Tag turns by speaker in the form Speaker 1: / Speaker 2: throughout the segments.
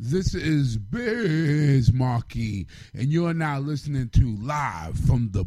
Speaker 1: This is Biz Markie, and you are now listening to Live from the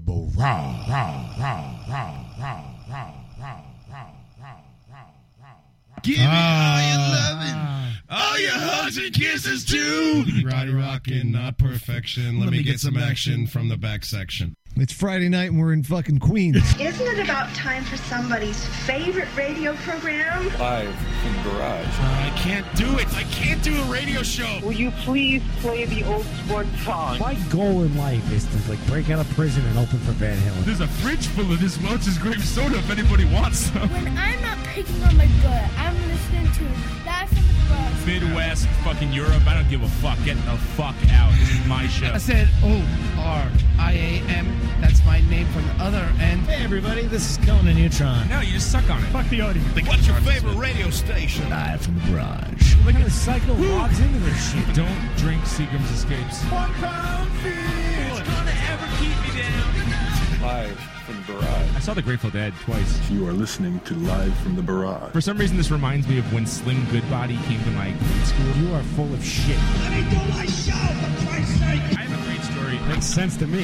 Speaker 1: Barrage.
Speaker 2: Give me
Speaker 3: Ah.
Speaker 2: all your loving. All your hugs and kisses too.
Speaker 4: Body rocking, not perfection. Let, me get some action from the back section.
Speaker 5: It's Friday night and we're in fucking Queens.
Speaker 6: Isn't it about time for somebody's favorite radio program?
Speaker 7: Live from the garage.
Speaker 2: I can't do it. I can't do a radio show.
Speaker 8: Will you please play the old sport song?
Speaker 9: My goal in life is to like break out of prison and open for Van Halen.
Speaker 2: There's a fridge full of this Welch's grape soda if anybody wants some.
Speaker 10: When I'm not picking on my butt, I'm listening to Live from the Garage.
Speaker 11: Midwest, fucking Europe. I don't give a fuck. Get the fuck out. This is my show.
Speaker 12: I said O R I A M. That's my name from the other end.
Speaker 9: Hey everybody, this is Conan Neutron.
Speaker 11: No, you just suck on it.
Speaker 9: Fuck the audience.
Speaker 2: What's your favorite radio station?
Speaker 9: Live from the garage. Look at the cycle logs into this shit.
Speaker 11: Don't drink Seagram's Escapes.
Speaker 2: One pound feels gonna ever keep me down.
Speaker 7: Live from the garage.
Speaker 11: I saw The Grateful Dead twice.
Speaker 13: You are listening to Live from the Barrage.
Speaker 11: For some reason, this reminds me of when Slim Goodbody came to my grade school.
Speaker 9: You are full of shit.
Speaker 3: Let me do my show, for Christ's sake!
Speaker 11: I have a great story.
Speaker 9: Makes sense to me.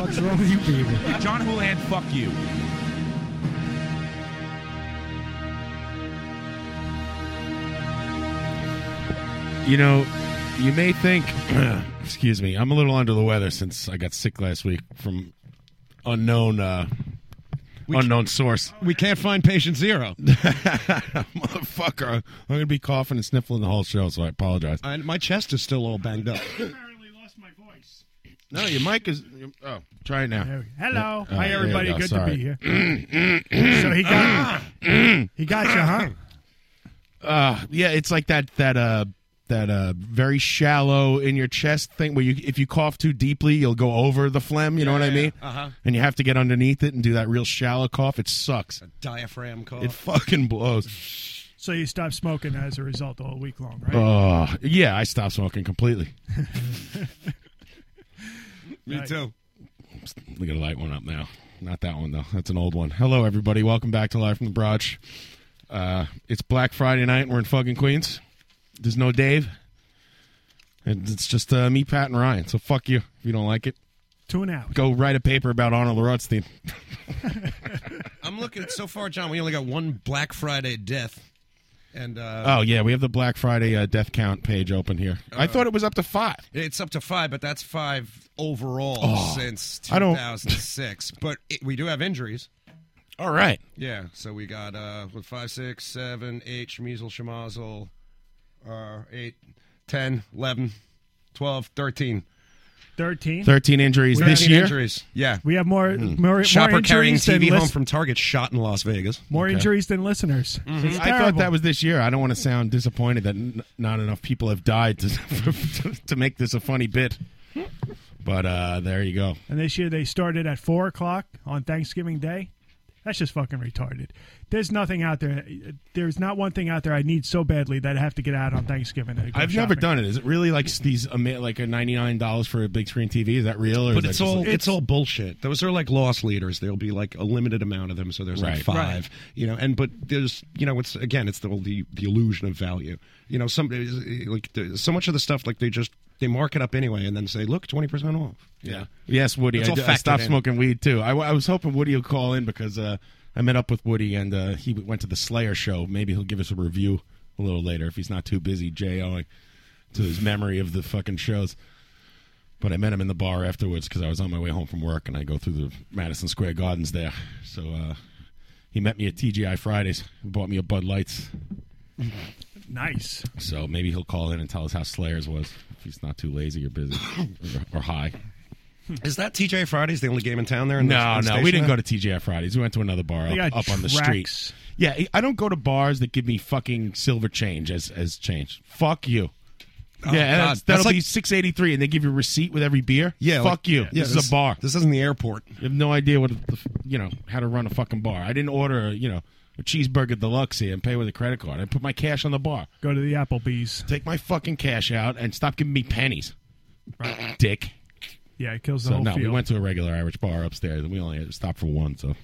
Speaker 9: What's wrong with you people?
Speaker 11: John Houlihan, fuck you.
Speaker 4: You know, you may think, excuse me, I'm a little under the weather since I got sick last week from unknown uh, unknown source.
Speaker 2: We can't find patient zero.
Speaker 4: Motherfucker, I'm gonna be coughing and sniffling the whole show, so I apologize.
Speaker 2: I, my chest is still all banged up.
Speaker 4: No, your mic is. your- Oh, try it now.
Speaker 14: Hello.
Speaker 4: Uh,
Speaker 14: Hi,
Speaker 4: there we
Speaker 14: everybody.
Speaker 4: go.
Speaker 14: Good
Speaker 4: Sorry.
Speaker 14: to be here. so he got he got you, huh?
Speaker 4: Uh, yeah, it's like that that uh that uh very shallow in your chest thing where you if you cough too deeply, you'll go over the phlegm. You know what I mean?
Speaker 2: Uh-huh.
Speaker 4: And you have to get underneath it and do that real shallow cough. It sucks.
Speaker 2: Diaphragm cough.
Speaker 4: It fucking blows.
Speaker 14: So you stopped smoking as a result all week long, right?
Speaker 4: Oh, yeah, I stopped smoking completely.
Speaker 2: me
Speaker 14: Right.
Speaker 2: too.
Speaker 4: We gotta light one up now. Not that one though. That's an old one. Hello, everybody. Welcome back to Live from the Broach. Uh, it's Black Friday night. and We're in fucking Queens. There's no Dave, and it's just uh, me, Pat, and Ryan. So fuck you if you don't like it.
Speaker 14: Tune out.
Speaker 4: Go write a paper about Arnold Rothstein.
Speaker 14: Uh,
Speaker 2: I'm looking so far, John. We only got one Black Friday death, and uh,
Speaker 4: Oh yeah, we have the Black Friday uh, death count page open here.
Speaker 14: Uh,
Speaker 4: I thought it was up to five.
Speaker 2: it's up to five, but that's five overall
Speaker 4: Oh,
Speaker 2: since
Speaker 4: I don't-
Speaker 2: 2006. but it, we do have injuries.
Speaker 4: All right.
Speaker 2: Yeah, so we got uh what, five, six, seven, eight, schmeasel, schmazel, uh, eight, 10, 11, 12, 13.
Speaker 14: Thirteen.
Speaker 4: Thirteen injuries this
Speaker 2: 13
Speaker 4: year. Hmm.
Speaker 2: Injuries. Yeah.
Speaker 14: We have more
Speaker 4: Mm-hmm.
Speaker 14: more, more
Speaker 2: Shopper carrying
Speaker 14: injuries than
Speaker 2: TV home
Speaker 14: lis-
Speaker 2: from Target shot in Las Vegas.
Speaker 14: more injuries than listeners. Mm-hmm. It's
Speaker 4: Mm-hmm. I thought
Speaker 14: terrible.
Speaker 4: that was this year. I don't want to sound disappointed that n- not enough people have died to, to make this a funny bit. But uh, there you go.
Speaker 14: And this year they started at four o'clock on Thanksgiving Day. That's just fucking retarded. There's nothing out there. There's not one thing out there I need so badly that I have to get out on Thanksgiving. to go
Speaker 4: I've never
Speaker 14: shopping.
Speaker 4: done it. Is it really like s- these ama- like a ninety nine dollars for a big screen TV? Is that real? Or is
Speaker 2: But
Speaker 4: that
Speaker 2: it's
Speaker 4: just
Speaker 2: all
Speaker 4: like-
Speaker 2: it's, all bullshit. Those are like loss leaders. There'll be like a limited amount of them, so there's
Speaker 4: Right.
Speaker 2: like five. You know, and but there's you know it's again it's the the, the illusion of value. You know, some like the- so much of the stuff like they just they mark it up anyway and then say look twenty percent off.
Speaker 4: yeah. Yes, Woody.
Speaker 2: It's
Speaker 4: I,
Speaker 2: all
Speaker 4: d- I
Speaker 2: factored
Speaker 4: stopped
Speaker 2: in.
Speaker 4: smoking weed too. I, w- I was hoping Woody would call in because uh, I met up with Woody and uh, he w- went to the Slayer show. Maybe he'll give us a review a little later if he's not too busy Jay owing to his memory of the fucking shows. But I met him in the bar afterwards because I was on my way home from work and I go through the Madison Square Gardens there. So uh, he met me at TGI Fridays and bought me a Bud Lights.
Speaker 14: Nice.
Speaker 4: So maybe he'll call in and tell us how Slayers was if he's not too lazy or busy or, or high.
Speaker 2: Hmm. Is that TJ Fridays the only game in town there? In
Speaker 4: No, no, we didn't go to TGI Fridays. We went to another bar
Speaker 14: They
Speaker 4: up,
Speaker 14: got
Speaker 4: up on the street.
Speaker 14: tracks.
Speaker 4: Yeah, I don't go to bars that give me fucking silver change as as change. Fuck you.
Speaker 2: Oh,
Speaker 4: yeah,
Speaker 2: God.
Speaker 4: that's, that'll
Speaker 2: That's like-
Speaker 4: be six eighty three, and they give you a receipt with every beer.
Speaker 2: Yeah,
Speaker 4: fuck
Speaker 2: like-
Speaker 4: you.
Speaker 2: yeah,
Speaker 4: this, is a bar.
Speaker 2: This isn't the airport.
Speaker 4: you have no idea what the f- you know how to run a fucking bar. I didn't order you know a cheeseburger deluxe here and pay with a credit card. I put my cash on the bar.
Speaker 14: Go to the Applebee's.
Speaker 4: Take my fucking cash out and stop giving me pennies, dick.
Speaker 14: Yeah, it kills the
Speaker 4: So
Speaker 14: whole
Speaker 4: no,
Speaker 14: field.
Speaker 4: we went to a regular Irish bar upstairs, and we only had to stop for one. So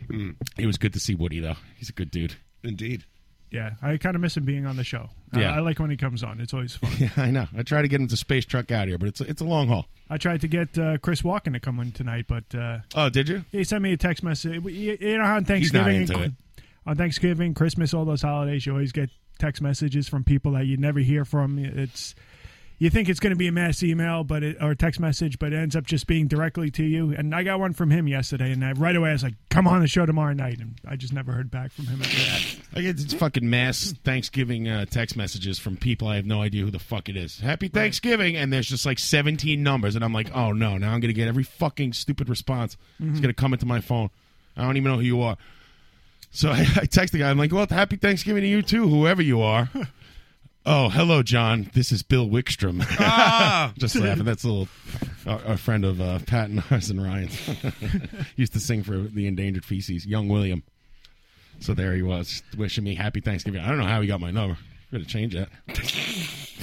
Speaker 4: it was good to see Woody though. He's a good dude.
Speaker 2: Indeed.
Speaker 14: yeah, I kind of miss him being on the show. I-
Speaker 4: Yeah.
Speaker 14: I, like when he comes on. It's always fun.
Speaker 4: Yeah, I know. I try to get him to space truck out here, but it's it's a long haul.
Speaker 14: I tried to get uh, Chris Walken to come in tonight, but uh,
Speaker 4: Oh, did you?
Speaker 14: he sent me a text message. You- You know how on
Speaker 4: He's not
Speaker 14: Thanksgiving,
Speaker 4: into it.
Speaker 14: on Thanksgiving, Christmas, all those holidays, you always get text messages from people that you never hear from. It's you think it's going to be a mass email, but it, or text message, but it ends up just being directly to you. And I got one from him yesterday, and I, right away I was like, "Come on the show tomorrow night," and I just never heard back from him after that.
Speaker 4: I get these fucking mass Thanksgiving uh, text messages from people I have no idea who the fuck it is. Happy Thanksgiving, and there's just like 17 numbers, and I'm like, oh no, now I'm gonna get every fucking stupid response. It's
Speaker 15: Mhm.
Speaker 4: gonna come into my phone. I don't even know who you are. So I, I text the guy. I'm like, well, happy Thanksgiving to you too, whoever you are. oh, hello, John. This is Bill Wickstrom. just laughing. That's a little a, a friend of uh, Pat and ours and Ryan's. Used to sing for the endangered feces, young William. So there he was, wishing me happy Thanksgiving. I don't know how he got my number. Gotta change that.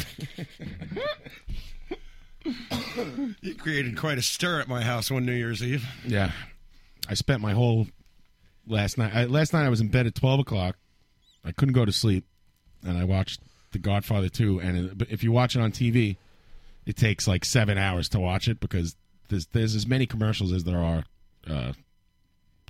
Speaker 2: You created quite a stir at my house one New Year's Eve.
Speaker 4: Yeah, I spent my whole last night. I, last night I was in bed at twelve o'clock. I couldn't go to sleep, and I watched The Godfather two. And it, but if you watch it on TV, it takes like seven hours to watch it because there's there's as many commercials as there are uh,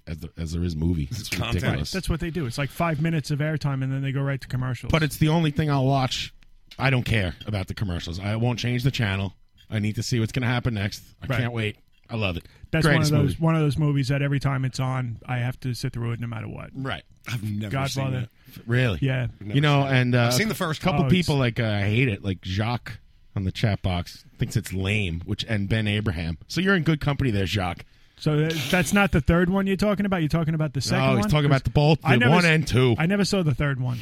Speaker 4: as there, as there is movies. It's ridiculous.
Speaker 14: That's what they do. It's like five minutes of airtime, and then they go right to commercials.
Speaker 4: But it's the only thing I'll watch. I don't care about the commercials. I won't change the channel. I need to see what's going to happen next. I
Speaker 14: Right.
Speaker 4: can't wait. I love it.
Speaker 14: That's
Speaker 4: Greatest
Speaker 14: one of those
Speaker 4: movie.
Speaker 14: one of those movies that every time it's on, I have to sit through it no matter what.
Speaker 4: Right.
Speaker 2: I've never
Speaker 14: Godfather.
Speaker 4: Really?
Speaker 14: Yeah.
Speaker 4: You know, and uh,
Speaker 14: I've seen the first
Speaker 4: couple
Speaker 14: one. Oh,
Speaker 4: people like uh, I hate it. Like Jacques on the chat box thinks it's lame. Which and Ben Abraham. So you're in good company there, Jacques.
Speaker 14: So that- that's not the third one you're talking about. You're talking about the second
Speaker 4: Oh, he's
Speaker 14: one.
Speaker 4: talking about the both-
Speaker 14: I
Speaker 4: the
Speaker 14: never
Speaker 4: one
Speaker 14: s-
Speaker 4: and two.
Speaker 14: I never saw the third one.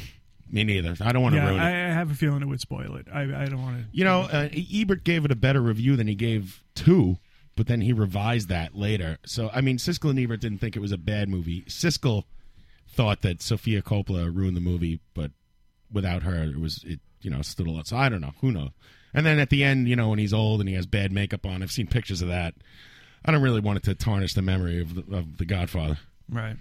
Speaker 4: Me neither. I don't want to
Speaker 14: yeah,
Speaker 4: ruin
Speaker 14: I,
Speaker 4: it.
Speaker 14: I have a feeling it would spoil it. I, I don't want to.
Speaker 4: You know, uh, Ebert gave it a better review than he gave two, but then he revised that later. So I mean, Siskel and Ebert didn't think it was a bad movie. Siskel thought that Sophia Coppola ruined the movie, but without her, it was it you know stood alone. So I don't know. Who knows? And then at the end, you know, when he's old and he has bad makeup on, I've seen pictures of that. I don't really want it to tarnish the memory of the, of the Godfather.
Speaker 14: Right.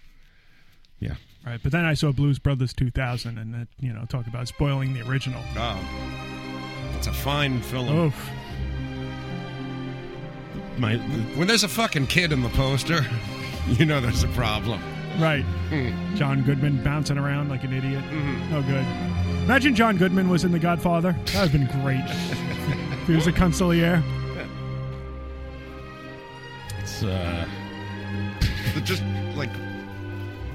Speaker 4: Yeah.
Speaker 14: Right. But then I saw Blues Brothers 2000, and that you know talk about spoiling the original.
Speaker 2: Oh, it's a fine film.
Speaker 14: Oof.
Speaker 4: My,
Speaker 2: when there's a fucking kid in the poster, you know there's a problem.
Speaker 14: Right.
Speaker 4: Mm-hmm.
Speaker 14: John Goodman bouncing around like an idiot. No good. Imagine John Goodman was in The Godfather. That would have been great. if he was a consigliere.
Speaker 4: It's uh,
Speaker 2: just like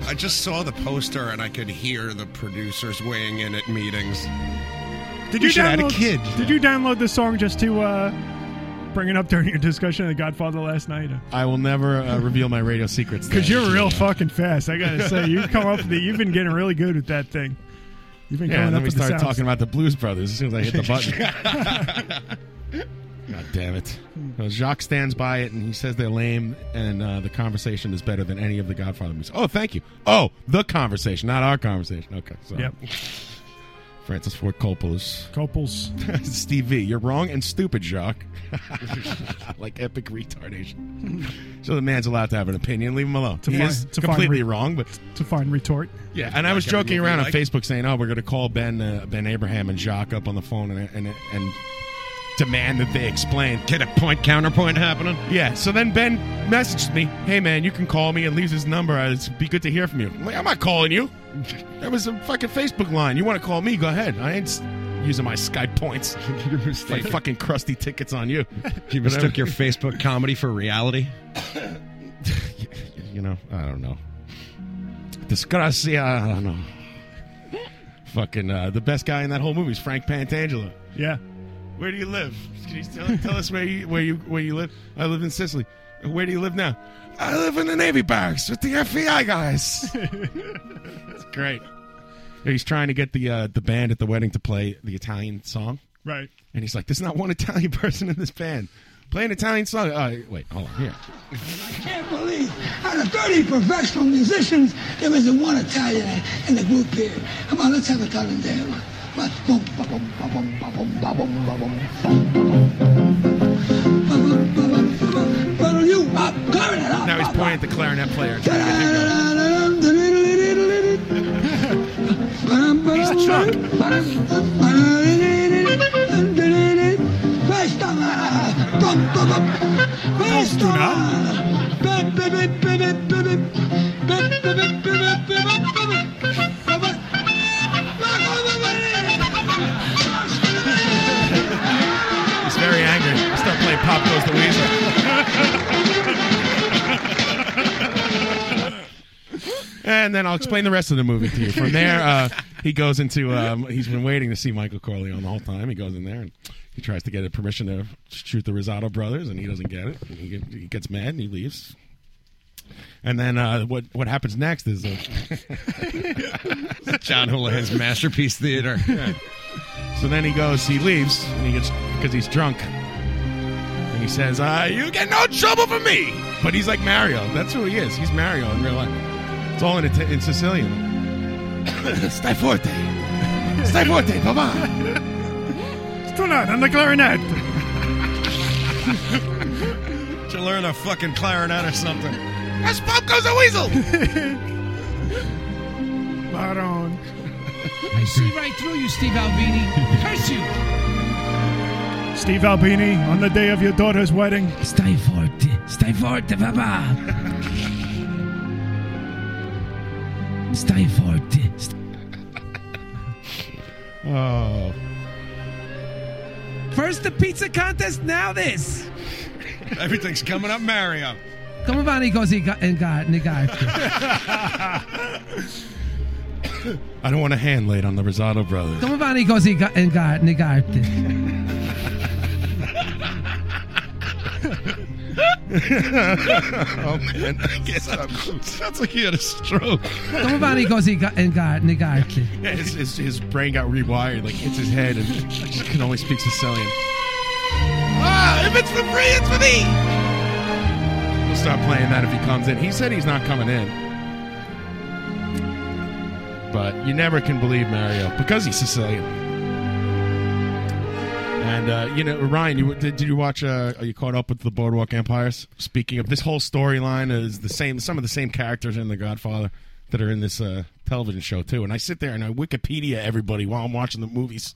Speaker 2: I just saw the poster and I could hear the producers weighing in at meetings.
Speaker 14: Did
Speaker 2: We
Speaker 14: you
Speaker 2: should add a
Speaker 14: download,
Speaker 2: kid.
Speaker 14: Did you download this song just to uh, bring it up during your discussion of The Godfather last night?
Speaker 4: I will never uh, reveal my radio secrets.
Speaker 14: Because you're real fucking fast. I gotta say, you've come up with it. You've been getting really good with that thing. You've been
Speaker 4: Yeah,
Speaker 14: coming
Speaker 4: and
Speaker 14: up
Speaker 4: then we
Speaker 14: with the
Speaker 4: started
Speaker 14: sounds.
Speaker 4: talking about the Blues Brothers as soon as I hit the button. God damn it. Uh, Jacques stands by it and he says they're lame, and uh, the conversation is better than any of the Godfather movies. Oh, thank you. Oh, the conversation, not our conversation. Okay, so.
Speaker 14: Yep.
Speaker 4: Francis Ford Coppola's.
Speaker 14: Coppola's.
Speaker 4: Steve V, you're wrong and stupid, Jacques. like epic retardation. so the man's allowed to have an opinion. Leave him alone.
Speaker 14: a
Speaker 4: He
Speaker 14: fine-
Speaker 4: is
Speaker 14: it's a fine
Speaker 4: completely
Speaker 14: re-
Speaker 4: wrong, but
Speaker 14: It's a fine retort.
Speaker 4: yeah, and I was joking around on Facebook saying, "Oh, we're going to call Ben uh, Ben Abraham and Jacques up on the phone and and, and demand that they explain." Get a point counterpoint happening. Yeah. So then Ben messaged me, "Hey man, you can call me and leaves his number. Uh, It'd be good to hear from you." I'm like, "I'm not calling you. That was a fucking Facebook line. You want to call me? Go ahead. I ain't s- using my Skype points. my fucking crusty tickets on you.
Speaker 2: You mistook your Facebook comedy for reality.
Speaker 4: you know, I don't know. Disgracia. I don't know. Fucking uh, the best guy in that whole movie is Frank Pantangelo.
Speaker 14: Yeah.
Speaker 4: Where do you live? Can you tell, tell us where you where you where you live? I live in Sicily. Where do you live now? I live in the Navy barracks with the FBI guys. it's great. He's trying to get the uh, the band at the wedding to play the Italian song.
Speaker 14: Right.
Speaker 4: And he's like, "There's not one Italian person in this band. Play an Italian song." Uh, wait, hold on. Here.
Speaker 3: can't believe out of 30 professional musicians, there isn't one Italian in the group here. Come on, let's have a Italian dance. Let's boom, ba, boom, ba, boom, ba, boom, ba, boom, ba, boom, ba, boom, ba, boom, ba, boom, ba, boom. Brother, you up, clarinet, up,
Speaker 4: Now he's
Speaker 3: up,
Speaker 4: pointing at the clarinet player.
Speaker 3: up. Da-da-da-da-da-da-da-da-da-da-da. Ba-dum, ba-dum,
Speaker 2: his truck.
Speaker 4: He's very angry. I start playing Pop Goes the Weasel. and then I'll explain the rest of the movie to you. From there, uh, he goes into. Um, he's been waiting to see Michael Corleone the whole time. He goes in there and he tries to get a permission to shoot the Rosado brothers, and he doesn't get it. And he, get, he gets mad and he leaves. And then uh, what what happens next is uh,
Speaker 2: John Houlihan's masterpiece theater.
Speaker 4: So then he goes, he leaves, and he gets because he's drunk, and he says, "Uh, you get no trouble from me." But he's like Mario. That's who he is. He's Mario in real life. It's all in Ita- in Sicilian. Stai forte, stai forte, papa.
Speaker 14: Stunad on the clarinet.
Speaker 2: To learn a fucking clarinet or something.
Speaker 4: As Pop goes the weasel.
Speaker 14: Baron.
Speaker 12: I see right through you, Steve Albini. Curse you.
Speaker 14: Steve Albini on the day of your daughter's wedding.
Speaker 12: Stay forte, stay forte, papa. Stay forte.
Speaker 4: Oh.
Speaker 12: First the pizza contest, now this.
Speaker 2: Everything's coming up, Mario.
Speaker 12: Come on, così ga- in ga- negare.
Speaker 4: I don't want a hand laid on the Rosado brothers.
Speaker 12: Come on, così ga- in ga- negare.
Speaker 2: oh man, I guess I'm, sounds like he had a stroke.
Speaker 12: Come on, così ga- in ga- negare.
Speaker 4: Yeah, his, his, his brain got rewired, like hits his head, and he can only speak Sicilian. Ah, if it's for free, it's for me. We'll stop playing that if he comes in. He said he's not coming in. But you never can believe Mario because he's Sicilian. And uh, you know, Ryan, you, did, did you watch? Uh, are you caught up with the Boardwalk Empires? Speaking of this whole storyline, is the same. Some of the same characters in The Godfather that are in this uh, television show too. And I sit there and I Wikipedia everybody while I'm watching the movies.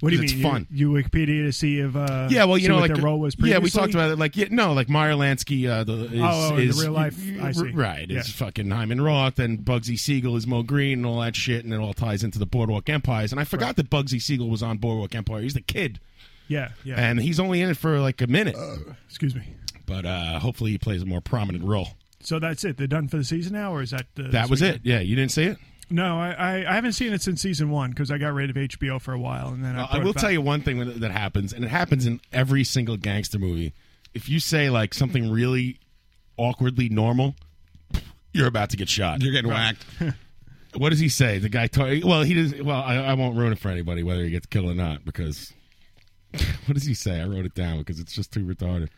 Speaker 14: What do you
Speaker 4: It's
Speaker 14: mean?
Speaker 4: fun.
Speaker 14: You, you Wikipedia to see if uh,
Speaker 4: yeah, well, you
Speaker 14: see
Speaker 4: know,
Speaker 14: what
Speaker 4: like
Speaker 14: their role was. Previously?
Speaker 4: yeah, we talked about it. Like, yeah, no, like Meyer Lansky, uh, the, is,
Speaker 14: Oh, oh, in
Speaker 4: is
Speaker 14: the real life,
Speaker 4: y- y-
Speaker 14: I see.
Speaker 4: right? Is
Speaker 14: Yeah.
Speaker 4: fucking Hyman Roth and Bugsy Siegel is Mo Green and all that shit, and it all ties into the Boardwalk Empires. And I forgot that Bugsy Siegel was on Boardwalk Empire. He's the kid,
Speaker 14: Yeah, yeah. Uh,
Speaker 4: and he's only in it for like a minute,
Speaker 14: Excuse me.
Speaker 4: but uh, hopefully he plays a more prominent role.
Speaker 14: So that's it. They're done for the season now, or is that uh,
Speaker 4: that was it. Yeah, you didn't see it.
Speaker 14: No, I, I, I haven't seen it since season one because I got rid of HBO for a while, and then I,
Speaker 4: Uh, I
Speaker 14: brought it
Speaker 4: will
Speaker 14: back.
Speaker 4: tell you one thing when- that happens, and it happens in every single gangster movie. If you say like something really awkwardly normal, you're about to get shot. You're
Speaker 2: getting
Speaker 4: whacked. what does he say? The guy. Ta- well, he does. Well, I, I won't ruin it for anybody whether he gets killed or not because. what does he say? I wrote it down because it's just too retarded.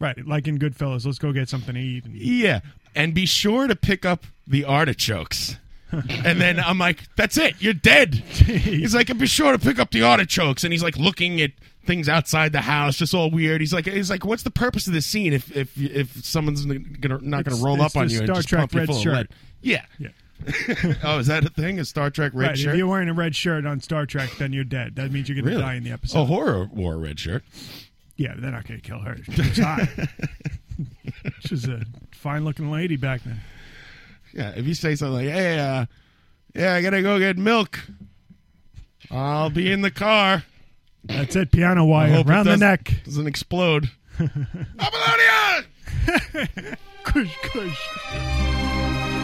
Speaker 14: right, like in Goodfellas. Let's go get something to eat. And,
Speaker 4: Yeah, and be sure to pick up the artichokes. and then I'm like, "That's it, you're dead." He's like, "Be sure to pick up the artichokes." And he's like looking at things outside the house, just all weird. He's like, "He's like, what's the purpose of this scene if if if someone's gonna not gonna
Speaker 14: It's-
Speaker 4: roll
Speaker 14: it's
Speaker 4: up on
Speaker 14: the
Speaker 4: you and
Speaker 14: Star
Speaker 4: just
Speaker 14: Trek
Speaker 4: pump you
Speaker 14: red
Speaker 4: full of
Speaker 14: shirt.
Speaker 4: lead?" Yeah, yeah. oh, is that a thing? A Star Trek red
Speaker 14: right,
Speaker 4: shirt?
Speaker 14: if you're wearing a red shirt on Star Trek, then you're dead. That means you're going to
Speaker 4: really?
Speaker 14: die in the episode.
Speaker 4: Oh, horror wore a red shirt.
Speaker 14: Yeah, they're not going to kill her. She's hot. She's a fine-looking lady back then.
Speaker 4: Yeah, if you say something like, "Hey, uh, yeah, I gotta go get milk. I'll be in the car."
Speaker 14: That's it. Piano wire
Speaker 4: hope it
Speaker 14: around the
Speaker 4: doesn't-
Speaker 14: neck.
Speaker 4: Doesn't explode. Apollonia!
Speaker 14: Kush, kush.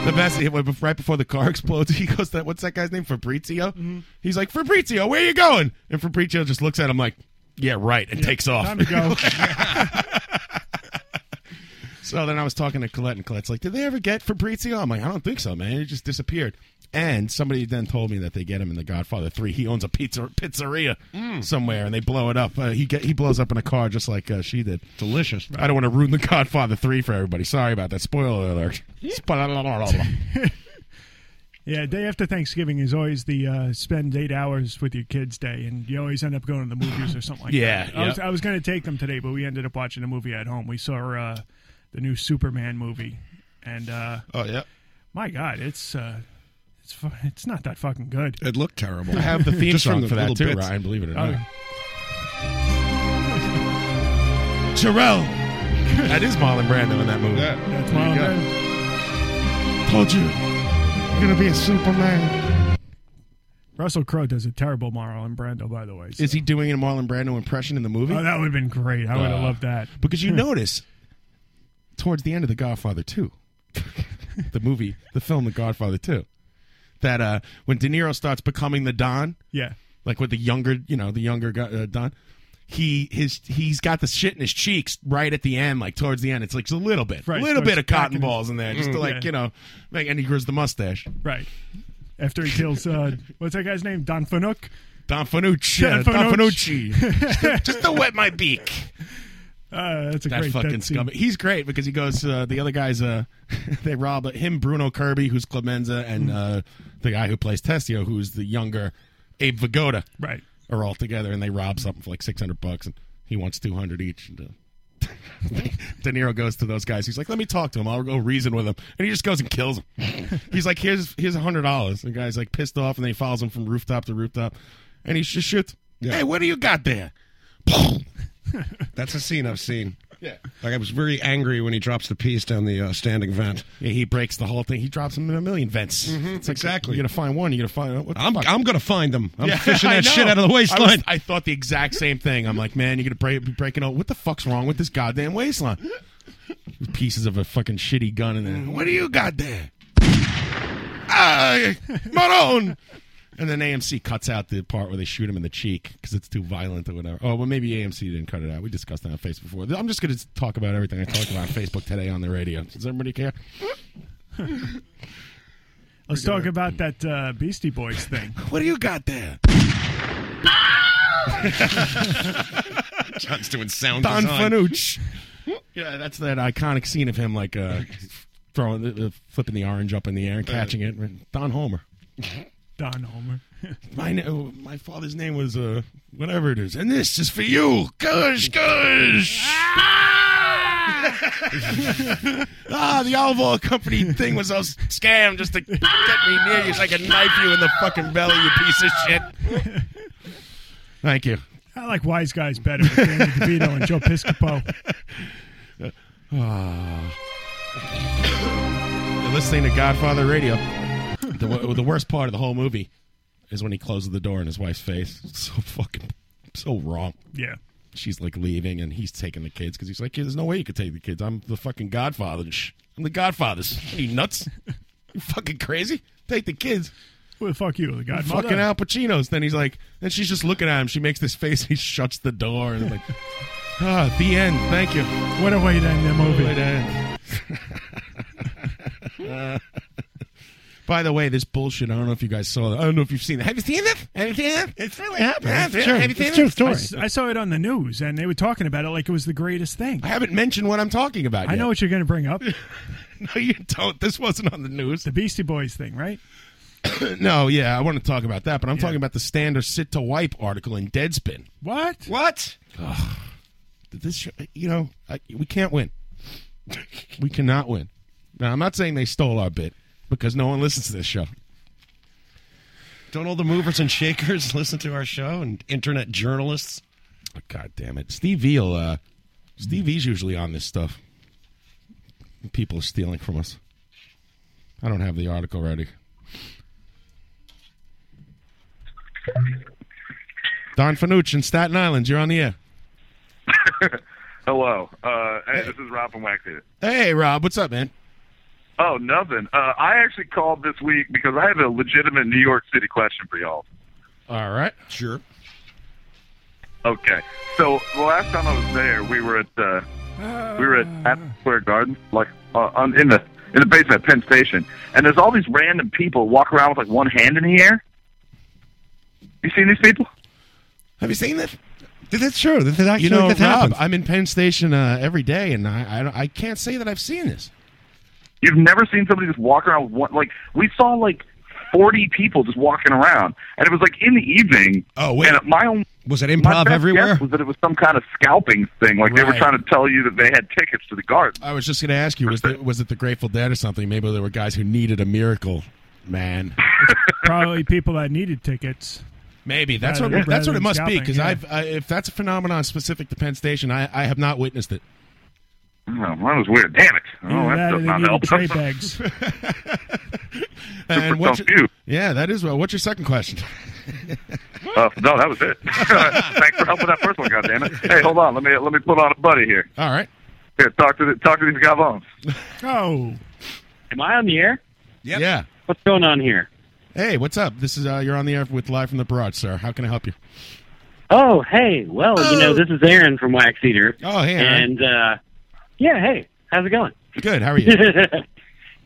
Speaker 4: The best it was right before the car explodes. He goes, "That what's that guy's name? Fabrizio."
Speaker 14: Mm-hmm.
Speaker 4: He's like, "Fabrizio, where you going?" And Fabrizio just looks at him like, "Yeah, right," and takes off.
Speaker 14: Time to go.
Speaker 4: So then I was talking to Colette, and Colette's like, "Did they ever get Fabrizio?" I'm like, "I don't think so, man. He just disappeared." And somebody then told me that they get him in The Godfather Three. He owns a pizza pizzeria
Speaker 14: Mm.
Speaker 4: somewhere, and they blow it up. Uh, he get he blows up in a car just like uh, she did. Delicious. I don't want to ruin The Godfather Three for everybody. Sorry about that. Spoiler alert. Spoiler.
Speaker 14: Yeah, day after Thanksgiving is always the uh, spend eight hours with your kids day, and you always end up going to the movies or something like
Speaker 4: Yeah,
Speaker 14: that. I was,
Speaker 4: yep.
Speaker 14: I was going to take them today, but we ended up watching a movie at home. We saw uh, the new Superman movie, and uh,
Speaker 4: oh yeah,
Speaker 14: my God, it's uh, it's It's fu- it's not that fucking good.
Speaker 2: It looked terrible.
Speaker 4: I have the theme
Speaker 2: Just from
Speaker 4: song
Speaker 2: the
Speaker 4: for that
Speaker 2: little
Speaker 4: too,
Speaker 2: bits.
Speaker 4: Ryan. Believe it or
Speaker 14: Oh.
Speaker 4: not, Jarrell. that is Marlon Brando in that movie.
Speaker 14: That's
Speaker 4: There you
Speaker 14: Marlon
Speaker 4: go. Told you, you're gonna be a Superman.
Speaker 14: Russell Crowe does a terrible Marlon Brando, by the way.
Speaker 4: Is he doing a Marlon Brando impression in the movie?
Speaker 14: Oh, that would have been great. I would have
Speaker 4: Uh,
Speaker 14: loved that.
Speaker 4: Because you notice towards the end of The Godfather 2, the movie, the film The Godfather 2, that uh, when De Niro starts becoming the Don,
Speaker 14: Yeah.
Speaker 4: like with the younger, you know, the younger guy, uh, Don, he his he's got the shit in his cheeks right at the end, like towards the end. It's like it's a little bit, a
Speaker 14: Right,
Speaker 4: little
Speaker 14: starts
Speaker 4: bit of
Speaker 14: cracking
Speaker 4: cotton
Speaker 14: his-
Speaker 4: balls in there, just to
Speaker 14: Mm.
Speaker 4: like
Speaker 14: Yeah.
Speaker 4: you know, make, and he grows the mustache.
Speaker 14: Right. After he kills, uh, what's that guy's name? Don Fanucci.
Speaker 4: Don Fanucci, yeah, Don Fanucci. just to wet my beak.
Speaker 14: Uh, that's a
Speaker 4: that
Speaker 14: great
Speaker 4: fucking
Speaker 14: dead scene.
Speaker 4: scum. He's great because he goes. Uh, the other guys, uh, they rob uh, him, Bruno Kirby, who's Clemenza,
Speaker 14: Hmm.
Speaker 4: and uh, the guy who plays Tessio, who's the younger Abe Vigoda,
Speaker 14: right,
Speaker 4: are all together, and they rob something for like six hundred bucks, and he wants two hundred each. And, uh, De Niro goes to those guys. He's like, "Let me talk to him. I'll go reason with him." And he just goes and kills him. He's like, "Here's here's a hundred dollars." The guy's like pissed off, and they follows him from rooftop to rooftop, and he just shoots. Hey, what do you got there?
Speaker 2: That's a scene I've seen.
Speaker 4: Yeah.
Speaker 2: Like I was very angry when he drops the piece down the uh, standing vent. Mm-hmm.
Speaker 4: Yeah, he breaks the whole thing. He drops them in a million vents. It's like,
Speaker 2: exactly.
Speaker 4: You're gonna find one. You're gonna find. What the
Speaker 2: I'm
Speaker 4: fuck?
Speaker 2: I'm gonna find them. I'm
Speaker 4: Yeah,
Speaker 2: fishing
Speaker 4: I
Speaker 2: that
Speaker 4: know.
Speaker 2: shit out of the waistline.
Speaker 4: I, was- I thought the exact same thing. I'm like, man, you're gonna break, be breaking out. What the fuck's wrong with this goddamn waistline? Pieces of a fucking shitty gun in there. What do you got there? Ah, Marone. And then AMC cuts out the part where they shoot him in the cheek because it's too violent or whatever. Oh, well, maybe AMC didn't cut it out. We discussed that on Facebook before. I'm just going to talk about everything I talked about on Facebook today on the radio. Does everybody care?
Speaker 14: Let's talk about that uh, Beastie Boys thing.
Speaker 4: what do you got there?
Speaker 2: John's doing sound
Speaker 4: Don
Speaker 2: design.
Speaker 4: Fanucci. yeah, that's that iconic scene of him like uh, throwing, the, the, flipping the orange up in the air and catching it. Don Homer.
Speaker 14: Don Homer.
Speaker 4: My na- oh, my father's name was uh whatever it is, and this is for you. Gush, gush. ah, the Alvor Company thing was a s- scam just to get me near you so I could knife you in the fucking belly, you piece of shit. Thank you.
Speaker 14: I like Wise Guys better with Danny DeVito and Joe Piscopo.
Speaker 4: Ah. You're listening to Godfather Radio. The, wo- the worst part of the whole movie is when he closes the door in his wife's face. It's so fucking, so wrong.
Speaker 14: Yeah.
Speaker 4: She's like leaving, and he's taking the kids because he's like, yeah, "There's no way you could take the kids. I'm the fucking Godfather. and sh- I'm the Godfather's. Are you nuts? You fucking crazy? Take the kids."
Speaker 14: Well, fuck you, the godmother.
Speaker 4: Fucking Al Pacino's. Then he's like, then she's just looking at him. She makes this face. He shuts the door and like, ah, the end. Thank you.
Speaker 14: What a way to end the movie.
Speaker 4: What a way to end. "Ah." By the way, this bullshit. I don't know if you guys saw that. I don't know if you've seen that. Have you seen that? Have you seen that? It's really happened. Have you- have you seen it?
Speaker 14: I s- I, saw it on the news, and they were talking about it like it was the greatest thing.
Speaker 4: I haven't mentioned what I'm talking about.
Speaker 14: I know
Speaker 4: yet.
Speaker 14: what you're going to bring up.
Speaker 4: no, you don't. This wasn't on the news.
Speaker 14: The Beastie Boys thing, right?
Speaker 4: no, yeah, I want to talk about that, but I'm talking about the stand or sit to wipe article in Deadspin.
Speaker 14: What?
Speaker 2: What?
Speaker 4: This, sh- you know, I, we can't win. we cannot win. Now, I'm not saying they stole our bit because no one listens to this show.
Speaker 2: Don't all the movers and shakers listen to our show and internet journalists?
Speaker 4: Oh, God damn it, Steve Veal. Uh, Steve V's usually on this stuff. People are stealing from us. I don't have the article ready. Don Fanucci in Staten Island, you're on the air.
Speaker 15: Hello. Uh, hey, this is Rob from Waxhead.
Speaker 4: Hey, Rob, what's up, man?
Speaker 15: Oh, nothing. Uh, I actually called this week because I have a legitimate New York City question for y'all.
Speaker 4: All right.
Speaker 2: Sure.
Speaker 15: Okay. So the last time I was there, we were at uh, we were at Madison Square Garden, like uh, on, in the in the basement at Penn Station, and there's all these random people walk around with like one hand in the air. You seen these people?
Speaker 4: Have you seen this?
Speaker 2: That's true. That, that actually,
Speaker 4: you know,
Speaker 2: that
Speaker 4: Rob,
Speaker 2: happens.
Speaker 4: I'm in Penn Station uh, every day, and I, I don't- I can't say that I've seen this.
Speaker 15: You've never seen somebody just walk around with one like we saw like forty people just walking around, and it was like in the evening.
Speaker 2: Oh wait,
Speaker 15: and my own
Speaker 2: was it
Speaker 15: my
Speaker 2: improv
Speaker 15: best
Speaker 2: everywhere?
Speaker 15: guess Was that it was some kind of scalping thing? Like they were
Speaker 4: Right.
Speaker 15: trying to tell you that they had tickets
Speaker 2: Uh,
Speaker 15: to the garden.
Speaker 4: I was just going to ask you was it, was it the Grateful Dead or something? Maybe there were guys who needed a miracle man.
Speaker 14: Probably people that needed tickets.
Speaker 4: Maybe that's
Speaker 14: Rather-
Speaker 4: what that's
Speaker 14: rather
Speaker 4: what it
Speaker 14: than
Speaker 4: must be
Speaker 14: scalping,
Speaker 4: because
Speaker 14: yeah.
Speaker 4: I've I, if that's a phenomenon specific to Penn Station, I, I have not witnessed it.
Speaker 15: Oh, well, that was weird. Damn it. Oh,
Speaker 4: Either
Speaker 15: that
Speaker 4: that or
Speaker 15: does
Speaker 4: they
Speaker 15: not
Speaker 4: need to
Speaker 15: help.
Speaker 4: trade
Speaker 14: bags.
Speaker 4: And
Speaker 15: Super
Speaker 4: what's
Speaker 15: dumb
Speaker 4: your, yeah, that is well. What's your second question?
Speaker 15: Uh, no, that was it. Thanks for helping that first one, goddammit. Hey, hold on. Let me let me put on a buddy here.
Speaker 4: All right.
Speaker 15: Here, talk to the, talk to these gavons.
Speaker 14: Oh.
Speaker 16: Am I on the air?
Speaker 4: Yeah.
Speaker 16: What's going on here?
Speaker 4: Hey, what's up? This is uh, you're on the air with live from the barrage, sir. How can I help you?
Speaker 16: Oh, hey. Well, you know, this is Aaron from Wax Eater.
Speaker 4: Oh, hey, Aaron.
Speaker 16: And, uh, yeah, hey. How's it going?
Speaker 4: Good. How are you?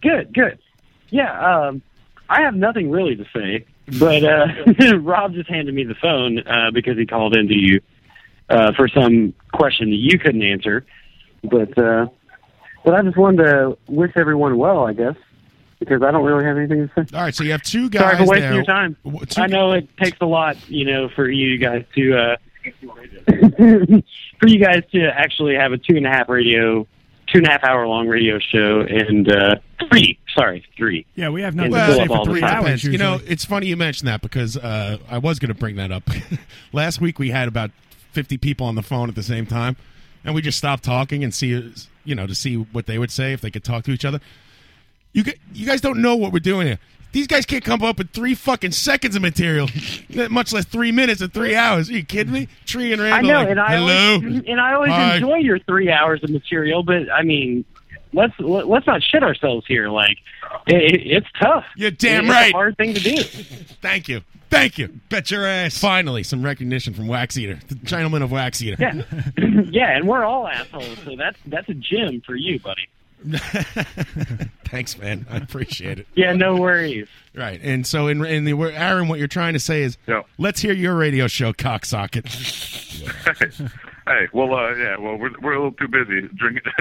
Speaker 16: good, good. Yeah, um, I have nothing really to say, but uh, Rob just handed me the phone uh, because he called into you uh, for some question that you couldn't answer. But, uh, but I just wanted to wish everyone well, I guess, because I don't really have anything to say.
Speaker 4: All right, so you have two
Speaker 16: Sorry
Speaker 4: guys
Speaker 16: for wasting
Speaker 4: there.
Speaker 16: your time. I know it takes a lot, you know, for you guys to uh, for you guys to actually have a two and a half radio, two and a half hour long radio show, and uh, three. Sorry, three.
Speaker 14: Yeah, we have
Speaker 16: nothing
Speaker 14: nothing
Speaker 16: to
Speaker 14: to say for
Speaker 16: Well, say for all the
Speaker 14: three
Speaker 16: three time.
Speaker 14: hours.
Speaker 16: hours,
Speaker 4: You know, it's funny you mentioned that because uh, I was going to bring that up. Last week we had about 50 people on the phone at the same time, and we just stopped talking and see, you know, to see what they would say if they could talk to each other. You gu- you guys don't know what we're doing here. These guys can't come up with three fucking seconds of material, much less three minutes and three hours. Are you kidding me? Tree and
Speaker 16: I
Speaker 4: Randall.
Speaker 16: know,
Speaker 4: like,
Speaker 16: and I
Speaker 4: hello.
Speaker 16: always, and I always
Speaker 4: Hi.
Speaker 16: enjoy your three hours of material, but I mean, let's let, let's not shit ourselves here. Like, it, it, it's tough.
Speaker 4: You're damn
Speaker 16: It's a
Speaker 4: right.
Speaker 16: hard thing to do.
Speaker 4: Thank you. Thank you. Bet your ass. Finally, some recognition from Wax Eater, the gentleman of Wax Eater.
Speaker 16: Yeah, yeah, and we're all assholes, so that's that's a gym for you, buddy.
Speaker 4: Thanks, man. I appreciate it.
Speaker 16: Yeah, no worries.
Speaker 4: Right, and so in in the where Aaron, what you're trying to say is, let's hear your radio show, cocksocket.
Speaker 15: hey, well, uh, yeah, well, we're we're a little too busy drinking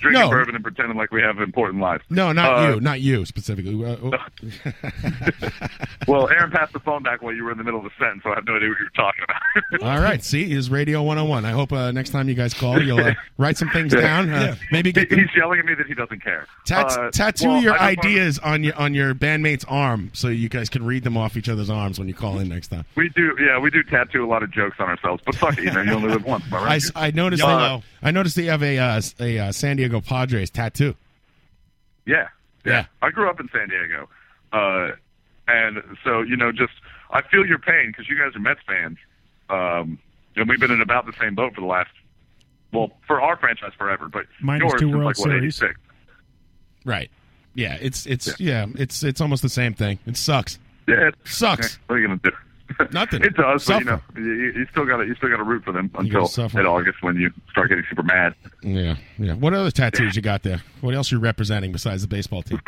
Speaker 15: drinking
Speaker 4: No.
Speaker 15: bourbon and pretending like we have important lives.
Speaker 4: No, not
Speaker 15: Uh,
Speaker 4: you, not you specifically. Uh, oh.
Speaker 15: Well, Aaron passed the phone back while you were in the middle of a sentence, so I have no idea what you were talking about.
Speaker 4: All right, see, is Radio 101. I hope uh, next time you guys call, you'll uh, write some things down. Uh, Maybe get
Speaker 15: He-
Speaker 4: them,
Speaker 15: he's yelling at me that he doesn't care.
Speaker 4: tat-
Speaker 15: Uh,
Speaker 4: tattoo
Speaker 15: well,
Speaker 4: your
Speaker 15: I just wanna-
Speaker 4: ideas on your on your bandmate's arm, so you guys can read them off each other's arms when you call in next time.
Speaker 15: We do, yeah, we do tattoo a lot of jokes on ourselves, but fuck it, you know, you only live once, am I
Speaker 4: I,
Speaker 15: right?
Speaker 4: s- I noticed.
Speaker 15: Uh,
Speaker 4: that- I noticed that you have a uh, s- a uh, San Diego Padres tattoo.
Speaker 15: Yeah, yeah. I grew up in San Diego, uh, and so you know, just I feel your pain because you guys are Mets fans, um, and we've been in about the same boat for the last, well, for our franchise forever, but
Speaker 4: Minus
Speaker 15: yours
Speaker 4: two
Speaker 15: since
Speaker 4: World
Speaker 15: like what eighty
Speaker 4: Series.
Speaker 15: six.
Speaker 4: Right. Yeah. It's it's yeah. It's it's almost the same thing. It sucks.
Speaker 15: Yeah, it
Speaker 4: sucks.
Speaker 15: What are you gonna do?
Speaker 4: Nothing.
Speaker 15: It does,
Speaker 4: Suffer.
Speaker 15: but you know, you, you still got to you still got to root for them until
Speaker 4: suffer.
Speaker 15: in August when you start getting super mad.
Speaker 4: Yeah. Yeah. What other tattoos you got there? What else you representing besides the baseball team?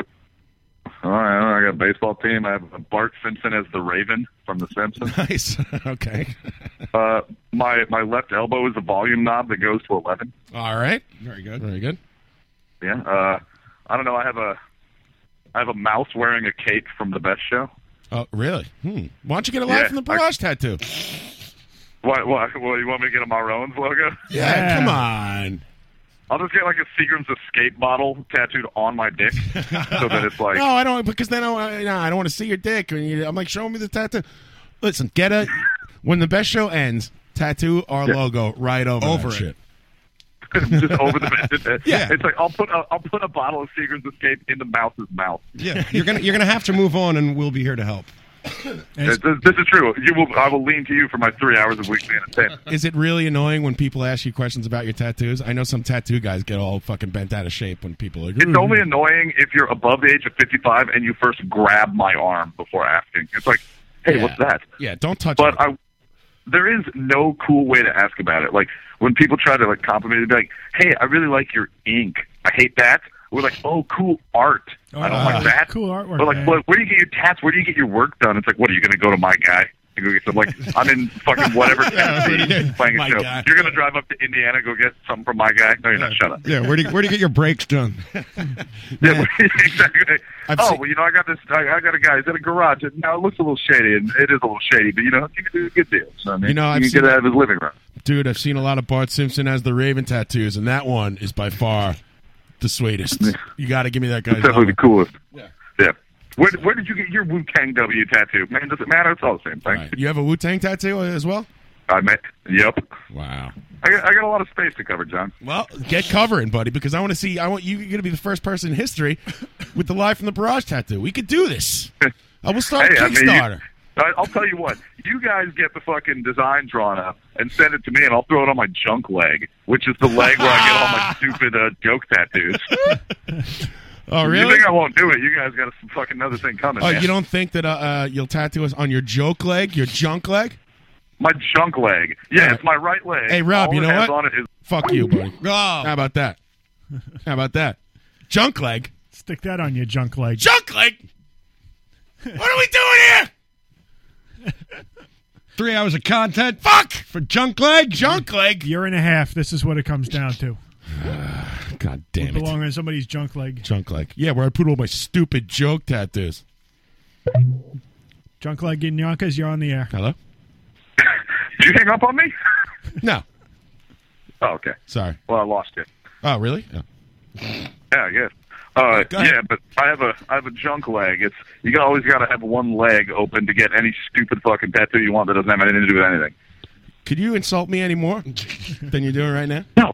Speaker 15: All right, all right, I got a baseball team. I have Bart Simpson as the Raven from The Simpsons.
Speaker 4: nice. okay.
Speaker 15: Uh, my my left elbow is the volume knob that goes to eleven.
Speaker 4: All right. Very good. Very good.
Speaker 15: Yeah. Uh, I don't know. I have a I have a mouse wearing a cape from the best show.
Speaker 4: Oh, really? Hmm. Why don't you get a life
Speaker 15: Yeah,
Speaker 4: from the barrage tattoo?
Speaker 15: Why? Why? Well, you want me to get a Maroons logo?
Speaker 4: Yeah, Come on.
Speaker 15: I'll just get like a Seagram's escape bottle tattooed on my dick, so that it's like
Speaker 4: no, I don't because then I, I- no, I don't want to see your dick. And you- I'm like, show me the tattoo. Listen, get a when the best show ends, tattoo our logo right over
Speaker 15: Over
Speaker 4: that
Speaker 15: it.
Speaker 4: shit.
Speaker 15: just over the.
Speaker 4: Yeah.
Speaker 15: It's like I'll put a, I'll put a bottle of Seagram's escape in the mouse's mouth.
Speaker 2: Yeah, you're gonna you're gonna have to move on, and we'll be here to help.
Speaker 15: This, this is true. You will. I will lean to you for my three hours of weekly entertainment.
Speaker 4: Is it really annoying when people ask you questions about your tattoos? I know some tattoo guys get all fucking bent out of shape when people are. Like,
Speaker 15: It's only annoying if you're above the age of 55 and you first grab my arm before asking. It's like, hey,
Speaker 4: Yeah.
Speaker 15: what's that?
Speaker 4: Yeah, don't touch
Speaker 15: But I, there is no cool way to ask about it. Like when people try to like compliment, it, be like, hey, I really like your ink. I hate that. We're like, oh, cool art. I don't like that.
Speaker 14: Cool artwork.
Speaker 15: Or like,
Speaker 14: man.
Speaker 15: "Well, where do you get your tats? Where do you get your work done? It's like, what are you going to go to my guy? To go get some, like, I'm in fucking whatever Tennessee playing a show. You're going to drive up to Indiana, go get something from my guy? No, you're not. Shut up.
Speaker 2: Yeah, where do you, where do you get your breaks done?
Speaker 15: Yeah, exactly.
Speaker 2: I've
Speaker 15: oh,
Speaker 2: seen-
Speaker 15: well, you know, I got this. I, I got a guy. He's in a garage. And now it looks a little shady, and it is a little shady. But you know, you can do a good deal. So, I mean,
Speaker 4: You know, I've
Speaker 15: you
Speaker 4: seen-
Speaker 15: can get it out of his living room.
Speaker 4: Dude, I've seen a lot of Bart Simpson as the Raven tattoos, and that one is by far the sweetest. You got to give me that
Speaker 15: It's
Speaker 4: guy's
Speaker 15: definitely
Speaker 4: number.
Speaker 15: the coolest. Yeah. Where, where did you get your Wu Tang W tattoo? Man, does it matter? It's all the same thing.
Speaker 4: You have a Wu Tang tattoo as well?
Speaker 15: I met. Yep.
Speaker 4: Wow.
Speaker 15: I got, I got a lot of space to cover, John.
Speaker 4: Well, get covering, buddy, because I want to see. I want you. You're going to be the first person in history with the live from the barrage tattoo. We could do this. I will start
Speaker 15: Hey,
Speaker 4: a
Speaker 15: I mean, you-
Speaker 4: Kickstarter.
Speaker 15: I- I'll tell you what. You guys get the fucking design drawn up and send it to me, and I'll throw it on my junk leg, which is the leg where I get all my stupid uh, joke tattoos.
Speaker 4: oh,
Speaker 15: You
Speaker 4: really?
Speaker 15: think I won't do it? You guys got some fucking another thing coming.
Speaker 4: oh,
Speaker 15: man.
Speaker 4: you don't think that uh, uh, you'll tattoo us on your joke leg, your junk leg?
Speaker 15: My junk leg. Yeah, it's my right leg.
Speaker 4: Hey, Rob,
Speaker 15: All
Speaker 4: you
Speaker 15: it
Speaker 4: know
Speaker 15: has
Speaker 4: what?
Speaker 15: On it is
Speaker 4: Fuck you, buddy. How about that? How about that? Junk leg.
Speaker 14: Stick that on your junk leg.
Speaker 4: Junk leg. What are we doing here?
Speaker 2: Three hours of content.
Speaker 4: Fuck
Speaker 2: for junk leg.
Speaker 4: Junk leg.
Speaker 14: Year and a half. This is what it comes down to.
Speaker 4: God damn it.
Speaker 14: Belong on somebody's junk leg.
Speaker 4: Junk leg. Yeah, where I put all my stupid joke tattoos.
Speaker 14: Junk leg in Yonkers. You're on the air.
Speaker 4: Hello.
Speaker 15: Did you hang up on me?
Speaker 4: No.
Speaker 15: Oh, okay.
Speaker 4: Sorry.
Speaker 15: Well, I lost it.
Speaker 4: Oh, really? Oh.
Speaker 15: Yeah, I guess. Uh,
Speaker 4: Go ahead.
Speaker 15: yeah, but I have a I have a junk leg. It's you gotta- always got to have one leg open to get any stupid fucking tattoo you want that doesn't have anything to do with anything.
Speaker 4: Could you insult me any more than you're doing right now?
Speaker 15: No.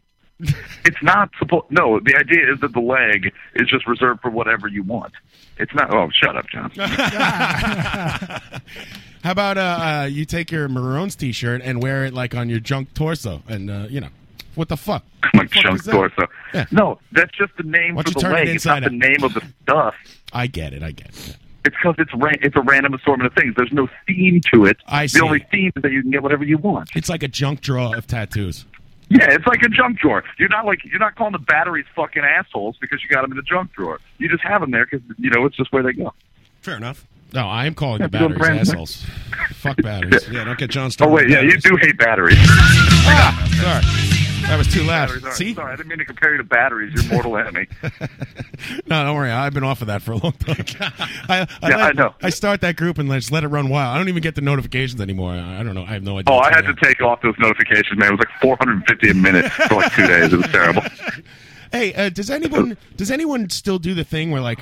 Speaker 15: It's not supposed. No, the idea is that the leg is just reserved for whatever you want. It's not. Oh, shut up, John.
Speaker 4: How about uh, uh, you take your Maroons T-shirt and wear it like on your junk torso, and uh, you know, what the fuck?
Speaker 15: My
Speaker 4: fuck
Speaker 15: junk
Speaker 4: is that?
Speaker 15: torso. No, that's just the name
Speaker 4: Why don't
Speaker 15: for
Speaker 4: you
Speaker 15: the
Speaker 4: turn it
Speaker 15: leg. It's not
Speaker 4: inside
Speaker 15: the
Speaker 4: out?
Speaker 15: name of the stuff.
Speaker 4: I get it. I get it.
Speaker 15: It's because it's ran- it's a random assortment of things. There's no theme to it.
Speaker 4: I
Speaker 15: The only theme is that you can get whatever you want.
Speaker 4: It's like a junk drawer of tattoos.
Speaker 15: Yeah, it's like a junk drawer. You're not like you're not calling the batteries fucking assholes because you got them in the junk drawer. You just have them there because you know it's just where they go.
Speaker 2: Fair enough.
Speaker 4: No, I am calling
Speaker 15: Yeah,
Speaker 4: the
Speaker 15: you don't
Speaker 4: batteries
Speaker 15: brand-
Speaker 4: assholes. Fuck batteries.
Speaker 2: Yeah, don't get John
Speaker 15: Oh wait, yeah, you do hate batteries.
Speaker 4: Ah, sorry, that was too loud.
Speaker 15: Batteries aren't-
Speaker 4: See?
Speaker 15: sorry, I didn't mean to compare you to batteries. Your mortal enemy.
Speaker 4: No, don't worry. I've been off of that for a long time. I,
Speaker 15: Yeah,
Speaker 4: let-
Speaker 15: I know.
Speaker 4: I start that group and just let it run wild. I don't even get the notifications anymore. I, I don't know. I have no idea.
Speaker 15: Oh,
Speaker 4: what's
Speaker 15: I had
Speaker 4: going
Speaker 15: to take off those notifications, man. It was like 450 a minute for like two days. It was terrible.
Speaker 4: Hey, uh, does anyone does anyone still do the thing where like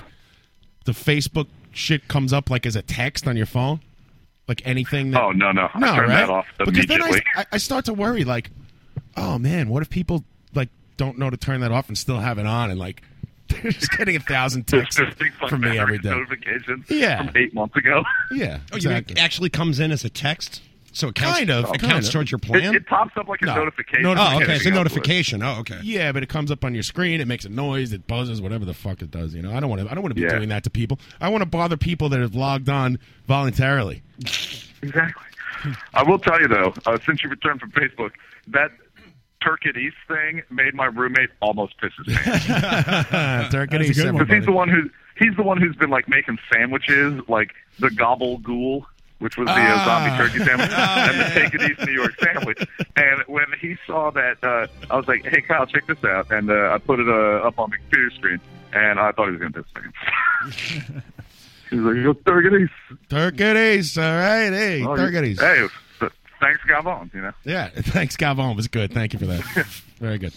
Speaker 4: the Facebook shit comes up like as a text on your phone? Like anything that
Speaker 15: Oh no, no, I
Speaker 4: No,
Speaker 15: turned
Speaker 4: right?
Speaker 15: that off
Speaker 4: because
Speaker 15: immediately.
Speaker 4: then I, I, I start to worry like, oh man, what if people like don't know to turn that off and still have it on and like they're just getting a thousand texts
Speaker 15: There's big fucking
Speaker 4: from me every
Speaker 15: batteries
Speaker 4: day.
Speaker 15: Notifications
Speaker 4: Yeah.
Speaker 15: from eight months ago.
Speaker 4: Yeah,
Speaker 2: Oh, you mean it actually comes in as a text, so it counts,
Speaker 4: Kind of,
Speaker 2: it
Speaker 4: kind
Speaker 2: counts
Speaker 4: of.
Speaker 2: towards your
Speaker 4: It-
Speaker 2: plan.
Speaker 4: it
Speaker 15: pops up like a
Speaker 4: No.
Speaker 15: notification.
Speaker 2: Oh, okay, it's a
Speaker 4: Yeah.
Speaker 2: notification. Oh, okay.
Speaker 4: Yeah, but it comes up on your screen. It makes a noise. It buzzes. Whatever the fuck it does, you know. I don't want to. I don't want to be
Speaker 2: Yeah.
Speaker 4: doing that to people. I want to bother people that have logged on voluntarily.
Speaker 15: Exactly. I will tell you though, uh, since you returned from Facebook, that Turk at East thing made my roommate almost piss his pants.
Speaker 4: Turk and East,
Speaker 15: Because he's
Speaker 4: everybody.
Speaker 15: the one who he's the one who's been like making sandwiches, like the gobble ghoul, which was the
Speaker 4: Ah.
Speaker 15: uh, zombie turkey sandwich,
Speaker 4: Oh,
Speaker 15: and the take it east New York sandwich. And when he saw that, uh, I was like, "Hey Kyle, check this out!" And uh, I put it uh, up on the computer screen, and I thought he was going to piss his pants. He's like, "Go Turk at East."
Speaker 4: Turkeys, all right, hey,
Speaker 15: Oh, you-
Speaker 4: turkeys.
Speaker 15: Hey, thanks, Gavon. You know.
Speaker 4: Yeah, thanks, Gavon. It was good. Thank you for that. Very good.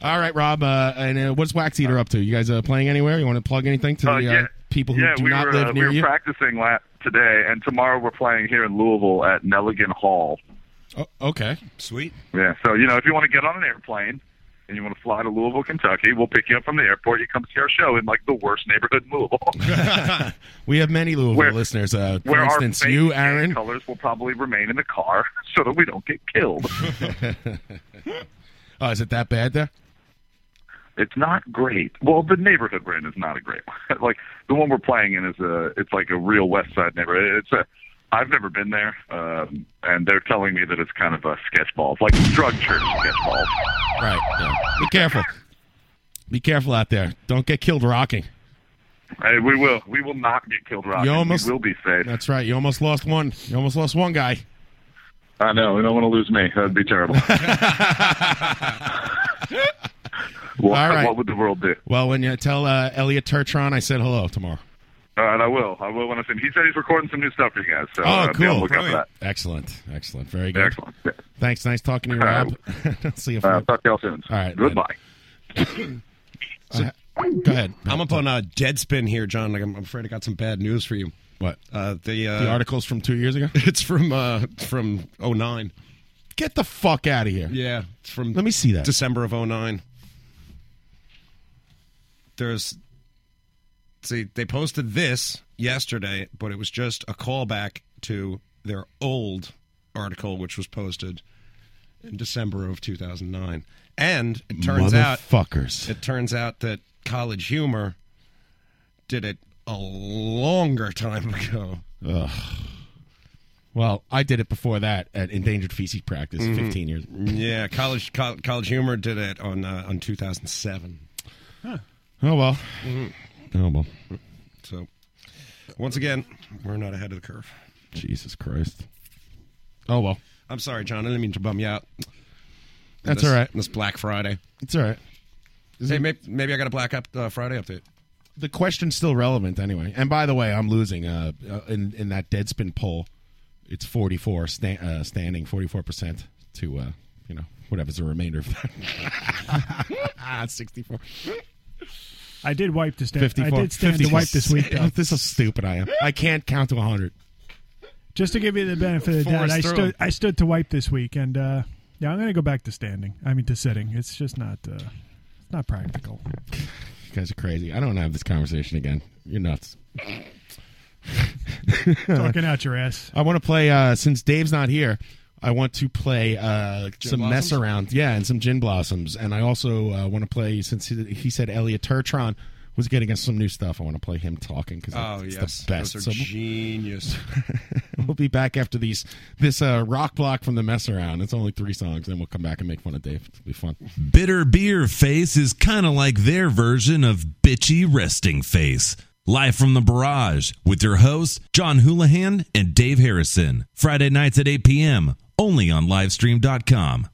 Speaker 4: All right, Rob, uh, and uh, what's Wax Eater up to? You guys uh, playing anywhere? You want to plug anything to the
Speaker 15: Uh, yeah.
Speaker 4: uh, people who
Speaker 15: yeah,
Speaker 4: do
Speaker 15: we
Speaker 4: not
Speaker 15: were,
Speaker 4: live
Speaker 15: uh,
Speaker 4: near
Speaker 15: we were
Speaker 4: you?
Speaker 15: practicing la- today, and tomorrow we're playing here in Louisville at Nelligan Hall.
Speaker 4: Oh, okay, sweet.
Speaker 15: Yeah, so you know, if you want to get on an airplane and you want to fly to Louisville, Kentucky, we'll pick you up from the airport. You come see our show in like the worst neighborhood in Louisville,
Speaker 4: We have many Louisville
Speaker 15: Where-
Speaker 4: listeners. Uh, for
Speaker 15: where our
Speaker 4: instance,
Speaker 15: fake
Speaker 4: you,
Speaker 15: gang
Speaker 4: Aaron.
Speaker 15: colors will probably remain in the car so that we don't get killed.
Speaker 4: oh, is it that bad there?
Speaker 15: It's not great. Well, the neighborhood we're in is not a great one. like the one we're playing in is a, it's like a real West Side neighborhood. It's a, I've never been there, um, and they're telling me that it's kind of a sketchball, It's like drug church sketchball.
Speaker 4: Right. yeah. Be careful. Be careful out there. Don't get killed rocking.
Speaker 15: Hey, we will, we will not get killed, Rob.
Speaker 4: You almost-
Speaker 15: we will be safe.
Speaker 4: That's right. You almost lost one. You almost lost one guy.
Speaker 15: I know. We don't want to lose me. That'd be terrible. Well,
Speaker 4: All right.
Speaker 15: What would the world do?
Speaker 4: Well, when you tell uh, Elliot Turtron I said hello tomorrow.
Speaker 15: All right, I will. I will when I see him. He said he's recording some new stuff for you guys. So,
Speaker 4: Oh,
Speaker 15: uh, Be on the
Speaker 4: cool.
Speaker 15: lookout for that.
Speaker 4: Excellent. Excellent. Very good.
Speaker 15: Excellent.
Speaker 4: Thanks. Nice talking to you,
Speaker 15: All
Speaker 4: Rob. See you.
Speaker 15: Uh, talk to y'all soon.
Speaker 4: All right.
Speaker 15: Goodbye.
Speaker 4: I, Uh, Go ahead.
Speaker 2: I'm up on uh, Deadspin here, John. Like, I'm, I'm afraid I got some bad news for you.
Speaker 4: What?
Speaker 2: Uh, the uh,
Speaker 4: The article's from two years ago.
Speaker 2: It's from uh, from 09.
Speaker 4: Get the fuck out of here.
Speaker 2: Yeah, it's from.
Speaker 4: Let me see that.
Speaker 2: December of 09. There's. See, they posted this yesterday, but it was just a callback to their old article, which was posted in December of 2009. And it turns out.
Speaker 4: Motherfuckers.
Speaker 2: It turns out that College Humor did it a longer time ago.
Speaker 4: Ugh. Well, I did it before that at endangered feces practice,
Speaker 15: Mm-hmm.
Speaker 2: Mhm.
Speaker 4: fifteen years.
Speaker 2: Yeah, college Col- college humor did it on uh, on 2007.
Speaker 4: Oh well.
Speaker 2: Mhm.
Speaker 15: Mm-hmm.
Speaker 4: Oh well.
Speaker 2: So once again, we're not ahead of the curve.
Speaker 4: Jesus Christ. Oh well.
Speaker 2: I'm sorry, John. I didn't mean to bum you out.
Speaker 4: That's
Speaker 2: This-
Speaker 4: all right.
Speaker 2: This Black Friday.
Speaker 4: It's all right.
Speaker 2: hey, may- maybe, I got a Black up, uh, Friday update.
Speaker 4: The question's still relevant anyway. And by the way, I'm losing uh, uh, in in that Deadspin poll. It's 44 sta- uh, standing 44 percent to uh, you know whatever's the remainder of that. 64.
Speaker 14: I did wipe the stand.
Speaker 4: 54.
Speaker 14: I did stand to wipe this week. Though.
Speaker 4: This is stupid. I am. I can't count to 100.
Speaker 14: Just to give you the benefit of the doubt,
Speaker 4: Forrest
Speaker 14: I
Speaker 4: through.
Speaker 14: stood I stood to wipe this week, and uh, yeah, I'm going to go back to standing. I mean to sitting. It's just not uh, it's not practical.
Speaker 4: You guys are crazy. I don't want to have this conversation again. You're nuts.
Speaker 14: Talking out your ass.
Speaker 4: I want to play uh since Dave's not here. I want to play uh some mess
Speaker 14: Blossoms?
Speaker 4: around, yeah, and some gin blossoms, and I also uh, want to play since he, he said Elliot Turtron was getting us some new stuff. I want to play him talking because
Speaker 2: Oh
Speaker 4: it's
Speaker 2: yes,
Speaker 4: the best.
Speaker 2: Those
Speaker 4: So
Speaker 2: are genius.
Speaker 4: we'll be back after these this uh, rock block from the mess around. It's only three songs, then we'll come back and make fun of Dave. It'll be fun.
Speaker 17: Bitter Beer Face is kind of like their version of Bitchy Resting Face. Live from the Barrage with your hosts, John Houlihan and Dave Harrison. Friday nights at 8 p.m. only on Livestream.com.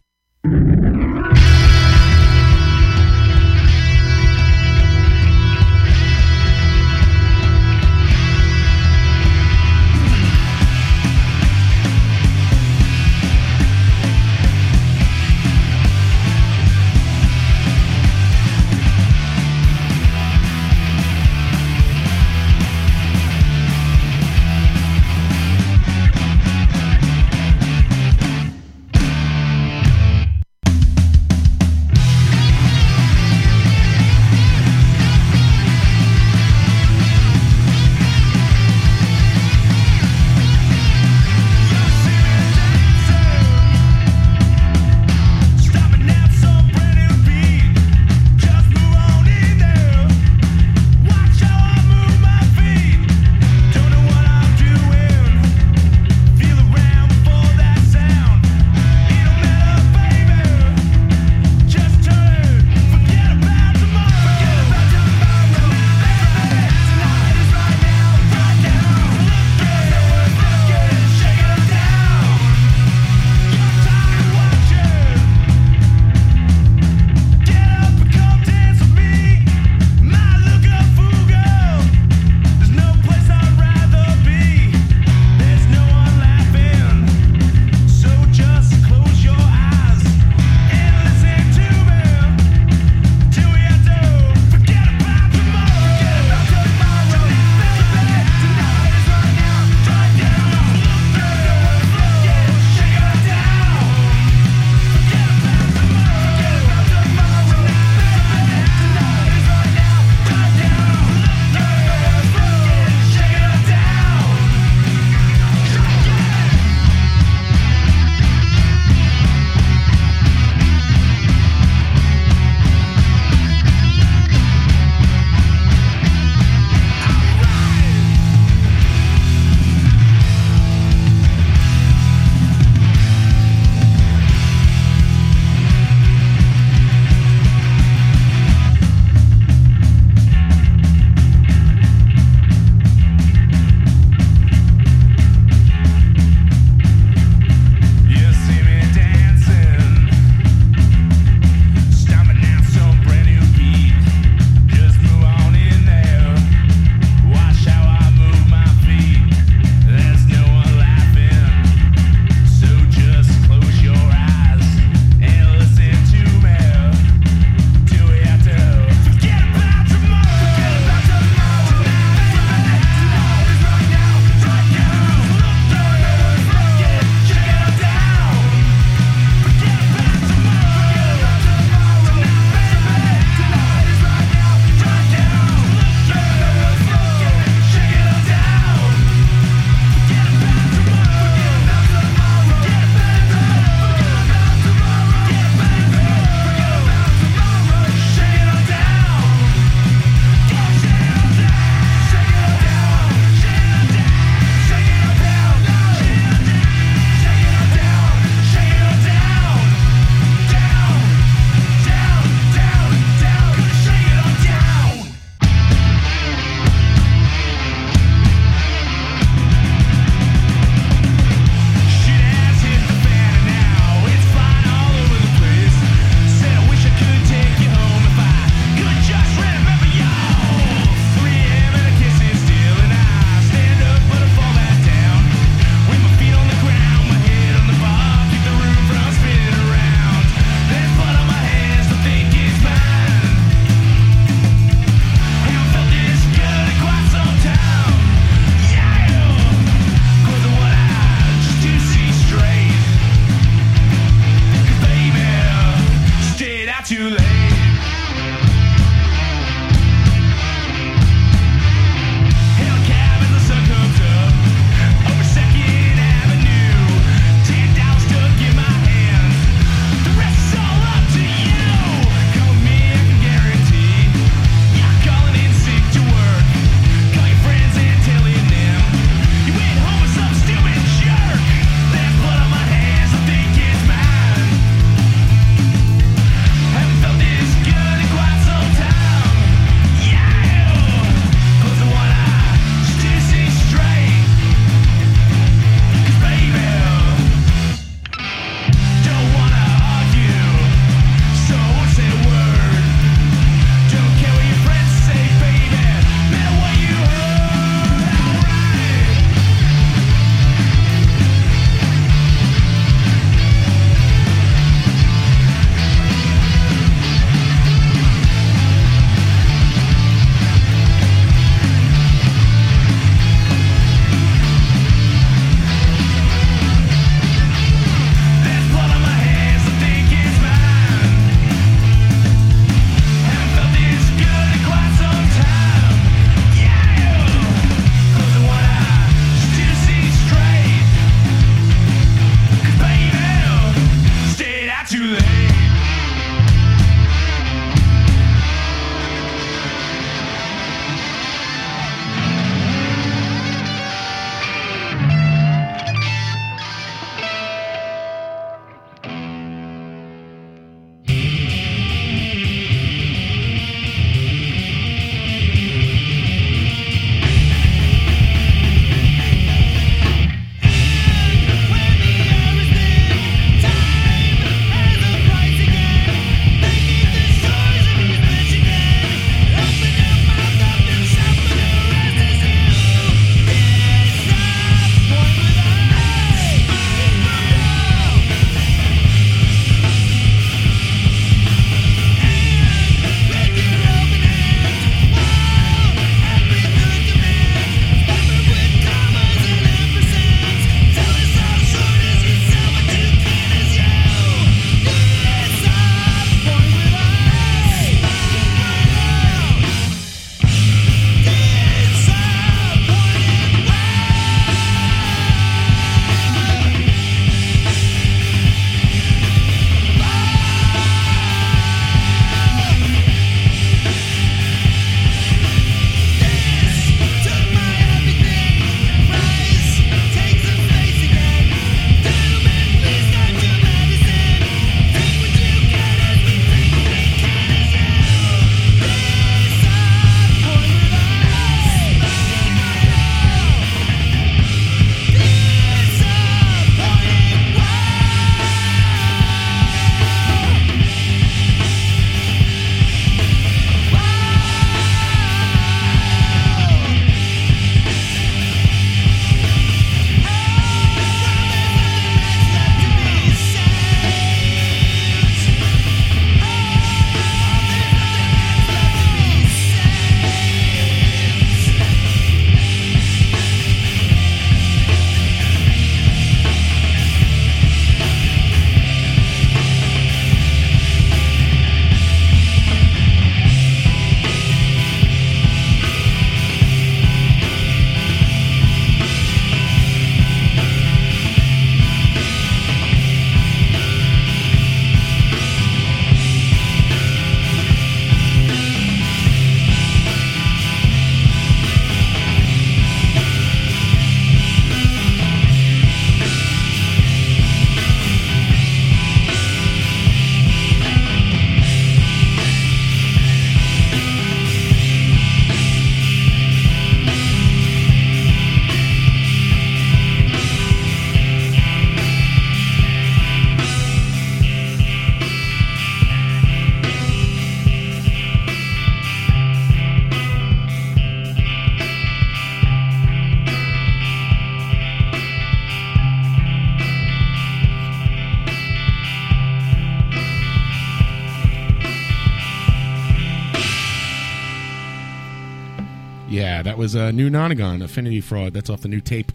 Speaker 4: Yeah, that was a new Nonagon Affinity Fraud. That's off the new tape,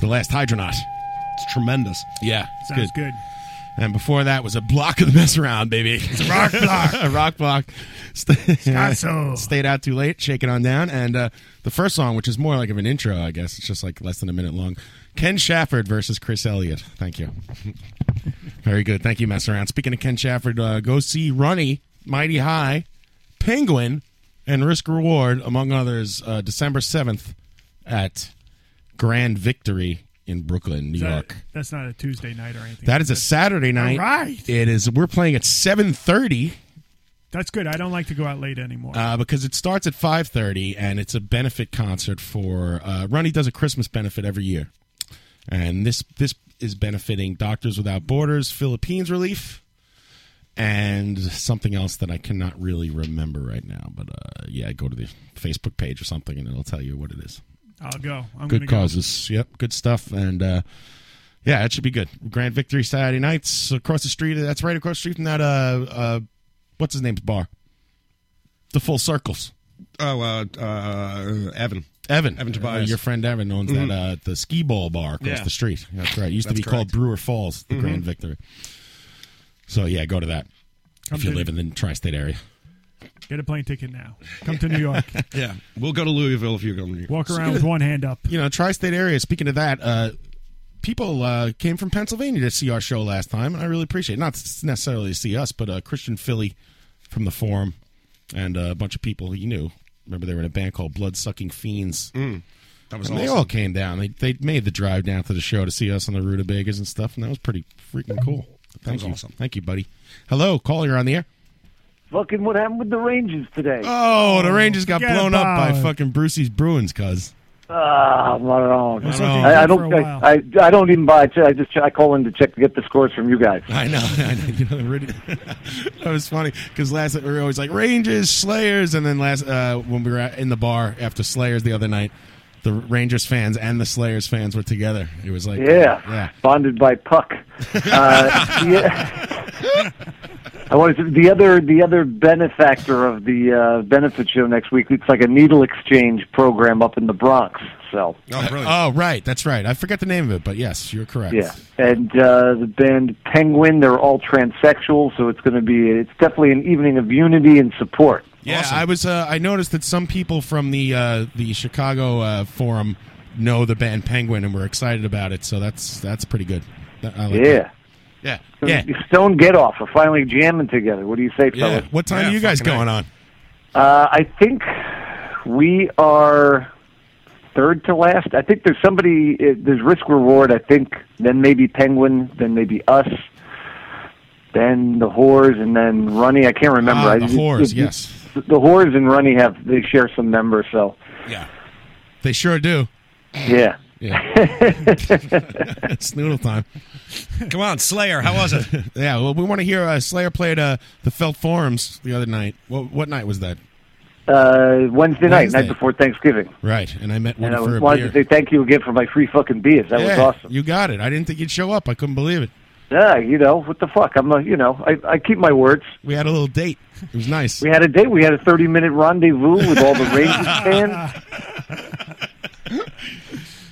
Speaker 4: The Last Hydronaut. It's
Speaker 2: tremendous.
Speaker 4: Yeah, it's
Speaker 14: Sounds good.
Speaker 4: And before that was a block of the mess around, baby. It's
Speaker 14: rock block.
Speaker 4: a rock block. St-
Speaker 14: Scasso.
Speaker 4: Stayed out too late, shake it on down. And uh, the first song, which is more like of an intro, I guess, it's just like less than a minute long. Ken Shafford versus Chris Elliott. Thank you. Very good. Thank you, mess around. Speaking of Ken Shafford, uh, go see Runny, Mighty High, Penguin, and Risk Reward, among others, uh, December 7th at Grand Victory in Brooklyn, New
Speaker 14: Is that-
Speaker 4: York.
Speaker 14: that's not a Tuesday night or anything.
Speaker 4: That is a Saturday night.
Speaker 14: All right.
Speaker 4: It is. We're playing at seven thirty
Speaker 14: That's good. I don't like to go out late anymore.
Speaker 4: uh, because it starts at five thirty, and it's a benefit concert for uh, Ronnie does a Christmas benefit every year, and this this is benefiting Doctors Without Borders, Philippines Relief, and something else that I cannot really remember right now. But uh, yeah, go to the Facebook page or something, and it'll tell you what it is.
Speaker 14: I'll go. I'm
Speaker 4: good
Speaker 14: gonna go.
Speaker 4: causes. Yep, good stuff. And uh, yeah, it should be good. Grand Victory Saturday nights across the street. That's right across the street from that uh, uh what's his name's bar. The full circles.
Speaker 2: Oh, uh, uh, Evan.
Speaker 4: Evan.
Speaker 2: Evan
Speaker 4: Uh,
Speaker 2: Tobias.
Speaker 4: your friend Evan owns
Speaker 2: Mhm.
Speaker 4: that uh, the skee ball bar across
Speaker 2: Yeah.
Speaker 4: the street. That's right. It used to
Speaker 2: That's
Speaker 4: be called
Speaker 2: correct.
Speaker 4: Brewer Falls, the
Speaker 2: Mhm.
Speaker 4: Grand Victory. So yeah, go to that.
Speaker 14: Come
Speaker 4: if you
Speaker 14: to-
Speaker 4: live in the tri state area.
Speaker 14: Get a plane ticket now. Come to New York.
Speaker 2: yeah, we'll go to Louisville if you go to New York.
Speaker 14: Walk around with one hand up.
Speaker 4: You know, tri-state area. Speaking of that, uh, people uh, came from Pennsylvania to see our show last time, and I really appreciate it. Not s- necessarily to see us, but uh, Christian Philly from the Forum and uh, a bunch of people he knew. Remember, they were in a band called Blood Sucking Fiends.
Speaker 2: Mm. that was
Speaker 4: and They
Speaker 2: awesome.
Speaker 4: all came down. They they made the drive down to the show to see us on the rutabagas and stuff, and that was pretty freaking cool. Thank
Speaker 2: was
Speaker 4: you.
Speaker 2: awesome.
Speaker 4: Thank you, buddy. Hello, caller, you're on the air.
Speaker 18: Fucking what happened with the Rangers today?
Speaker 4: Oh, the Rangers got blown up by fucking Brucey's Bruins, cuz.
Speaker 18: Ah, Marone.
Speaker 4: That's something
Speaker 18: I, I
Speaker 4: for
Speaker 18: don't.
Speaker 4: a while.
Speaker 18: I, I I don't even buy. It. I just I call in to check to get the scores from you guys.
Speaker 4: I know. I know. You know the radio- that was funny because last night we were always like Rangers, Slayers, and then last uh, when we were at, in the bar after Slayers the other night, the Rangers fans and the Slayers fans were together. It was like
Speaker 18: Yeah.
Speaker 4: yeah.
Speaker 18: Bonded by puck. Uh, yeah. I wanted to, the other the other benefactor of the uh, benefit show next week. It's like a needle exchange program up in the Bronx. So
Speaker 2: Oh,
Speaker 4: oh, right, that's right. I forget the name of it, but yes, you're correct.
Speaker 18: yeah, and uh, the band Penguin. They're all transsexual, so it's going to be it's definitely an evening of unity and support.
Speaker 4: Yeah, I was. Uh, I noticed that some people from the uh, the Chicago uh, forum know the band Penguin and were excited about it. So that's that's pretty good. That- I like
Speaker 18: yeah.
Speaker 4: Oh, Yeah.
Speaker 18: Yeah. Stone Get Off are finally jamming together. What do you say,
Speaker 4: that. yeah.
Speaker 18: fellas?
Speaker 4: What time are you guys going on?
Speaker 18: Uh, I think we are third to last. I think there's somebody, uh, there's risk reward, I think, then maybe Penguin, then maybe us, then the Whores, and then Runny. I can't remember.
Speaker 4: Ah,
Speaker 18: I-
Speaker 4: the
Speaker 18: it-
Speaker 4: Whores,
Speaker 18: it-
Speaker 4: yes.
Speaker 18: The Whores and Runny have, they share some members, so,
Speaker 4: They sure do.
Speaker 18: yeah.
Speaker 4: Yeah. it's noodle time.
Speaker 2: Come on, Slayer. How was it?
Speaker 4: yeah, well, we want to hear uh, Slayer played uh, the Felt Forums the other night. What, what night was that?
Speaker 18: Uh, Wednesday night,
Speaker 4: Wednesday.
Speaker 18: night before Thanksgiving.
Speaker 4: Right, and I met
Speaker 18: And
Speaker 4: Woody
Speaker 18: I
Speaker 4: for a
Speaker 18: wanted to
Speaker 4: beer.
Speaker 18: say thank you again for my free fucking beers. That was
Speaker 4: Yeah,
Speaker 18: awesome.
Speaker 4: You got it. I didn't think you'd show up. I couldn't believe it.
Speaker 18: Yeah, you know what the fuck? I'm a, you know, I, I keep my words.
Speaker 4: We had a little date. It was nice.
Speaker 18: We had a date. We had a 30 minute rendezvous with all the Rangers fans.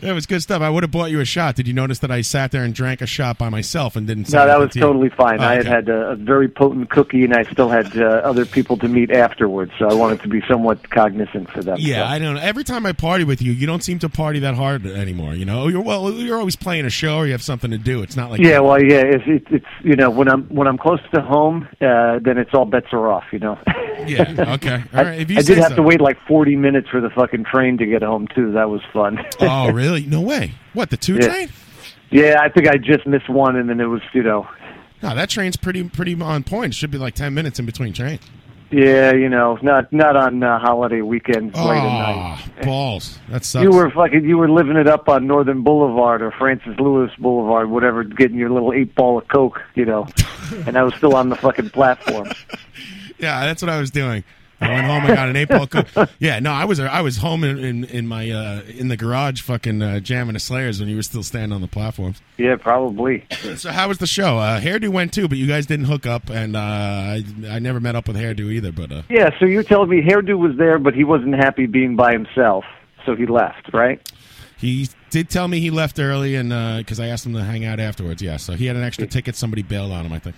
Speaker 4: Yeah, it was good stuff. I would have bought you a shot. Did you notice that I sat there and drank a shot by myself and didn't? say
Speaker 18: No, that
Speaker 4: anything
Speaker 18: was
Speaker 4: to you?
Speaker 18: totally fine.
Speaker 4: Oh,
Speaker 18: I had
Speaker 4: okay.
Speaker 18: had a, a very potent cookie, and I still had uh, other people to meet afterwards. So I wanted to be somewhat cognizant for them.
Speaker 4: Yeah,
Speaker 18: So-
Speaker 4: I don't know. Every time I party with you, you don't seem to party that hard anymore. You know, you're well, you're always playing a show or you have something to do. It's not like
Speaker 18: yeah, well, yeah, it's, it, it's you know when I'm when I'm close to home, uh, then it's all bets are off. You know.
Speaker 4: Yeah, okay.
Speaker 18: I,
Speaker 4: All right, if you
Speaker 18: I
Speaker 4: say
Speaker 18: did have
Speaker 4: so.
Speaker 18: to wait like 40 minutes for the fucking train to get home too. That was fun.
Speaker 4: oh, really? No way. What the two
Speaker 18: Yeah.
Speaker 4: train?
Speaker 18: Yeah, I think I just missed one, and then it was you know
Speaker 4: No, that train's pretty pretty on point. It should be like ten minutes in between train.
Speaker 18: Yeah, you know, not not on uh, holiday weekends late at
Speaker 4: Oh,
Speaker 18: night.
Speaker 4: balls! That sucks.
Speaker 18: You were fucking, you were living it up on Northern Boulevard or Francis Lewis Boulevard, whatever, getting your little eight ball of coke, you know, and I was still on the fucking platform.
Speaker 4: yeah, that's what I was doing. I went home. I got an eight ball. Cook. Yeah, no, I was I was home in in, in my uh, in the garage, fucking uh, jamming the Slayers when you were still standing on the platforms.
Speaker 18: Yeah, probably.
Speaker 4: So how was the show? Uh, Hairdo went too, but you guys didn't hook up, and uh, I I never met up with Hairdo either. But uh,
Speaker 18: Yeah, so you're telling me Hairdo was there, but he wasn't happy being by himself, so he left, right?
Speaker 4: he did tell me he left early, and because I asked him to hang out afterwards. Yeah, so he had an extra ticket. Somebody bailed on him, I think.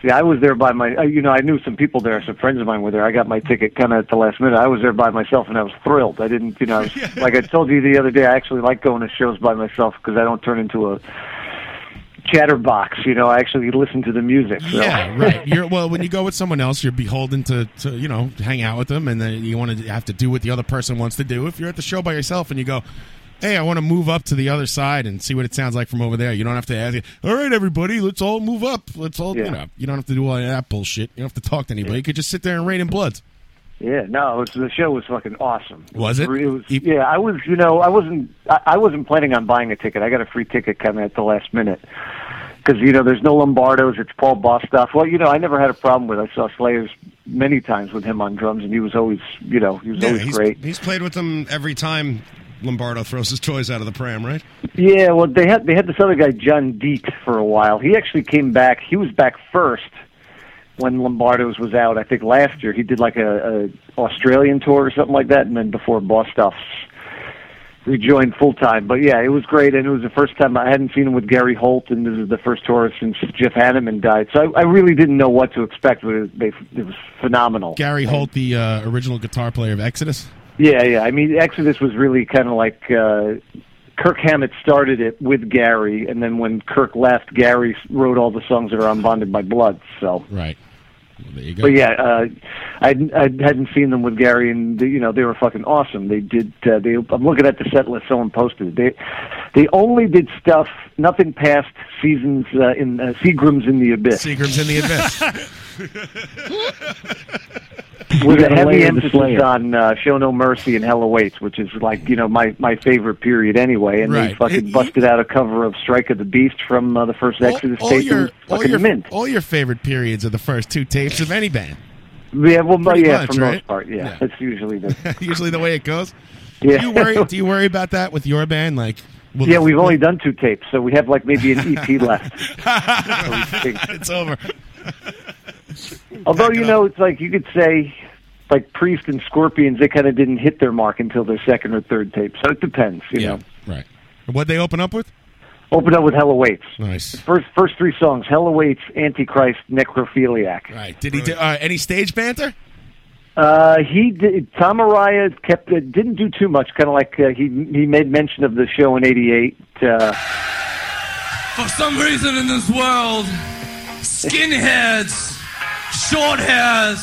Speaker 18: See, I was there by my, uh, you know, I knew some people there, some friends of mine were there. I got my ticket kind of at the last minute. I was there by myself, and I was thrilled. I didn't, you know, I was, like I told you the other day, I actually like going to shows by myself because I don't turn into a chatterbox. You know, I actually listen to the music. So.
Speaker 4: Yeah, right. You're well when you go with someone else, you're beholden to, to you know hang out with them, and then you want to have to do what the other person wants to do. If you're at the show by yourself and you go, "Hey, I want to move up to the other side and see what it sounds like from over there," you don't have to ask. All right, everybody, let's all move up. Let's all you know. You don't have to do all that bullshit. You don't have to talk to anybody. You could just sit there and rain in bloods.
Speaker 18: Yeah, no, it was, the show was fucking awesome.
Speaker 4: Was it?
Speaker 18: It was, yeah, I was. You know, I wasn't. I, I wasn't planning on buying a ticket. I got a free ticket kind of at the last minute because you know there's no Lombardos. It's Paul Bostoff. Well, you know, I never had a problem with. I saw Slayer's many times with him on drums, and he was always, you know, he was
Speaker 2: Yeah,
Speaker 18: always
Speaker 2: he's,
Speaker 18: great.
Speaker 2: he's played with them every time Lombardo throws his toys out of the pram, right?
Speaker 18: Yeah, well, they had they had this other guy, John Deet, for a while. He actually came back. He was back first when Lombardo's was out. I think last year he did like a, a Australian tour or something like that, and then before Bostoff's rejoined full time. But yeah, it was great, and it was the first time I hadn't seen him with Gary Holt, and this is the first tour since Jeff Hanneman died. So I, I really didn't know what to expect, but it, was- they, it was phenomenal.
Speaker 4: Gary Holt, the uh, original guitar player of Exodus.
Speaker 18: Yeah, yeah. I mean, Exodus was really kind of like uh, Kirk Hammett started it with Gary, and then when Kirk left, Gary wrote all the songs that are on Bonded by Blood. So
Speaker 4: right. there you go.
Speaker 18: But yeah, uh, I I hadn't seen them with Gary, and you know they were fucking awesome. They did. Uh, they I'm looking at the set list someone posted. They they only did stuff nothing past seasons uh, in uh, Seagrams in the Abyss.
Speaker 4: Seagrams in the Abyss.
Speaker 18: with
Speaker 19: You're
Speaker 18: a
Speaker 19: the
Speaker 18: heavy
Speaker 19: Layer of the
Speaker 18: emphasis
Speaker 19: Slayer.
Speaker 18: on uh, Show No Mercy and Hell Awaits, which is like you know my my favorite period anyway. And they
Speaker 4: Right.
Speaker 18: fucking busted out a cover of Strike of the Beast from uh, the first Exodus
Speaker 4: all
Speaker 18: tape. It
Speaker 4: your
Speaker 18: was
Speaker 4: all
Speaker 18: fucking
Speaker 4: your
Speaker 18: mint.
Speaker 4: all your favorite periods are the first two tapes of any band.
Speaker 18: Yeah, well, but
Speaker 4: Pretty
Speaker 18: yeah,
Speaker 4: much,
Speaker 18: for the
Speaker 4: right?
Speaker 18: most part, yeah,
Speaker 4: Yeah.
Speaker 18: that's usually the.
Speaker 4: Usually the way it goes.
Speaker 18: Yeah.
Speaker 4: Do you worry? Do you worry about that with your band? Like, will
Speaker 18: yeah, we've only done two tapes, so we have like maybe an EP left.
Speaker 4: it's over.
Speaker 18: Although you know, it's like you could say, like Priest and Scorpions, they kind of didn't hit their mark until their second or third tape. So it depends, you know.
Speaker 4: Right. What they open up with?
Speaker 18: Open up with Hell Awaits.
Speaker 4: Nice.
Speaker 18: First, first three songs: Hell Awaits, Antichrist, Necrophiliac.
Speaker 4: Right. Did he do uh, any stage banter?
Speaker 18: Uh, he did, Tom Araya kept uh, didn't do too much. Kind of like uh, he he made mention of the show in '88. Uh,
Speaker 19: For some reason in this world, skinheads, short hairs,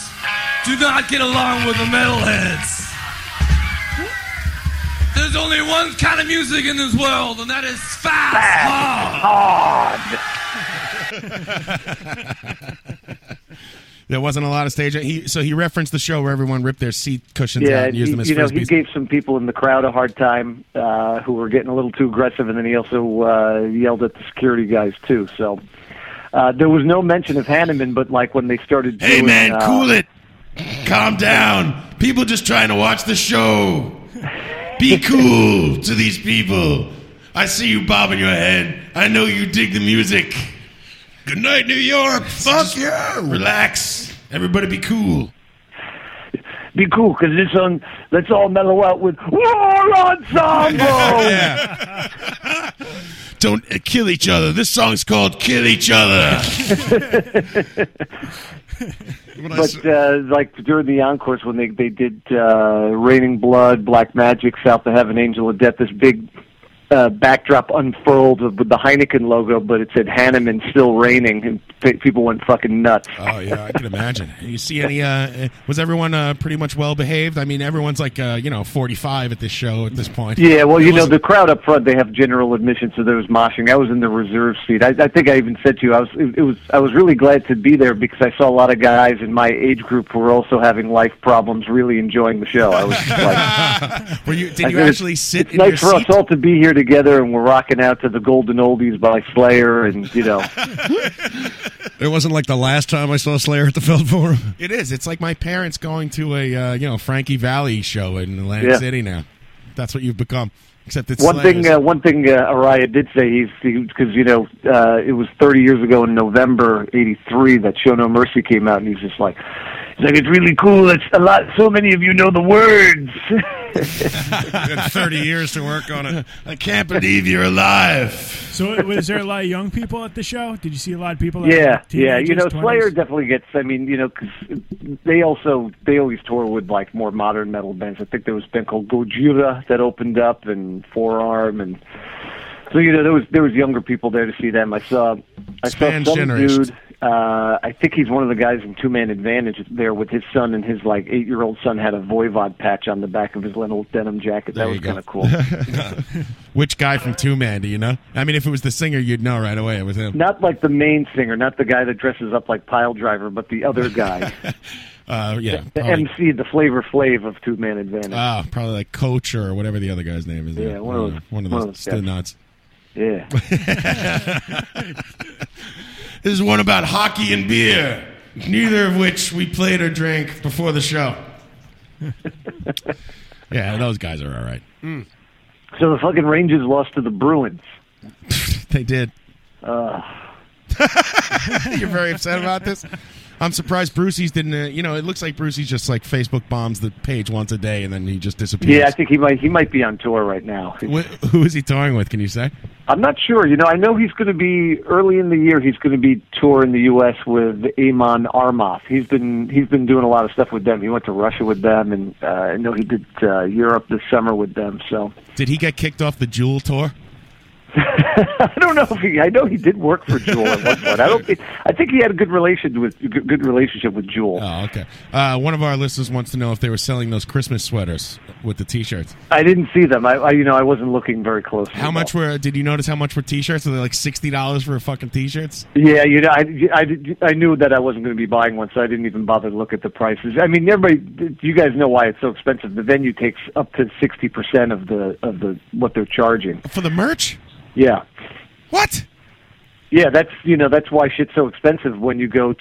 Speaker 19: do not get along with the metalheads. There's only one kind of music in this world, and that is fast, hard.
Speaker 4: There wasn't a lot of stage. He so he referenced the show where everyone ripped their seat cushions out
Speaker 18: yeah,
Speaker 4: and used
Speaker 18: he,
Speaker 4: them as
Speaker 18: you know he
Speaker 4: frisbees.
Speaker 18: gave some people in the crowd a hard time uh, who were getting a little too aggressive, and then he also uh, yelled at the security guys too. So uh, there was no mention of Hanneman, but like when they started,
Speaker 4: Hey
Speaker 18: doing,
Speaker 4: man,
Speaker 18: uh,
Speaker 4: cool it. Calm down. People just trying to watch the show. Be cool to these people. I see you bobbing your head. I know you dig the music. Good night, New York. Fuck you. Relax. Everybody be cool.
Speaker 18: Be cool, because this song, let's all mellow out with War Ensemble!
Speaker 4: Don't uh, kill each other. This song's called Kill Each Other.
Speaker 18: but uh, like during the encores when they they did uh, raining blood, black magic, south of heaven, angel of death, this big uh, backdrop unfurled with the Heineken logo, but it said Hanneman still raining, and pe- people went fucking nuts.
Speaker 4: Oh yeah, I can imagine. You see any? Uh, was everyone uh, pretty much well behaved? I mean, everyone's like uh, you know forty five at this show at this point.
Speaker 18: Yeah, well, you
Speaker 4: It
Speaker 18: know,
Speaker 4: was-
Speaker 18: the crowd up front, they have general admission, so there was moshing. I was in the reserve seat. I, I think I even said to you, I was, it, it was, I was really glad to be there because I saw a lot of guys in my age group who were also having life problems, really enjoying the show. I was like,
Speaker 4: were you?
Speaker 18: I
Speaker 4: Did you
Speaker 18: said,
Speaker 4: actually sit
Speaker 18: It's
Speaker 4: in
Speaker 18: nice
Speaker 4: your
Speaker 18: for
Speaker 4: seat?
Speaker 18: us all to be here together and we're rocking out to the Golden Oldies by Slayer, and you know,
Speaker 2: It wasn't like the last time I saw Slayer at the Feld Forum.
Speaker 4: It is. It's like my parents going to a uh, you know Frankie Valley show in Atlantic
Speaker 18: Yeah.
Speaker 4: City now. That's what you've become. Except it's
Speaker 18: one
Speaker 4: Slayers.
Speaker 18: thing, uh, one thing, uh, Araya did say he's because you know uh, it was 30 years ago in November '83 that Show No Mercy came out, and he's just like, he's like, it's really cool. It's a lot. So many of you know the words.
Speaker 2: Got Thirty years to work on it.
Speaker 4: I can't believe you're alive.
Speaker 14: So, was there a lot of young people at the show? Did you see a lot of people? that were
Speaker 18: yeah, yeah.
Speaker 14: teenagers,
Speaker 18: You know,
Speaker 14: 20s?
Speaker 18: Slayer definitely gets. I mean, you know, 'cause they also they always tour with like more modern metal bands. I think there was a band called Gojira that opened up, and Forearm, and so you know there was there was younger people there to see them. I saw I
Speaker 4: Spanish
Speaker 18: saw some
Speaker 4: generation.
Speaker 18: dude. Uh, I think he's one of the guys in Two Man Advantage there with his son and his like eight year old son had a Voivod patch on the back of his little denim jacket.
Speaker 4: There
Speaker 18: that was
Speaker 4: you go.
Speaker 18: kind of cool. uh,
Speaker 4: Which guy from Two Man do you know? I mean, if it was the singer, you'd know right away it was him.
Speaker 18: not like the main singer, not the guy that dresses up like Pile Driver, but the other guy.
Speaker 4: Uh, yeah,
Speaker 18: The
Speaker 4: probably,
Speaker 18: MC, the Flavor Flav of Two Man Advantage.
Speaker 4: ah, probably like Coach or whatever the other gay's name is.
Speaker 18: Yeah, one of those-
Speaker 4: one of those,
Speaker 18: one of those
Speaker 4: still nuts.
Speaker 18: guys. yeah.
Speaker 4: This is one about hockey and beer, neither of which we played or drank before the show. yeah, those guys are all right.
Speaker 18: So the fucking Rangers lost to the Bruins.
Speaker 4: They did.
Speaker 18: Uh,
Speaker 4: You're very upset about this. I'm surprised Brucey's didn't. Uh, you know, it looks like Brucey's just like Facebook bombs the page once a day and then he just disappears.
Speaker 18: yeah, I think he might he might be on tour right now.
Speaker 4: Wh- who is he touring with? Can you say?
Speaker 18: I'm not sure. You know, I know he's going to be early in the year. He's going to be touring the U.S. with Amon Armoth. He's been he's been doing a lot of stuff with them. He went to Russia with them, and uh, I know he did uh, Europe this summer with them. So
Speaker 4: Did he get kicked off the Jewel tour?
Speaker 18: I don't know if he. I know he did work for Jewel at one point. I don't. Think, I think he had a good relation with good good relationship with Jewel.
Speaker 4: Oh, okay. Uh, one of our listeners wants to know if they were selling those Christmas sweaters with the T-shirts.
Speaker 18: I didn't see them. I, I you know I wasn't looking very closely.
Speaker 4: How much were? Did you notice how much were T-shirts? Were they like sixty dollars for a fucking T-shirts?
Speaker 18: Yeah, you know, I, I, I knew that I wasn't going to be buying one, so I didn't even bother to look at the prices. I mean, everybody, you guys know why it's so expensive. The venue takes up to sixty percent of the of the what they're charging
Speaker 4: for the merch.
Speaker 18: Yeah,
Speaker 4: What?
Speaker 18: yeah, that's you know that's why shit's so expensive when you go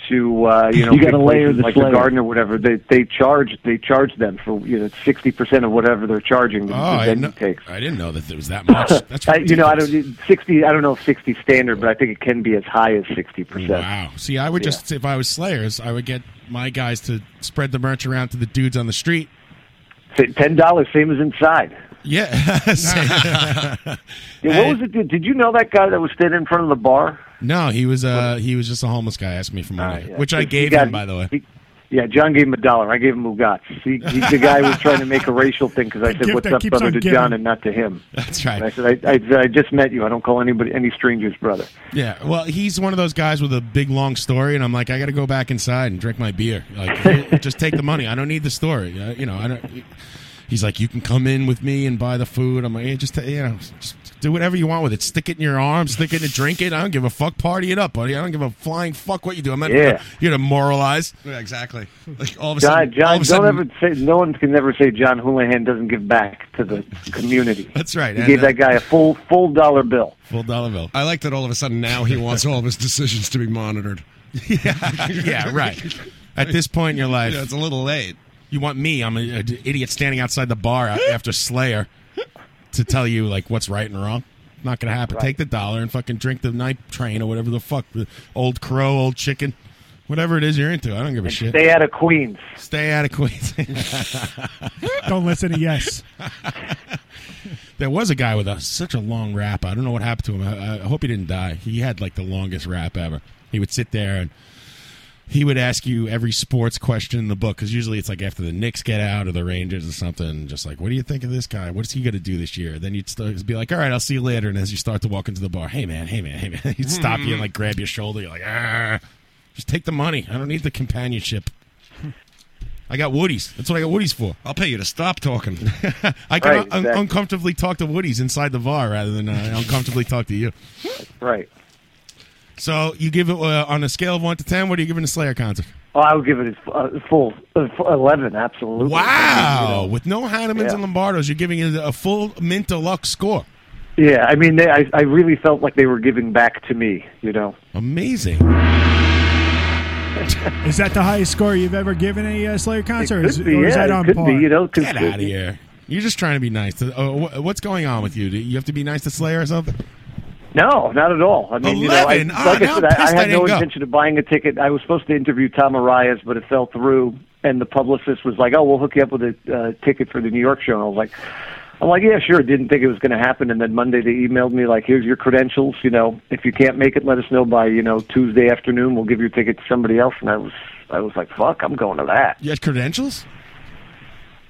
Speaker 18: to uh, you know
Speaker 4: You gotta
Speaker 18: big
Speaker 4: layer
Speaker 18: places
Speaker 4: the
Speaker 18: like
Speaker 4: layer.
Speaker 18: the garden or whatever. They they charge they charge them for you know sixty percent of whatever they're charging. The,
Speaker 4: Oh,
Speaker 18: the
Speaker 4: I,
Speaker 18: venue
Speaker 4: kno-
Speaker 18: takes.
Speaker 4: I didn't know that it was that much. That's
Speaker 18: I, you know, I
Speaker 4: ridiculous.
Speaker 18: don't sixty. I don't know if sixty standard, but I think it can be as high as sixty percent.
Speaker 4: Wow. See, I would
Speaker 18: Yeah.
Speaker 4: just if I was Slayers, I would get my guys to spread the merch around to the dudes on the street.
Speaker 18: Ten dollars, same as inside.
Speaker 4: Yeah.
Speaker 18: Yeah, what was it? Did, did you know that guy that was standing in front of the bar?
Speaker 4: no, he was uh he was just a homeless guy asking me for money,
Speaker 18: Ah, yeah.
Speaker 4: which I
Speaker 18: He
Speaker 4: gave
Speaker 18: got-
Speaker 4: him by the way.
Speaker 18: Yeah, John gave him a dollar. I gave him Mugats. He, he, the guy was trying to make a racial thing because I said,
Speaker 4: gift
Speaker 18: "What's
Speaker 4: that
Speaker 18: up,
Speaker 4: keeps
Speaker 18: brother?"
Speaker 4: on
Speaker 18: to
Speaker 4: giving.
Speaker 18: John and not to him.
Speaker 4: That's right.
Speaker 18: And I said, I, I, "I just met you. I don't call anybody any strangers, brother."
Speaker 4: Yeah, well, he's one of those guys with a big long story, and I'm like, I got to go back inside and drink my beer. Like, just take the money. I don't need the story. Uh, You know, I don't. He's like, you can come in with me and buy the food. I'm like, yeah, just you know, just do whatever you want with it. Stick it in your arm, stick it and drink it. I don't give a fuck. Party it up, buddy. I don't give a flying fuck what you do. I'm not
Speaker 18: Yeah.
Speaker 4: here to moralize.
Speaker 2: Yeah, exactly. Like all of a
Speaker 18: John,
Speaker 2: sudden, all
Speaker 18: John,
Speaker 2: of a
Speaker 18: don't
Speaker 2: sudden-
Speaker 18: ever say. No one can ever say John Houlihan doesn't give back to the community.
Speaker 4: That's right.
Speaker 18: He
Speaker 2: and,
Speaker 18: gave
Speaker 2: uh,
Speaker 18: that guy a full full dollar bill.
Speaker 4: Full dollar bill.
Speaker 2: I like that all of a sudden now he wants all of his decisions to be monitored.
Speaker 4: yeah, right. At this point in your life,
Speaker 2: Yeah, it's a little late.
Speaker 4: You want me? I'm an idiot standing outside the bar a- after Slayer to tell you like what's right and wrong. Not gonna happen.
Speaker 2: Right.
Speaker 4: Take the dollar and fucking drink the night train or whatever the fuck. The old crow, old chicken, whatever it is you're into. I don't give a shit.
Speaker 18: Stay out of Queens.
Speaker 4: Stay out of Queens.
Speaker 14: Don't listen to yes.
Speaker 4: There was a guy with a, such a long rap. I don't know what happened to him. I, I hope he didn't die. He had like the longest rap ever. He would sit there and he would ask you every sports question in the book because usually it's like after the Knicks get out or the Rangers or something. Just like, what do you think of this guy? What's he going to do this year? Then you'd start, be like, all right, I'll see you later. And as you start to walk into the bar, hey man, hey man, hey man, he'd stop you and like grab your shoulder. You're like, ah, just take the money. I don't need the companionship. I got Woody's. That's what I got Woody's for.
Speaker 2: I'll pay you to stop talking.
Speaker 4: I can
Speaker 2: Right,
Speaker 4: un-
Speaker 2: exactly.
Speaker 4: uncomfortably talk to Woody's inside the bar rather than uh, uncomfortably talk to you.
Speaker 18: Right.
Speaker 4: So you give it uh, on a scale of one to ten. What are you giving a Slayer concert?
Speaker 18: Oh, I would give it a uh, full uh, full eleven. Absolutely.
Speaker 4: Wow! With no Hannemans
Speaker 18: Yeah.
Speaker 4: and Lombardos, you're giving it a full mint deluxe score.
Speaker 18: Yeah, I mean, they, I I really felt like they were giving back to me. You know.
Speaker 4: Amazing.
Speaker 14: Is that the highest score you've ever given a uh, Slayer concert?
Speaker 18: could
Speaker 14: is,
Speaker 18: be,
Speaker 14: or is
Speaker 18: yeah,
Speaker 14: that
Speaker 18: it
Speaker 14: on
Speaker 18: could
Speaker 14: par?
Speaker 18: be, you know, 'cause-
Speaker 4: Get out of here. You're just trying to be nice. To, uh, wh- what's going on with you? Do you have to be nice to Slayer or something?
Speaker 18: No, not at all. I mean, you
Speaker 4: 11?
Speaker 18: know, I,
Speaker 4: Ah,
Speaker 18: like
Speaker 4: now
Speaker 18: I
Speaker 4: I'm
Speaker 18: said, I,
Speaker 4: pissed
Speaker 18: I
Speaker 4: I
Speaker 18: had no
Speaker 4: didn't go.
Speaker 18: intention of buying a ticket. I was supposed to interview Tom Arias, but it fell through. And the publicist was like, "Oh, we'll hook you up with a uh, ticket for the New York show." And I was like, "I'm like, yeah, sure." Didn't think it was going to happen. And then Monday they emailed me like, "Here's your credentials. You know, if you can't make it, let us know by you know Tuesday afternoon. We'll give your ticket to somebody else." And I was, I was like, "Fuck, I'm going to that."
Speaker 4: You had credentials?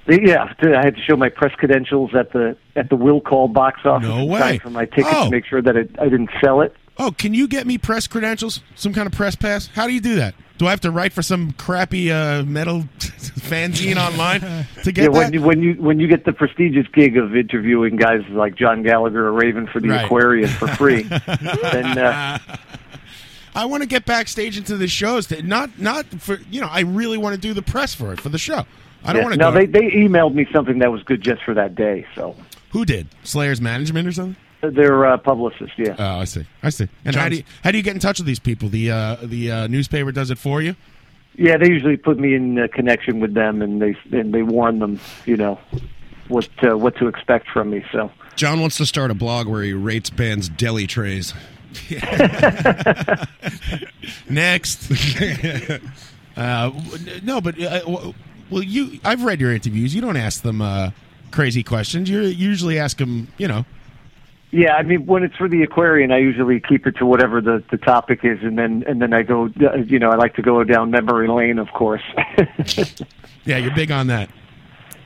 Speaker 18: Yeah, I had to show my press credentials at the at the will call box office.
Speaker 4: No
Speaker 18: and
Speaker 4: way.
Speaker 18: sign For my ticket
Speaker 4: Oh.
Speaker 18: to make sure that it, I didn't sell it.
Speaker 4: Oh, can you get me press credentials? Some kind of press pass? How do you do that? Do I have to write for some crappy uh, metal fanzine online to get
Speaker 18: yeah,
Speaker 4: that?
Speaker 18: when you when you when you get the prestigious gig of interviewing guys like John Gallagher or Raven for the
Speaker 4: Right.
Speaker 18: Aquarius for free, then uh,
Speaker 4: I want to get backstage into the shows. That not not for you know. I really want to do the press for it for the show. I don't
Speaker 18: yeah.
Speaker 4: want to.
Speaker 18: No,
Speaker 4: go
Speaker 18: they they emailed me something that was good just for that day. So
Speaker 4: Who did Slayer's management or something?
Speaker 18: they're uh, publicists. Yeah.
Speaker 4: Oh, I see. I see. And how do you, how do you get in touch with these people? The uh, the uh, newspaper does it for you.
Speaker 18: Yeah, they usually put me in uh, connection with them, and they and they warn them, you know, what uh, what to expect from me. So
Speaker 2: John wants to start a blog where he rates bands' deli trays.
Speaker 4: Next. uh, w- no, but uh, w- well, you. I've read your interviews. You don't ask them uh, crazy questions. You usually ask them. You know.
Speaker 18: Yeah, I mean, when it's for the Aquarian, I usually keep it to whatever the, the topic is, and then and then I go, uh, you know, I like to go down memory lane, of course.
Speaker 4: Yeah, you're big on that.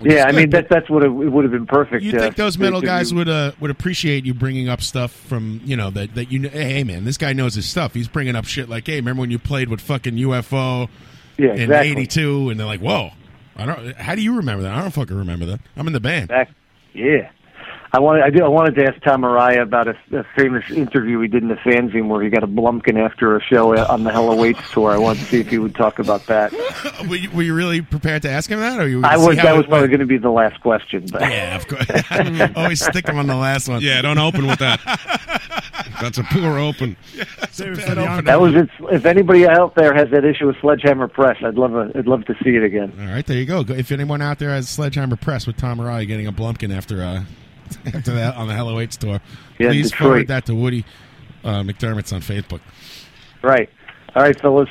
Speaker 18: yeah, I mean that that's what it, it would have been perfect.
Speaker 4: You
Speaker 18: uh,
Speaker 4: think those metal
Speaker 18: to- to
Speaker 4: guys
Speaker 18: do-
Speaker 4: would uh, would appreciate you bringing up stuff from you know that that you kn- hey man this guy knows his stuff he's bringing up shit like hey remember when you played with fucking UFO
Speaker 18: Yeah,
Speaker 4: in
Speaker 18: exactly.
Speaker 4: '82 and they're like whoa I don't how do you remember that I don't fucking remember that I'm in the band
Speaker 18: Yeah, I wanted I, did, I wanted to ask Tom Araya about a, a famous interview he did in the fanzine where he got a blumpkin after a show on the Hell Awaits tour. I wanted to see if he would talk about that.
Speaker 4: were, you, were you really prepared to ask him that or you
Speaker 18: I
Speaker 4: see
Speaker 18: was
Speaker 4: how
Speaker 18: that
Speaker 4: it Oh,
Speaker 18: was probably
Speaker 4: went?
Speaker 18: going to be the last question, but
Speaker 4: yeah, of course. always stick him on the last one
Speaker 2: Yeah, don't open with that. That's a poor open.
Speaker 4: Oh,
Speaker 18: That was it's, if anybody out there has that issue with Sledgehammer Press, I'd love a, I'd love to see it again.
Speaker 4: all right there you go Go- if anyone out there has Sledgehammer Press with Tom Araya getting a Blumpkin after uh after that on the Hello Eight store
Speaker 18: Yeah,
Speaker 4: please
Speaker 18: Detroit.
Speaker 4: forward that to Woody uh, McDermott's on Facebook.
Speaker 18: Right. All right, fellas.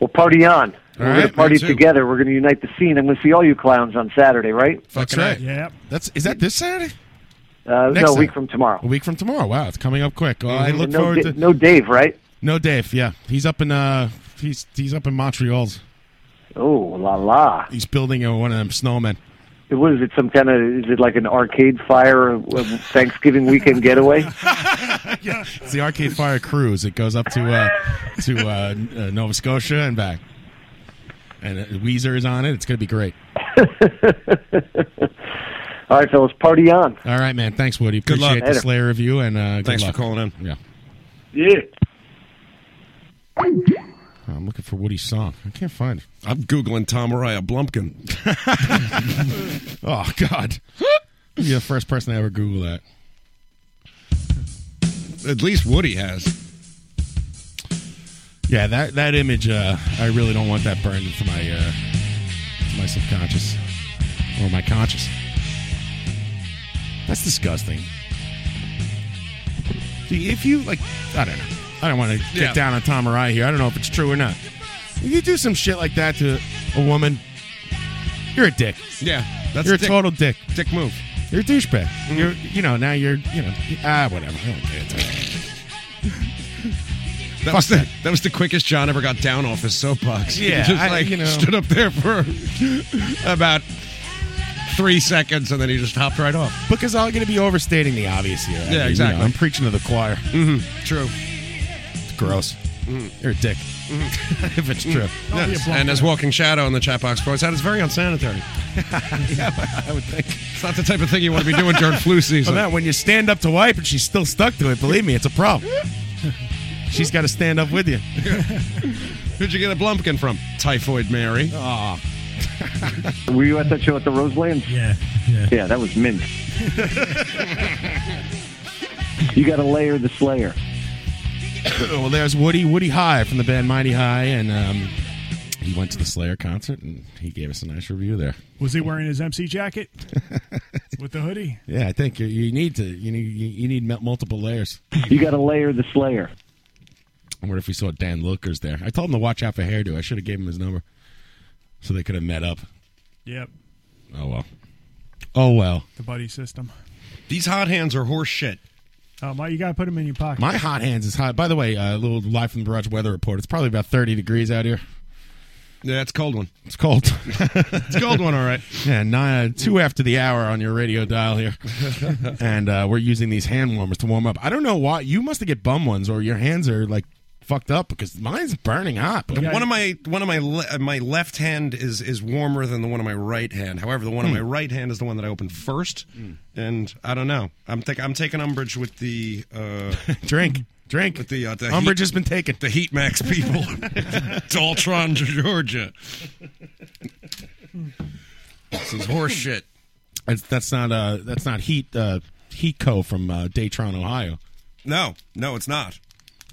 Speaker 18: We'll party on. We're
Speaker 4: All
Speaker 18: going
Speaker 4: right,
Speaker 18: to party
Speaker 4: me too.
Speaker 18: together. We're going to unite the scene. I'm going to see all you clowns on Saturday, right?
Speaker 4: That's right. Yeah. That's is that this Saturday?
Speaker 18: Uh,
Speaker 4: Next
Speaker 18: no, a week
Speaker 4: Saturday.
Speaker 18: from tomorrow.
Speaker 4: A week from tomorrow. Wow, it's coming up quick. Well, I
Speaker 18: Mhm.
Speaker 4: look
Speaker 18: No
Speaker 4: forward
Speaker 18: Da-
Speaker 4: to
Speaker 18: no Dave, right?
Speaker 4: No Dave. Yeah, he's up in uh he's he's up in Montreal's.
Speaker 18: Oh la la!
Speaker 4: He's building uh, one of them snowmen.
Speaker 18: What is it? Some kind of is it like an arcade fire uh, Thanksgiving weekend getaway?
Speaker 4: It's the Arcade Fire Cruise. It goes up to uh to uh, uh Nova Scotia and back. And uh, Weezer is on it. It's gonna be great.
Speaker 18: All right, fellas, party on.
Speaker 4: All right, man. Thanks, Woody.
Speaker 18: Good luck.
Speaker 4: Appreciate the
Speaker 18: Later.
Speaker 4: Slayer review and uh, good
Speaker 2: Thanks for
Speaker 4: luck.
Speaker 2: calling in.
Speaker 4: Yeah.
Speaker 18: Yeah.
Speaker 4: Oh, I'm looking for Woody's song. I can't find it.
Speaker 2: I'm googling Tom Mariah Blumpkin.
Speaker 4: Oh God! You're the first person I ever Google that.
Speaker 2: At least Woody has.
Speaker 4: Yeah, that that image. Uh, I really don't want that burned into my uh, to my subconscious or my conscious. That's disgusting. See, if you like, I don't know. I don't want to get
Speaker 2: Yeah.
Speaker 4: down on Tom Araya here. I don't know if it's true or not. If you do some shit like that to a woman, you're a dick.
Speaker 2: Yeah, that's
Speaker 4: you're a
Speaker 2: dick-
Speaker 4: total dick.
Speaker 2: Dick move. Mm-hmm.
Speaker 4: You're a douchebag. You're, you know, now you're, you know, ah, whatever. I don't care. It's all right.
Speaker 2: That was, the, that was the quickest John ever got down off his soapbox.
Speaker 4: Yeah,
Speaker 2: he just
Speaker 4: I-
Speaker 2: like
Speaker 4: you know.
Speaker 2: stood up there for about three seconds, and then he just hopped right off.
Speaker 4: Because I'm going to be overstating the obvious here. I
Speaker 2: Yeah,
Speaker 4: mean, you know,
Speaker 2: exactly.
Speaker 4: I'm preaching to the choir.
Speaker 2: Mm-hmm. True. Mm-hmm.
Speaker 4: It's gross. You're a dick. if it's true.
Speaker 2: Yes. And as Walking Shadow in the chat box points out, it's very unsanitary.
Speaker 4: yeah, I would think. It's
Speaker 2: not the type of thing you want to be doing during flu season.
Speaker 4: Well, no, when you stand up to wipe and she's still stuck to it, believe me, it's a problem. she's got to stand up with you.
Speaker 2: Who'd you get a Blumpkin from? Typhoid Mary.
Speaker 4: Aw.
Speaker 18: Were you at that show at the Roselands?
Speaker 9: Yeah.
Speaker 18: Yeah, that was mint. You got to layer the Slayer.
Speaker 4: well, there's Woody Woody High from the band Mighty High, and um, he went to the Slayer concert, and he gave us a nice review there.
Speaker 14: Was he wearing his MC jacket with the hoodie?
Speaker 4: Yeah, I think you, you need to you need you you need mul- multiple layers.
Speaker 18: You got to layer the Slayer.
Speaker 4: I wonder if we saw Dan Lookers there. I told him to watch out for hairdo. I should have gave him his number, so they could have met up.
Speaker 14: Yep,
Speaker 4: Oh well. Oh well.
Speaker 14: the buddy system.
Speaker 2: These hot hands are horse shit.
Speaker 14: Oh, Mike, you got to put them in your pocket.
Speaker 4: My hot hands is hot. By the way, uh, a little live from the barrage weather report. It's probably about thirty degrees out here.
Speaker 2: Yeah, it's a cold one.
Speaker 4: It's cold. it's
Speaker 2: a cold one, all right.
Speaker 4: Yeah, nine, uh, two after the hour on your radio dial here, and uh, we're using these hand warmers to warm up. I don't know why. You must have get bum ones, or your hands are like fucked up because mine's burning hot.
Speaker 2: The one of my one of my le- uh, my left hand is is warmer than the one on my right hand. However, the one on
Speaker 4: Hmm.
Speaker 2: my right hand is the one that I opened first, and I don't know. I'm think I'm taking umbrage with the uh,
Speaker 4: drink. Drink.
Speaker 2: With the, uh, the
Speaker 4: Umbrage
Speaker 2: heat-
Speaker 4: has been taken.
Speaker 2: The Heat Max people. it's Ultron, Georgia. This is horse shit.
Speaker 4: That's, that's not uh that's not heat uh, heat co from uh, Daytron, Ohio.
Speaker 2: No, no, it's not.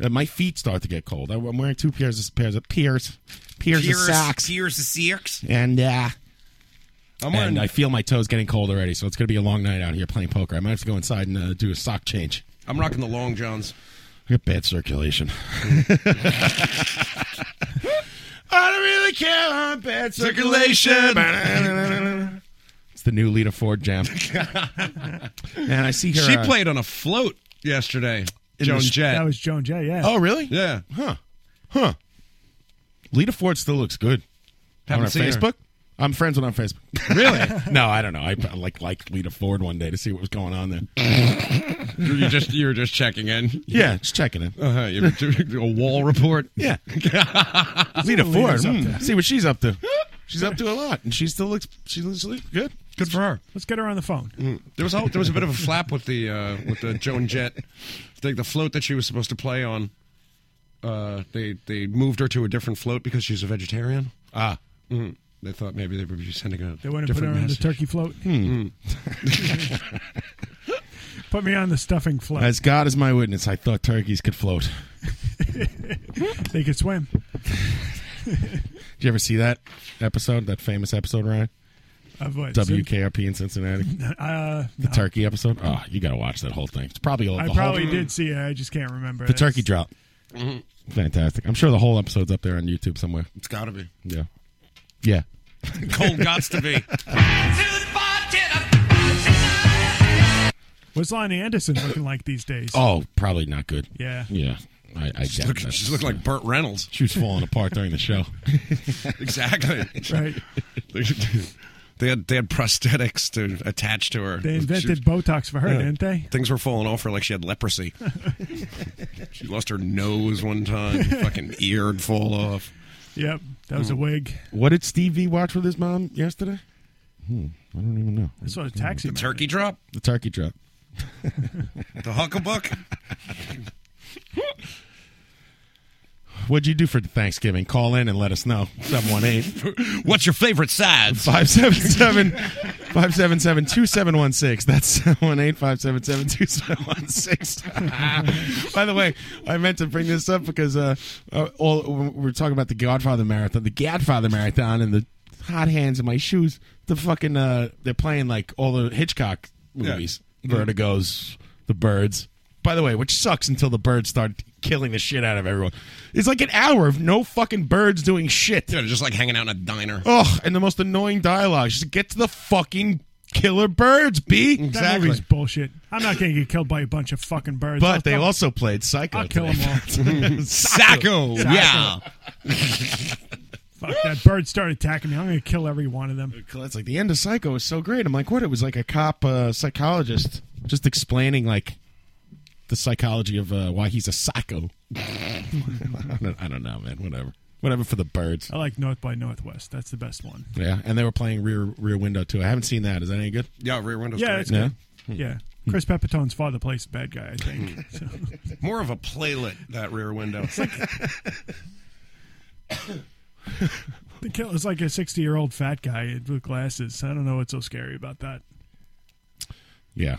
Speaker 4: Uh, my feet start to get cold. I, I'm wearing two pairs of pairs of pairs pairs of socks,
Speaker 2: Tears of socks.
Speaker 4: and uh,
Speaker 2: I'm
Speaker 4: and
Speaker 2: wearing.
Speaker 4: I feel my toes getting cold already. So it's gonna be a long night out here playing poker. I might have to go inside and uh, do a sock change.
Speaker 2: I'm rocking the long johns.
Speaker 4: I got bad circulation. I don't really care on bad circulation. it's the new Lita Ford jam. and I see her.
Speaker 2: She
Speaker 4: uh,
Speaker 2: played on a float yesterday.
Speaker 4: In
Speaker 2: Joan
Speaker 4: the-
Speaker 2: Jett.
Speaker 14: That was Joan Jett. Yeah.
Speaker 4: Oh, really?
Speaker 2: Yeah.
Speaker 4: Huh. Huh. Lita Ford still looks good.
Speaker 2: Haven't
Speaker 4: on her
Speaker 2: seen her.
Speaker 4: Facebook? I'm friends with her on Facebook. Really? no, I don't know. I like liked Lita Ford one day to see what was going on there.
Speaker 2: you just you were just checking in.
Speaker 4: yeah, just checking in.
Speaker 2: Uh-huh, you were doing a wall report.
Speaker 4: Yeah. Lita Ford.
Speaker 2: Lita's up
Speaker 4: hmm,
Speaker 2: to.
Speaker 4: See what she's up to. She's up to a lot, and she still looks she looks good. Good for her. Mm.
Speaker 14: Let's get her on the phone.
Speaker 2: There was a, there was a bit of a flap with the uh, with the Joan Jett, like the float that she was supposed to play on. Uh, they they moved her to a different float because she's a vegetarian.
Speaker 4: Ah,
Speaker 2: mm. they thought maybe they would be sending a
Speaker 14: They wouldn't put her
Speaker 2: different
Speaker 14: on the
Speaker 2: message.
Speaker 14: turkey float.
Speaker 4: Hmm.
Speaker 14: put me on the stuffing float.
Speaker 4: As God is my witness, I thought turkeys could float.
Speaker 14: they could swim.
Speaker 4: Did you ever see that episode? That famous episode, Ryan?
Speaker 14: Of what?
Speaker 4: WKRP in Cincinnati.
Speaker 14: Uh,
Speaker 4: The turkey episode. Oh, you got to watch that whole thing. It's probably all.
Speaker 14: I
Speaker 4: the
Speaker 14: probably
Speaker 4: whole,
Speaker 14: did see it. I just can't remember.
Speaker 4: The
Speaker 14: That's-
Speaker 4: turkey drop. Mm-hmm.
Speaker 2: Mhm.
Speaker 4: Fantastic. I'm sure the whole episode's up there on YouTube somewhere.
Speaker 2: It's got to be
Speaker 4: Yeah. Yeah.
Speaker 2: cold. Gots to be.
Speaker 14: What's Lonnie Anderson looking like these days?
Speaker 4: Oh, probably not good.
Speaker 14: Yeah.
Speaker 4: Yeah. I, I
Speaker 2: She's
Speaker 4: doubt
Speaker 2: looking,
Speaker 4: that.
Speaker 2: she's looking like Burt Reynolds.
Speaker 4: She was falling apart during the show.
Speaker 2: exactly.
Speaker 14: Right.
Speaker 2: they had they had prosthetics to attach to her.
Speaker 14: They
Speaker 2: She was-
Speaker 14: invented Botox for her,
Speaker 2: Yeah.
Speaker 14: didn't they?
Speaker 2: Things were falling off her like she had leprosy. she lost her nose one time. Fucking ear would fall off.
Speaker 14: Yep, that was a
Speaker 4: Mm.
Speaker 14: wig.
Speaker 4: What did Steve V watch with his mom yesterday? Hmm. I don't even know.
Speaker 14: This was a taxi.
Speaker 2: The turkey drop?
Speaker 4: The turkey drop.
Speaker 2: The hucklebuck?
Speaker 4: What'd you do for Thanksgiving? Call in and let us know. 718.
Speaker 2: What's your favorite sides?
Speaker 4: 577 577 2716. That's 718 577 2716. By the way, I meant to bring this up because uh, uh, all, we're talking about the Godfather Marathon, the Godfather Marathon, and the hot hands in my shoes. The fucking, uh, they're playing like all the Hitchcock movies
Speaker 2: Yeah.
Speaker 4: Vertigo's, The Birds. By the way, which sucks until the birds start killing the shit out of everyone. It's like an hour of no fucking birds doing shit.
Speaker 2: Yeah, just like hanging out in a diner.
Speaker 4: Oh, and the most annoying dialogue. Just get to the fucking killer birds, B.
Speaker 14: That movie's bullshit. I'm not going to get killed by a bunch of fucking birds. I'll-
Speaker 4: But they
Speaker 14: I'll-
Speaker 4: also played Psycho.
Speaker 14: I'll kill
Speaker 4: today.
Speaker 14: them all.
Speaker 4: Psycho,
Speaker 14: Psycho.
Speaker 4: yeah.
Speaker 14: Fuck, that bird started attacking me. I'm going to kill every one of them.
Speaker 4: That's like the end of Psycho is so great. I'm like, what? It was like a cop uh, psychologist just explaining like the psychology of uh, why he's a psycho. I, don't, I don't know, man. Whatever, whatever for the birds.
Speaker 14: I like North by Northwest. That's the best one.
Speaker 4: Yeah, and they were playing Rear Rear Window too. I haven't seen that. Is that any good?
Speaker 2: Yeah, Rear Window's
Speaker 14: yeah,
Speaker 2: great.
Speaker 14: it's good. Yeah. Chris Pepitone's father plays the bad guy, I think. So,
Speaker 2: More of a playlet, that Rear Window.
Speaker 14: the kill is like a 60 year old fat guy with glasses. I don't know what's so scary about that.
Speaker 4: Yeah.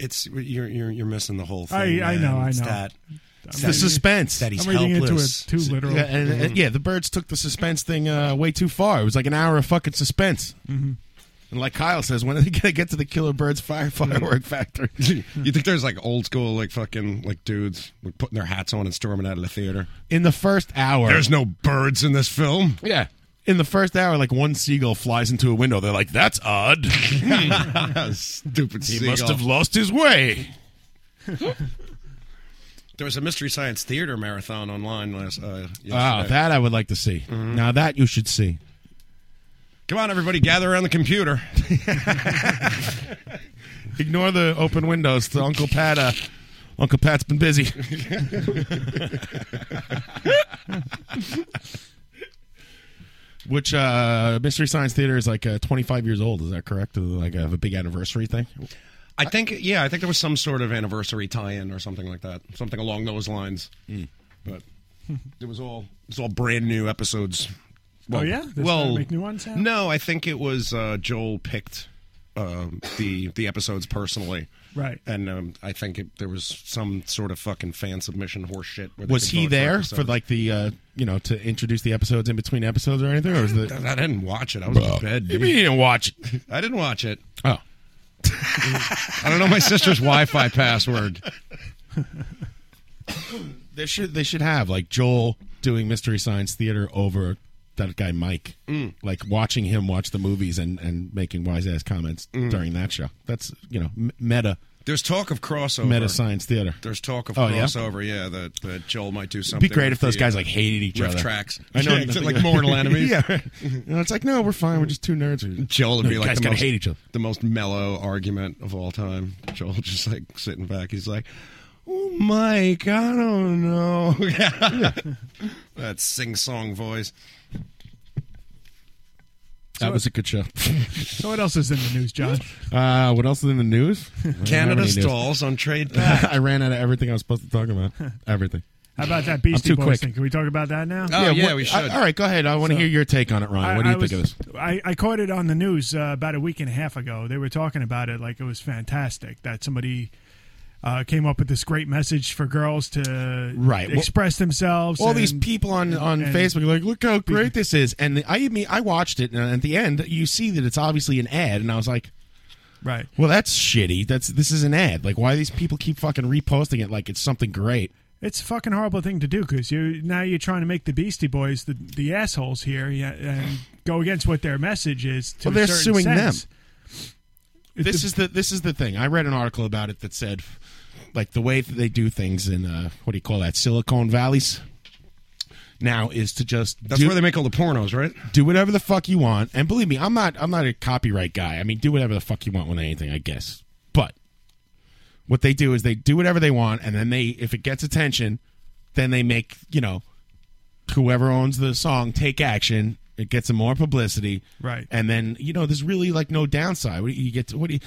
Speaker 2: It's you're you're, you're missing the whole thing.
Speaker 14: I- I
Speaker 2: man.
Speaker 14: know, I
Speaker 2: It's
Speaker 14: know.
Speaker 2: That,
Speaker 4: It's the suspense
Speaker 2: that he's
Speaker 14: I'm reading into
Speaker 2: helpless.
Speaker 14: it too literal.
Speaker 4: Yeah, and- and- yeah, the birds took the suspense thing uh, way too far. It was like an hour of fucking suspense.
Speaker 14: Mhm.
Speaker 4: And like Kyle says, when are they gonna get to the killer birds fire
Speaker 14: Mm-hmm.
Speaker 4: firework factory?
Speaker 2: you think there's like old school like fucking like dudes like, putting their hats on and storming out of the theater?
Speaker 4: In the first hour,
Speaker 2: There's no birds in this film.
Speaker 4: Yeah. In the first hour, like one seagull flies into a window. They're like, "That's odd."
Speaker 2: Stupid.
Speaker 4: He
Speaker 2: seagull.
Speaker 4: must have lost his way.
Speaker 2: There was a mystery science theater marathon online last. Uh,
Speaker 4: Wow,
Speaker 2: yesterday.
Speaker 4: that I would like to see.
Speaker 14: Mm-hmm.
Speaker 2: Mhm.
Speaker 4: Now that you should see.
Speaker 2: Come on, everybody, gather around the computer.
Speaker 4: Ignore the open windows. The Uncle Pat. Uh, Uncle Pat's been busy. Which uh, Mystery Science Theater is like uh, 25 years old. Is that correct? Or, Like uh, have a big anniversary thing.
Speaker 2: I think, yeah, I think there was some sort of anniversary tie-in or something like that, something along those lines.
Speaker 4: Hmm.
Speaker 2: But it was all it was all brand new episodes.
Speaker 14: Oh, yeah? They're starting
Speaker 2: well,
Speaker 14: to make new ones now?
Speaker 2: no, I think it was uh, Joel picked um the the episodes personally,
Speaker 14: Right.
Speaker 2: And um, I think it, there was some sort of fucking fan submission horse shit. where they
Speaker 4: Was
Speaker 2: could
Speaker 4: he
Speaker 2: vote for
Speaker 4: there for
Speaker 2: episodes.
Speaker 4: like the uh, you know to introduce the episodes in between episodes or anything? Or was the
Speaker 2: I didn't watch it. I was in bed.
Speaker 4: You mean you didn't watch it?
Speaker 2: I didn't watch it.
Speaker 4: Oh.
Speaker 2: I don't know my sister's Wi-Fi password.
Speaker 4: They should they should have like Joel doing Mystery Science Theater over that guy Mike,
Speaker 2: Mm.
Speaker 4: like watching him watch the movies and and making wise ass comments
Speaker 2: Mm.
Speaker 4: during that show. That's you know m- meta.
Speaker 2: There's talk of crossover.
Speaker 4: Meta Science Theater.
Speaker 2: There's talk of
Speaker 4: Oh, yeah?
Speaker 2: crossover. Yeah, that, that Joel might do
Speaker 4: It'd
Speaker 2: something.
Speaker 4: be great
Speaker 2: with
Speaker 4: if those
Speaker 2: the,
Speaker 4: guys
Speaker 2: uh,
Speaker 4: like hated each
Speaker 2: riff
Speaker 4: other.
Speaker 2: Tracks.
Speaker 4: I know,
Speaker 2: Yeah, exactly, like mortal enemies.
Speaker 4: yeah, right. you know, it's like no, we're fine. We're just two nerds. who-
Speaker 2: Joel would
Speaker 4: No,
Speaker 2: be
Speaker 4: you
Speaker 2: like
Speaker 4: guys
Speaker 2: the
Speaker 4: gotta
Speaker 2: most,
Speaker 4: hate each other.
Speaker 2: the most mellow argument of all time. Joel just like sitting back. He's like, "Oh, Mike, I don't know." that sing-song voice.
Speaker 4: That was a good show.
Speaker 14: So what else is in the news, John?
Speaker 4: Uh, what else is in the news? I don't have
Speaker 2: Canada
Speaker 4: any news.
Speaker 2: stalls on trade back.
Speaker 4: I ran out of everything I was supposed to talk about. Everything.
Speaker 14: How about that Beastie
Speaker 4: too
Speaker 14: Boys
Speaker 4: quick.
Speaker 14: thing? Can we talk about that now?
Speaker 4: what- I- all right, go ahead. I want to
Speaker 14: So-
Speaker 4: hear your take on it, Ryan. what do you think of
Speaker 14: was-
Speaker 4: this?
Speaker 14: I, I caught it on the news uh, about a week and a half ago. They were talking about it like it was fantastic that somebody uh, came up with this great message for girls to
Speaker 4: Right. Well,
Speaker 14: express themselves.
Speaker 4: All these
Speaker 14: and-
Speaker 4: people on on
Speaker 14: and-
Speaker 4: Facebook are like, look how great this is, and the, I mean, I watched it, and at the end, you see that it's obviously an ad, and I was like,
Speaker 14: Right.
Speaker 4: well, that's shitty. That's this is an ad. Like, why these people keep fucking reposting it like it's something great?
Speaker 14: It's a fucking horrible thing to do because you now you're trying to make the Beastie Boys the, the assholes here yeah, and go against what their message is. To
Speaker 4: Well, they're
Speaker 14: a certain
Speaker 4: suing
Speaker 14: sense.
Speaker 4: them. This is the this is the thing. I read an article about it that said, like the way that they do things in uh, what do you call that Silicon Valleys now is to just
Speaker 2: That's
Speaker 4: do-
Speaker 2: where they make all the pornos, right?
Speaker 4: do whatever the fuck you want. And believe me, I'm not I'm not a copyright guy. I mean, do whatever the fuck you want with anything, I guess. But what they do is they do whatever they want, and then they if it gets attention, then they make you know whoever owns the song take action. It gets them more publicity,
Speaker 14: Right.
Speaker 4: And then you know there's really like no downside. What do you you get? To, what do you?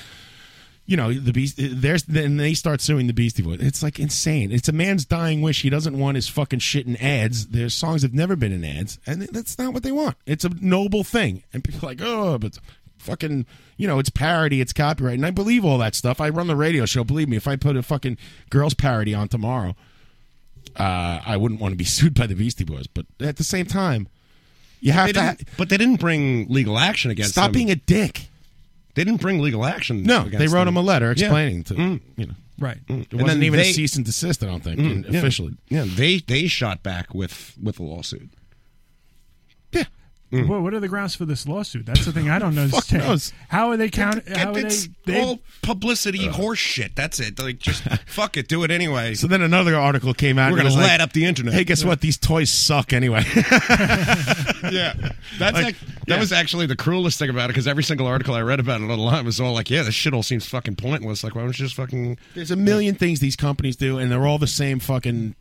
Speaker 4: You know the beast. There's then they start suing the Beastie Boys. It's like insane. It's a man's dying wish. He doesn't want his fucking shit in ads. Their songs have never been in ads, and that's not what they want. It's a noble thing, and people are like, oh, but fucking, you know, it's parody, it's copyright, and I believe all that stuff. I run the radio show. Believe me, if I put a fucking girls parody on tomorrow, uh, I wouldn't want to be sued by the Beastie Boys. But at the same time, you have
Speaker 2: They
Speaker 4: to.
Speaker 2: didn't- but they didn't bring legal action against.
Speaker 4: Stop
Speaker 2: them.
Speaker 4: being a dick.
Speaker 2: They didn't bring legal action.
Speaker 4: No,
Speaker 2: against
Speaker 4: they wrote
Speaker 2: them.
Speaker 4: him a letter
Speaker 2: Yeah.
Speaker 4: explaining to
Speaker 2: Mm.
Speaker 4: you know.
Speaker 14: Right.
Speaker 4: It wasn't even a cease and desist. I don't think
Speaker 2: Mm, yeah.
Speaker 4: officially.
Speaker 2: Yeah, they they shot back with with a lawsuit.
Speaker 4: Mm.
Speaker 14: Well, what are the grounds for this lawsuit? That's the thing I don't understand.
Speaker 2: knows?
Speaker 14: How are they count? How are
Speaker 2: it's
Speaker 14: they? they-
Speaker 2: all publicity horse shit. That's it. Like just fuck it, do it anyway.
Speaker 4: So then another article came out.
Speaker 2: We're
Speaker 4: and it
Speaker 2: gonna
Speaker 4: was
Speaker 2: light up the internet.
Speaker 4: Hey, guess what? These toys suck anyway.
Speaker 2: yeah, that's like,
Speaker 4: Like,
Speaker 2: that
Speaker 4: yeah.
Speaker 2: was actually the cruelest thing about it because every single article I read about it online was all like, yeah, this shit all seems fucking pointless. Like, why don't you just fucking?
Speaker 4: There's a million things these companies do, and they're all the same fucking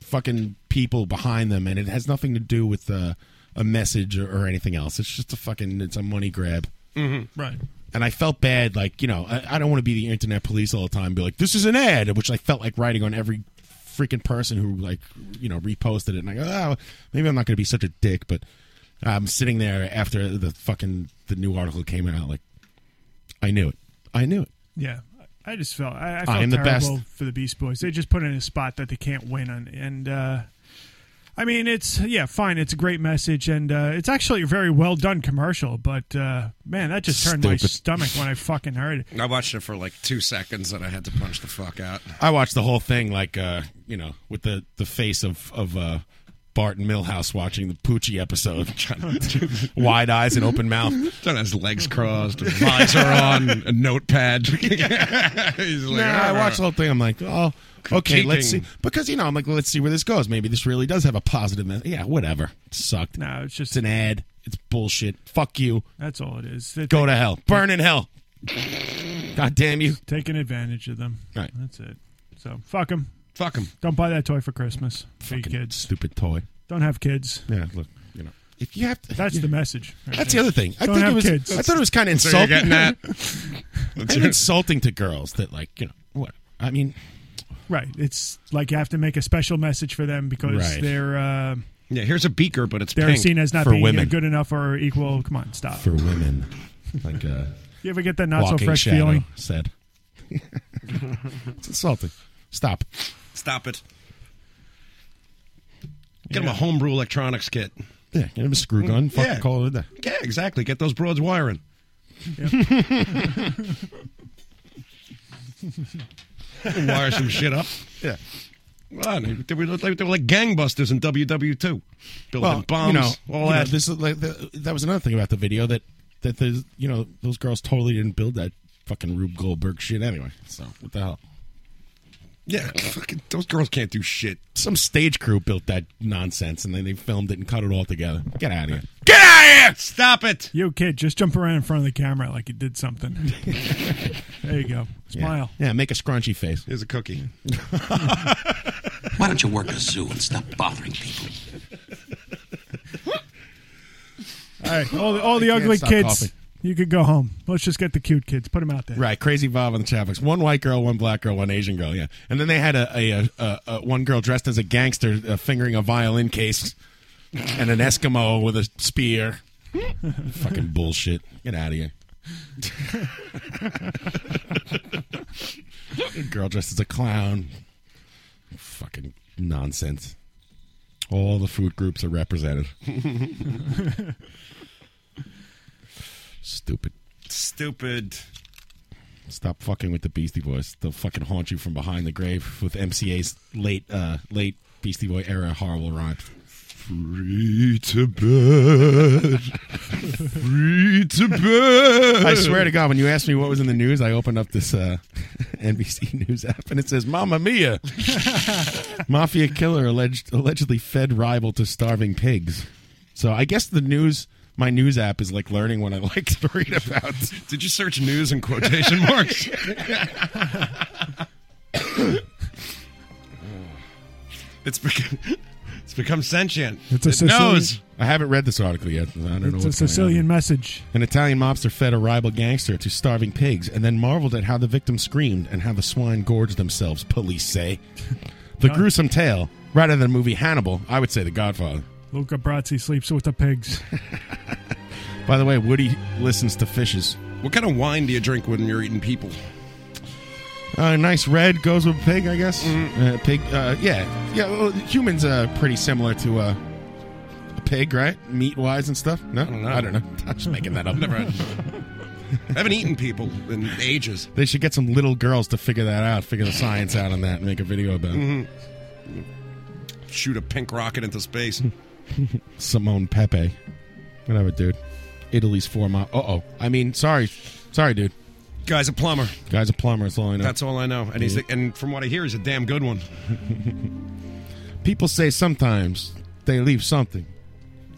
Speaker 4: fucking people behind them, and it has nothing to do with uh, a message or, or anything else. It's just a fucking it's a money grab.
Speaker 14: Mm-hmm. Right.
Speaker 4: And I felt bad, like you know, I, I don't want to be the internet police all the time. And be like, this is an ad, which I felt like writing on every freaking person who like you know reposted it. And I go, oh, maybe I'm not going to be such a dick, but I'm sitting there after the fucking the new article came out, like I knew it, I knew it.
Speaker 14: Yeah. I just felt I, I felt
Speaker 4: I am the
Speaker 14: terrible
Speaker 4: best.
Speaker 14: for the Beast Boys. They just put in a spot that they can't win on, and uh, I mean it's yeah, fine. It's a great message, and uh, it's actually a very well done commercial. But uh, man, that just turned my
Speaker 2: Stupid.
Speaker 14: stomach when I fucking heard it.
Speaker 2: I watched it for like two seconds and I had to punch the fuck out.
Speaker 4: I watched the whole thing, like uh, you know, with the the face of of uh, Bart and Milhouse watching the Poochie episode, wide eyes and open mouth.
Speaker 2: John has legs crossed, a visor on, a notepad. He's like,
Speaker 4: Nah,
Speaker 14: "Ah,
Speaker 4: I watched the whole thing. I'm like, oh, okay, let's see.
Speaker 2: Critiquing.
Speaker 4: Because you know, I'm like, well, let's see where this goes. Maybe this really does have a positive. me- Yeah, whatever. It sucked.
Speaker 14: No, it's just
Speaker 4: an ad. It's bullshit. Fuck you.
Speaker 14: That's all it is. They
Speaker 4: Go
Speaker 14: think-
Speaker 4: to hell. Burn in hell. God damn you.
Speaker 14: Taking advantage of them.
Speaker 4: Right.
Speaker 14: That's it. So fuck them.
Speaker 2: Fuck them.
Speaker 14: Don't buy that toy for Christmas. For your kids.
Speaker 4: Stupid toy.
Speaker 14: Don't have kids.
Speaker 4: Yeah, look, you know. If you have to,
Speaker 14: that's the message. right
Speaker 4: That's the
Speaker 14: there.
Speaker 4: other thing. I
Speaker 14: Don't
Speaker 4: think
Speaker 14: have
Speaker 4: it was.
Speaker 14: kids.
Speaker 4: I thought it was kind of
Speaker 2: So you're
Speaker 4: insulting.
Speaker 2: getting that?
Speaker 4: Kinda insulting to girls that like you know what I mean.
Speaker 14: Right. It's like you have to make a special message for them because
Speaker 4: Right.
Speaker 14: they're uh,
Speaker 2: Yeah, here's a beaker, but it's
Speaker 14: they're
Speaker 2: pink.
Speaker 14: seen as not
Speaker 4: for
Speaker 14: being
Speaker 4: women.
Speaker 14: good enough or equal. Come on, stop.
Speaker 4: for women. Like uh,
Speaker 14: You ever get that not so
Speaker 4: walking
Speaker 14: fresh
Speaker 4: shadow
Speaker 14: feeling?
Speaker 4: Said it's insulting. Stop.
Speaker 2: Stop it. Get him a homebrew electronics kit.
Speaker 4: Yeah, give him a screw gun. Fuck
Speaker 2: Mm, Yeah.
Speaker 4: call it a day.
Speaker 2: Yeah, exactly. Get those broads wiring. Wire some shit up.
Speaker 4: Yeah.
Speaker 2: Well, they were like, they were like gangbusters in WW2. Building bombs,
Speaker 4: you know,
Speaker 2: all
Speaker 4: you know,
Speaker 2: that.
Speaker 4: this is like the, that was another thing about the video that that the you know those girls totally didn't build that fucking Rube Goldberg shit anyway. So what the hell?
Speaker 2: yeah, fucking, those girls can't do shit.
Speaker 4: Some stage crew built that nonsense and then they filmed it and cut it all together. Get out of here.
Speaker 2: Get out of here! Stop it!
Speaker 14: Yo, kid, just jump around in front of the camera like you did something. there you go. Smile.
Speaker 4: Yeah, yeah make a scrunchy face.
Speaker 2: Here's a cookie.
Speaker 20: Why don't you work a zoo and stop bothering people?
Speaker 14: All right. All the, all the
Speaker 4: I can't
Speaker 14: ugly
Speaker 4: stop
Speaker 14: kids,
Speaker 4: coughing.
Speaker 14: you could go home. Let's just get the cute kids. Put them out there.
Speaker 4: Right, crazy Bob on the chat box. One white girl, one black girl, one Asian girl. Yeah, and then they had a, a, a, a, a one girl dressed as a gangster uh, fingering a violin case, and an Eskimo with a spear. Fucking bullshit! Get out of here. A girl dressed as a clown. Fucking nonsense. All the food groups are represented. Stupid.
Speaker 2: Stupid.
Speaker 4: Stop fucking with the Beastie Boys. They'll fucking haunt you from behind the grave with MCA's late, uh, late Beastie Boy era horrible rhyme. Free to bed. Free to bed. I swear to God, when you asked me what was in the news, I opened up this uh, NBC News app and it says, "Mamma Mia, mafia killer alleged allegedly fed rival to starving pigs." So I guess the news, my news app is like learning what I like to read about.
Speaker 2: Did you search news in quotation marks? it's become it's become sentient.
Speaker 14: It's a
Speaker 2: it
Speaker 14: Sicilian-
Speaker 2: knows.
Speaker 4: I haven't read this article yet. I don't know.
Speaker 14: It's a
Speaker 4: what's going
Speaker 14: Sicilian
Speaker 4: on.
Speaker 14: message.
Speaker 4: An Italian mobster fed a rival gangster to starving pigs and then marveled at how the victim screamed and how the swine gorged themselves, police say. The gruesome tale, rather than the movie Hannibal, I would say The Godfather.
Speaker 14: Luca Brazzi sleeps with the pigs.
Speaker 4: By the way, Woody listens to fishes.
Speaker 2: What kind of wine do you drink when you're eating people?
Speaker 4: Uh, nice red goes with pig, I guess.
Speaker 14: Mm-hmm.
Speaker 4: Uh, pig, uh, yeah. Yeah, well, humans are pretty similar to uh, a pig, right? Meat wise and stuff. No? I don't know. I don't know. I'm just making that up.
Speaker 2: Never had. I haven't eaten people in ages.
Speaker 4: They should get some little girls to figure that out, figure the science out on that, and make a video about it.
Speaker 2: Mm-hmm. Shoot a pink rocket into space.
Speaker 4: Simone Pepe. Whatever, dude. Italy's four mile. Uh oh. I mean, sorry. Sorry, dude.
Speaker 2: Guy's a plumber.
Speaker 4: Guy's a plumber. That's all I know.
Speaker 2: That's all I know. And he's and from what I hear, he's a damn good one.
Speaker 4: People say sometimes they leave something.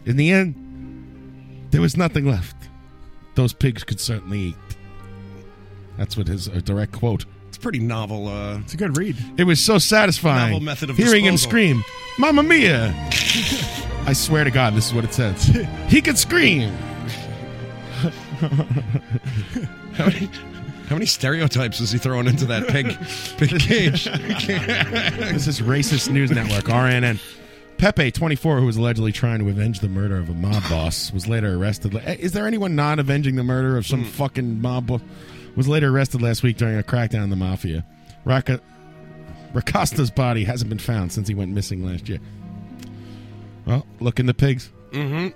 Speaker 4: In the end, there was nothing left. Those pigs could certainly eat. That's what his a direct quote.
Speaker 2: It's pretty novel. Uh,
Speaker 14: It's a good read.
Speaker 4: It was so satisfying
Speaker 2: Novel method of
Speaker 4: hearing him
Speaker 2: disposal.
Speaker 4: scream, "Mamma mia!" I swear to God, this is what it says. he could scream.
Speaker 2: how many how many stereotypes is he throwing into that pig pig cage?
Speaker 4: this is racist news network RNN. Pepe, 24, who was allegedly trying to avenge the murder of a
Speaker 2: Hmm.
Speaker 4: mob boss, was later arrested. Is there anyone not avenging the murder of some fucking mob boss? was later arrested last week during a crackdown on the mafia. Raka- Racosta's body hasn't been found since he went missing last year. Well, look in the pigs.
Speaker 2: Mm-hmm.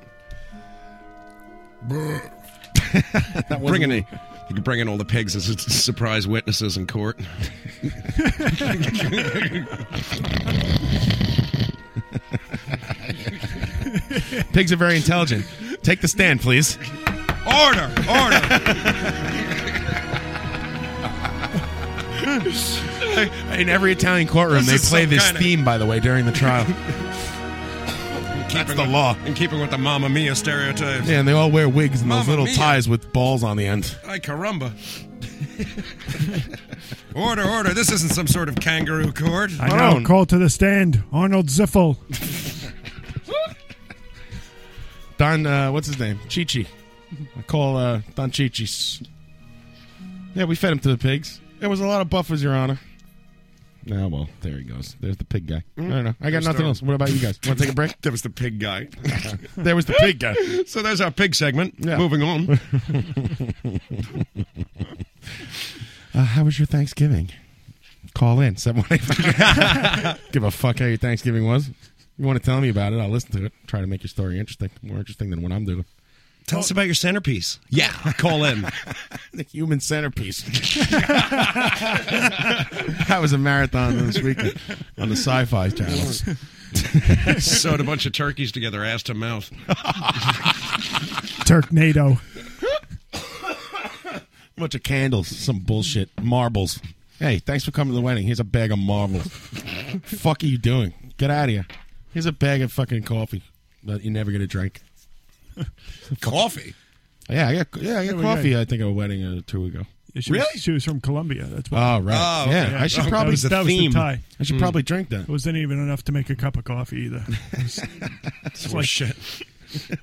Speaker 2: Bringing it. You can bring in all the pigs as s- surprise witnesses in court.
Speaker 4: Pigs are very intelligent. Take the stand, please.
Speaker 2: Order, order.
Speaker 4: In every Italian courtroom,
Speaker 2: This
Speaker 4: they
Speaker 2: is
Speaker 4: play
Speaker 2: some
Speaker 4: this
Speaker 2: kinda-
Speaker 4: theme, by the way, during the trial.
Speaker 2: That's the law. In keeping with the Mamma Mia stereotypes.
Speaker 4: yeah, and they all wear wigs and those
Speaker 2: Mamma
Speaker 4: little
Speaker 2: mia.
Speaker 4: ties with balls on the end.
Speaker 2: Ay, caramba. order, order. This isn't some sort of kangaroo court.
Speaker 14: I know. Call to the stand, Arnold Ziffel.
Speaker 4: Don, uh, what's his name? Chichi. I call uh, Don Chichi's. Yeah, we fed him to the pigs. There was a lot of buffers, Your Honor. Oh, well, there he goes. There's the pig guy.
Speaker 2: Mm.
Speaker 4: I don't know. I got nothing else. What about you guys? Want to take a break?
Speaker 2: That was the pig guy.
Speaker 4: there was the pig guy.
Speaker 2: So there's our pig segment. Moving on.
Speaker 4: Uh, how was your Thanksgiving? Call in. 718. Give a fuck how your Thanksgiving was. You want to tell me about it? I'll listen to it. Try to make your story interesting. More interesting than what I'm doing.
Speaker 2: Tell us about your centerpiece. Yeah, call in.
Speaker 4: the human centerpiece. that was a marathon this weekend on the sci fi channels.
Speaker 2: Sewed a bunch of turkeys together, ass to mouth.
Speaker 14: Turknado.
Speaker 4: bunch of candles, some bullshit, marbles. Hey, thanks for coming to the wedding. Here's a bag of marbles. Fuck are you doing? Get out of here. Here's a bag of fucking coffee that you're never gonna drink.
Speaker 2: Coffee.
Speaker 4: Yeah, I got yeah, I got
Speaker 14: Yeah, we
Speaker 4: coffee.
Speaker 14: got-
Speaker 4: I think at a wedding uh, two ago.
Speaker 14: Yeah, she Was, she was from Colombia. That's why.
Speaker 4: Oh Hmm. right. yeah, I should
Speaker 14: That
Speaker 4: probably
Speaker 14: was- that was the tie.
Speaker 4: I should probably drink that.
Speaker 14: It wasn't even enough to make a cup of coffee either. It was- It's like
Speaker 2: shit.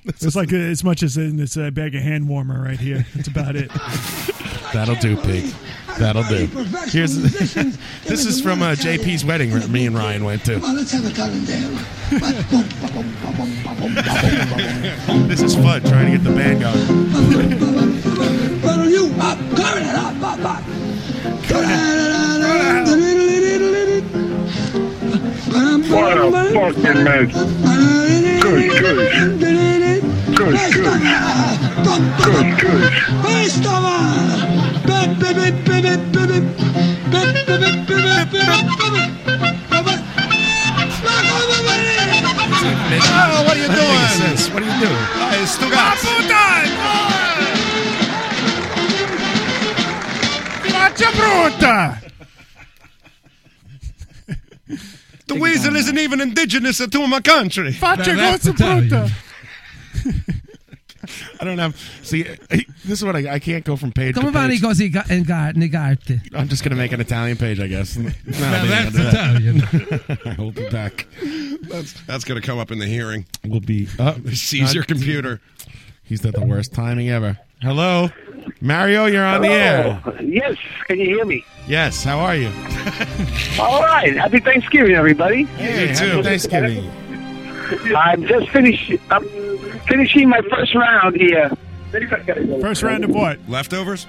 Speaker 14: It's like uh, as much as in this uh, bag of hand warmer right here. That's about it.
Speaker 4: That'll do, pig. That'll do. Here's this is from uh, JP's wedding. where Me and Ryan went to.
Speaker 21: Come on, let's have a Cannondale. But boom, ba-boom, ba-boom, ba-boom, ba-boom, ba-boom.
Speaker 4: This is fun trying to get the band going.
Speaker 21: Funnel you
Speaker 4: Uh,
Speaker 21: up, current it up, up, up.
Speaker 3: What a fucking mess. Good, good. Good, good. Good, good.
Speaker 4: Oh, what are you doing? What are you doing? still got.
Speaker 2: The weasel isn't even indigenous to my country.
Speaker 14: Faccia grossa brutta.
Speaker 4: I don't have. See, this is what I, I can't go from page
Speaker 12: Come
Speaker 4: to
Speaker 12: on,
Speaker 4: page.
Speaker 12: così ga- in gar- negarte.
Speaker 4: I'm just gonna make an Italian page, I guess. No,
Speaker 12: that's
Speaker 4: I hold it back.
Speaker 2: That's, that's going to come up in the hearing.
Speaker 4: We'll be. Uh,
Speaker 2: Seize your computer.
Speaker 4: He's at the worst timing ever. Hello, Mario. You're on the air.
Speaker 18: Oh, Yes, can you hear me?
Speaker 4: Yes. How are you?
Speaker 18: All right. Happy Thanksgiving, everybody.
Speaker 4: Hey, happy Thanksgiving.
Speaker 18: I'm just finish, I'm finishing my first round here.
Speaker 14: First round of what?
Speaker 2: Leftovers?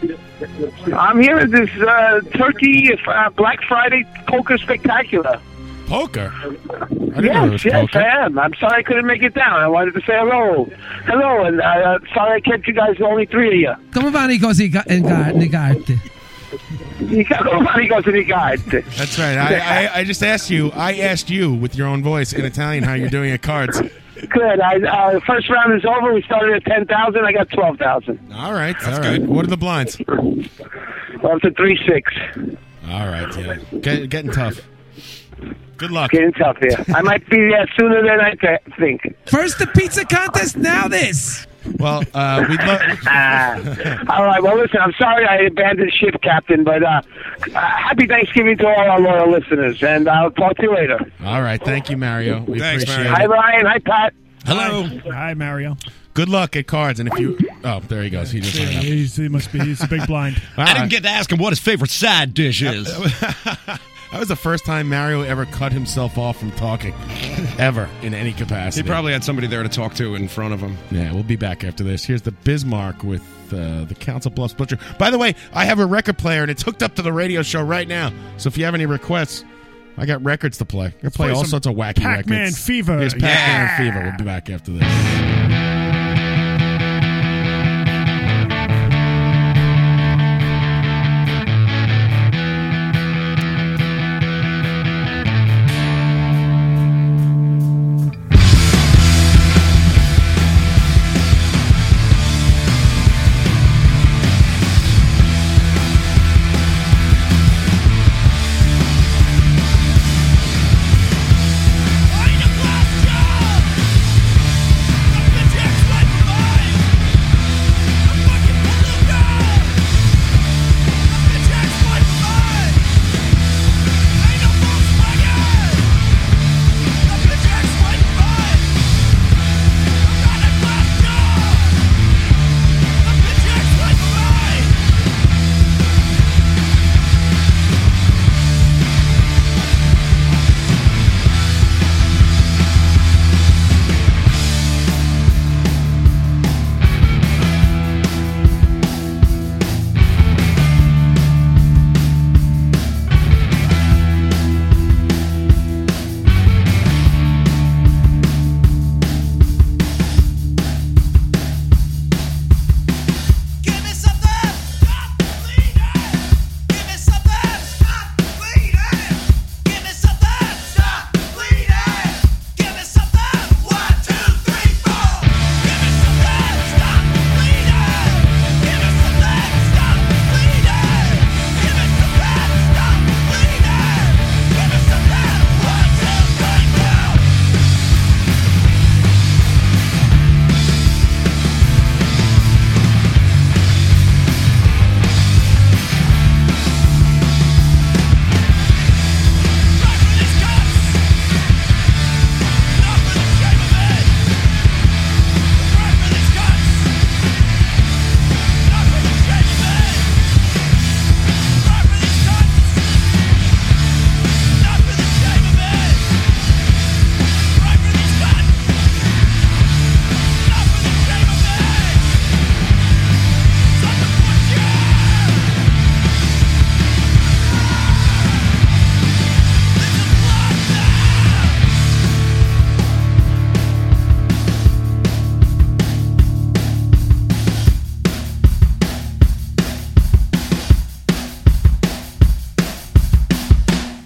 Speaker 18: I'm here at this uh, Turkey uh, Black Friday Poker Spectacular.
Speaker 4: Poker?
Speaker 18: yes, yes, I am. I'm sorry I couldn't make it down. I wanted to say hello. Hello, and uh, sorry I kept you guys, only three of
Speaker 12: Come on, così ga- in gar- negarte.
Speaker 18: you. You got nobody goes to the guide.
Speaker 4: That's right. I, I, I just asked you. I asked you with your own voice in Italian how you're doing at cards.
Speaker 18: Good. I, uh, first round is over. We started at 10,000. I got 12,000.
Speaker 4: All right. all right. What are the blinds?
Speaker 18: We're up to 3 6.
Speaker 4: All right. Yeah. Get, getting tough. Good luck.
Speaker 18: Getting tough here. I might be there sooner than I th- think.
Speaker 12: First the pizza contest, now this.
Speaker 4: Well, uh, we'd
Speaker 18: love. all right. Well, listen. I'm sorry I abandoned ship, Captain, but uh, uh, happy Thanksgiving to all our loyal listeners, and I'll talk to you later.
Speaker 4: All right. Thank you, Mario. We
Speaker 18: Thanks,
Speaker 4: appreciate
Speaker 18: Mario. Hi,
Speaker 4: it.
Speaker 18: Ryan. Hi, Pat.
Speaker 4: Hello.
Speaker 14: Hi, Mario.
Speaker 4: Good luck at cards, and if you oh, there he goes. He just hung up.
Speaker 14: He's, he must be. He's a big blind.
Speaker 4: All
Speaker 2: I didn't get to ask him what his favorite side dish is.
Speaker 4: That was the first time Mario ever cut himself off from talking, ever in any capacity.
Speaker 2: He probably had somebody there to talk to in front of him.
Speaker 4: Yeah, we'll be back after this. Here's the Bismarck with uh, the Council Bluffs Butcher. By the way, I have a record player and it's hooked up to the radio show right now. So if you have any requests, I got records to play. I can play,
Speaker 14: play
Speaker 4: all
Speaker 14: some
Speaker 4: sorts of wacky
Speaker 14: Pac-Man
Speaker 4: records.
Speaker 14: Fever.
Speaker 4: Here's Pac-Man
Speaker 14: Yeah.
Speaker 4: Fever. We'll be back after this.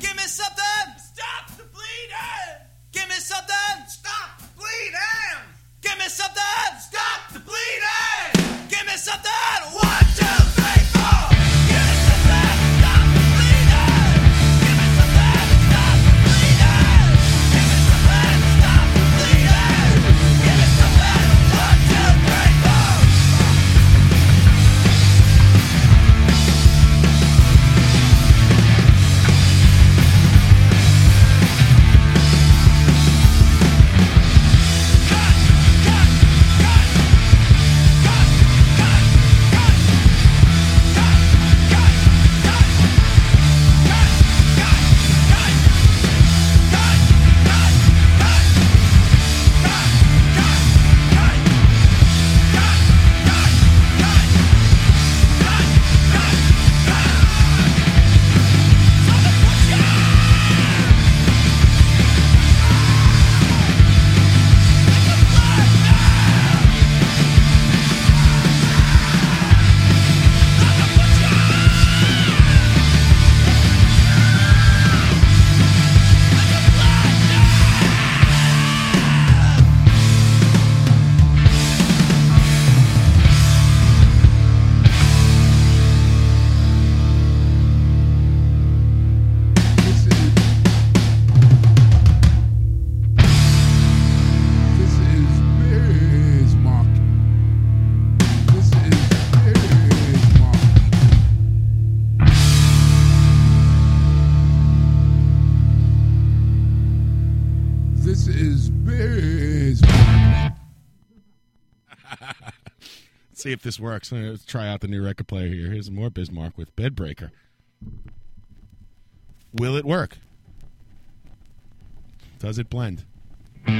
Speaker 3: Give me something! Stop the bleeding! Give me something! Stop the bleeding! Give me something! Stop the bleeding! Give me something! One, two, three, four! Give me something! Stop the bleeding! Give me something! Stop the bleeding! Give me something! Stop the bleeding! Give me something! One, two, three, four!
Speaker 22: This is Bismarck. This is Bismarck. This is Bismarck.
Speaker 4: See if this works. Uh, Let's try out the new record player here. Here's more Bismarck with Bedbreaker. Will it work? Does it blend?
Speaker 3: Oh,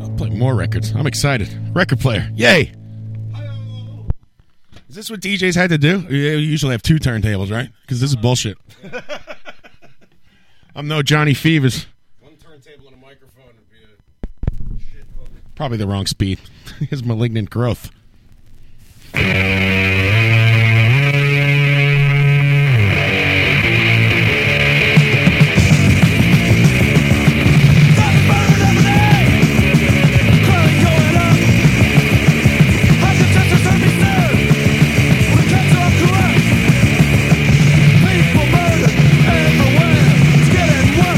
Speaker 4: I'll play more records. I'm excited. Record player. Yay! Is this what DJs had to do? You usually have two turntables, right? Because this is bullshit. I'm no Johnny Fevers. One turntable and a microphone would be a shit. Probably the wrong speed. His malignant growth.
Speaker 1: It's getting worse.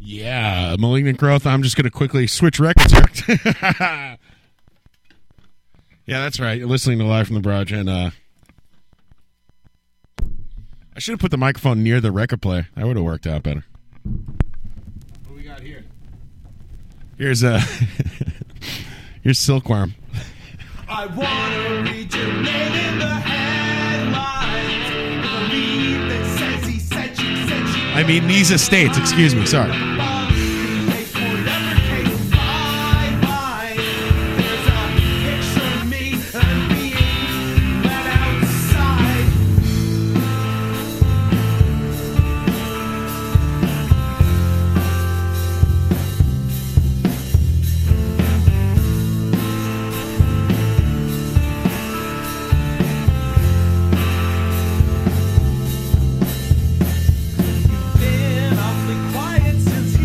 Speaker 4: Pregnant growth. I'm just going to quickly switch records. here. yeah, that's right. You're listening to Live from the Barrage, and uh, I should have put the microphone near the record player. That would have worked out better.
Speaker 3: What we got here?
Speaker 4: Here's uh, here's Silkworm.
Speaker 3: I wanna rejuvenate in the headlines. With a lead that says he said she said she
Speaker 4: I mean these estates. Excuse me. Sorry.
Speaker 3: picture me and being let outside. Been awfully quiet since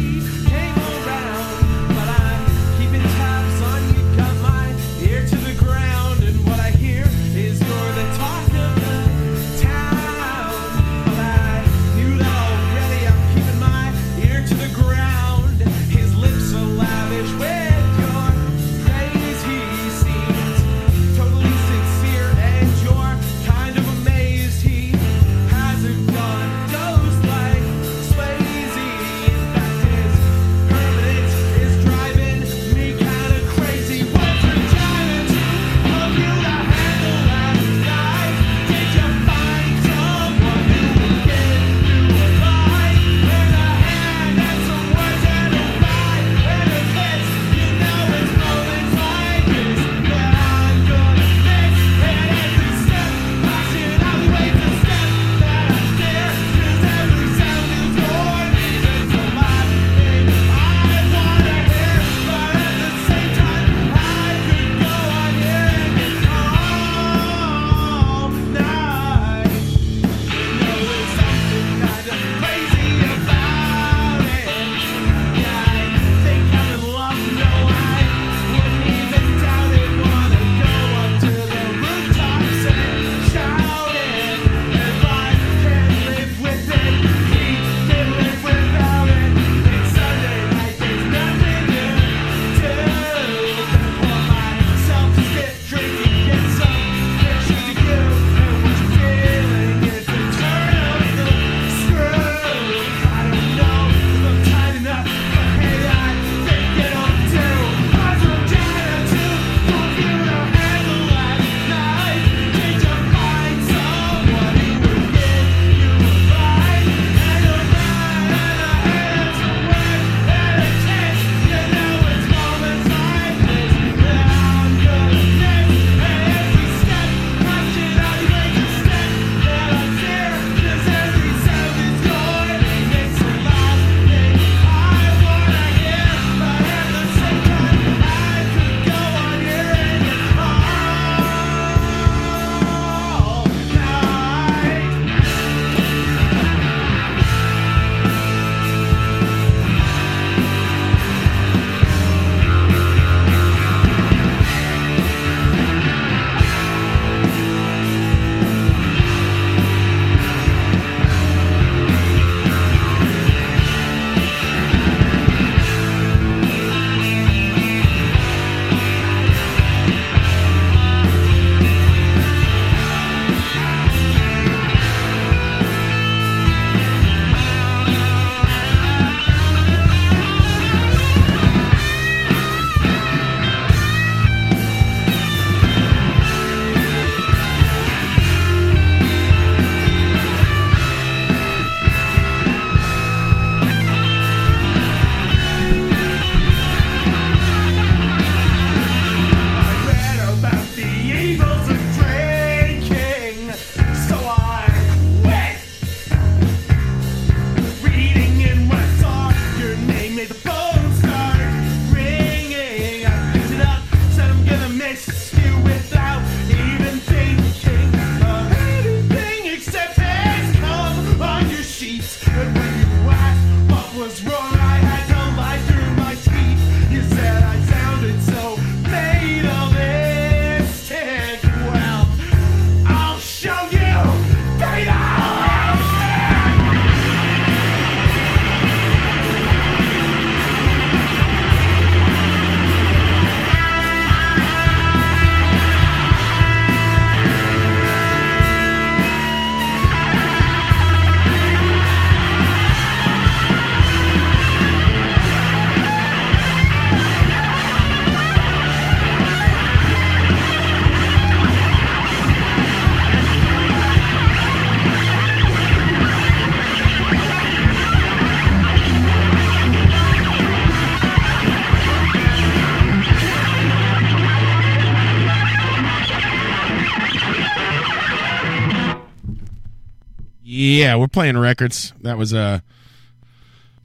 Speaker 4: Yeah, we're playing records. That was uh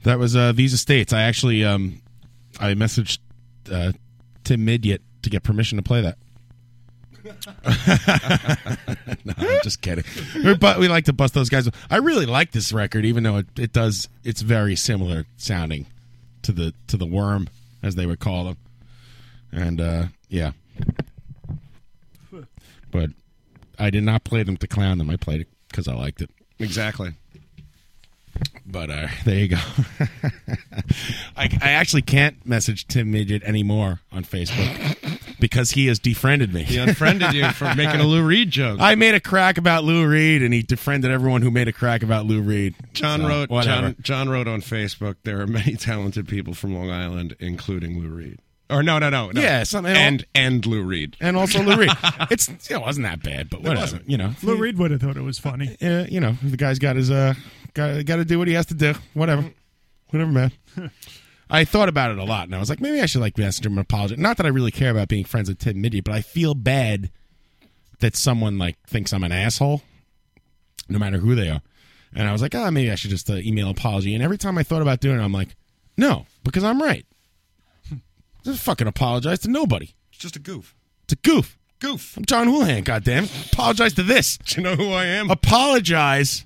Speaker 4: that was uh these estates. I actually um I messaged uh Tim Midyat to get permission to play that. no, I'm just kidding. We but we like to bust those guys. I really like this record, even though it, it does. It's very similar sounding to the to the worm, as they would call them. And uh, yeah, but I did not play them to clown them. I played it because I liked it.
Speaker 2: Exactly.
Speaker 4: But uh, there you go. I, I actually can't message Tim Midget anymore on Facebook because he has defriended me.
Speaker 2: He unfriended you for making a Lou Reed joke.
Speaker 4: I made a crack about Lou Reed, and he defriended everyone who made a crack about Lou Reed.
Speaker 2: John
Speaker 4: So,
Speaker 2: wrote
Speaker 4: whatever.
Speaker 2: John, John wrote on Facebook there are many talented people from Long Island including Lou Reed. Or no, no, no. no.
Speaker 4: Yeah, something-
Speaker 2: and and Lou Reed.
Speaker 4: and also Lou Reed. It's it wasn't that bad, but
Speaker 2: It
Speaker 4: whatever.
Speaker 2: wasn't.
Speaker 4: You know,
Speaker 14: Lou Reed would have thought it was funny.
Speaker 4: uh, you know, the guy's got his uh, got got to do what he has to do. Whatever, whatever, man. I thought about it a lot, and I was like, maybe I should like message him an apology. Not that I really care about being friends with Tim Middy, but I feel bad that someone like thinks I'm an asshole, no matter who they are. And I was like, ah, maybe I should just uh, email apology. And every time I thought about doing it, I'm like, no, because I'm right. Just fucking apologize to nobody.
Speaker 2: It's just a goof.
Speaker 4: It's a goof. Goof. I'm John Houlihan, goddamn. Apologize to this.
Speaker 2: Do you know who I am?
Speaker 4: Apologize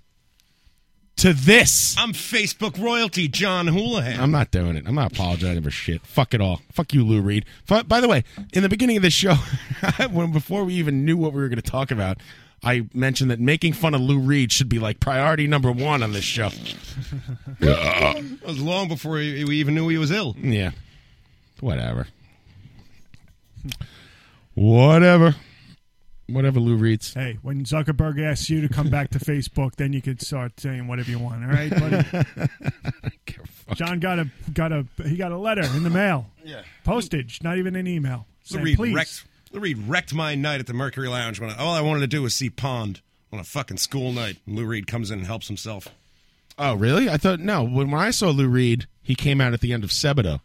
Speaker 4: to this.
Speaker 2: I'm Facebook royalty John Houlihan.
Speaker 4: I'm not doing it. I'm not apologizing for shit. Fuck it all. Fuck you, Lou Reed. Fu- By the way, in the beginning of this show, when before we even knew what we were going to talk about, I mentioned that making fun of Lou Reed should be like priority number one on this show.
Speaker 2: It was long before he- we even knew he was ill.
Speaker 4: Yeah. Whatever. Whatever. Whatever Lou Reed's.
Speaker 14: Hey, when Zuckerberg asks you to come back to Facebook, then you could start saying whatever you want. All right, buddy. John got a got a he got a letter in the mail.
Speaker 2: Yeah.
Speaker 14: postage, not even an email.
Speaker 2: Lou
Speaker 14: Saying,
Speaker 2: Reed
Speaker 14: please,
Speaker 2: wrecked. Lou Reed wrecked my night at the Mercury Lounge when I, all I wanted to do was see Pond on a fucking school night. Lou Reed comes in and helps himself.
Speaker 4: Oh, really? I thought no. When, when I saw Lou Reed, he came out at the end of Sebado.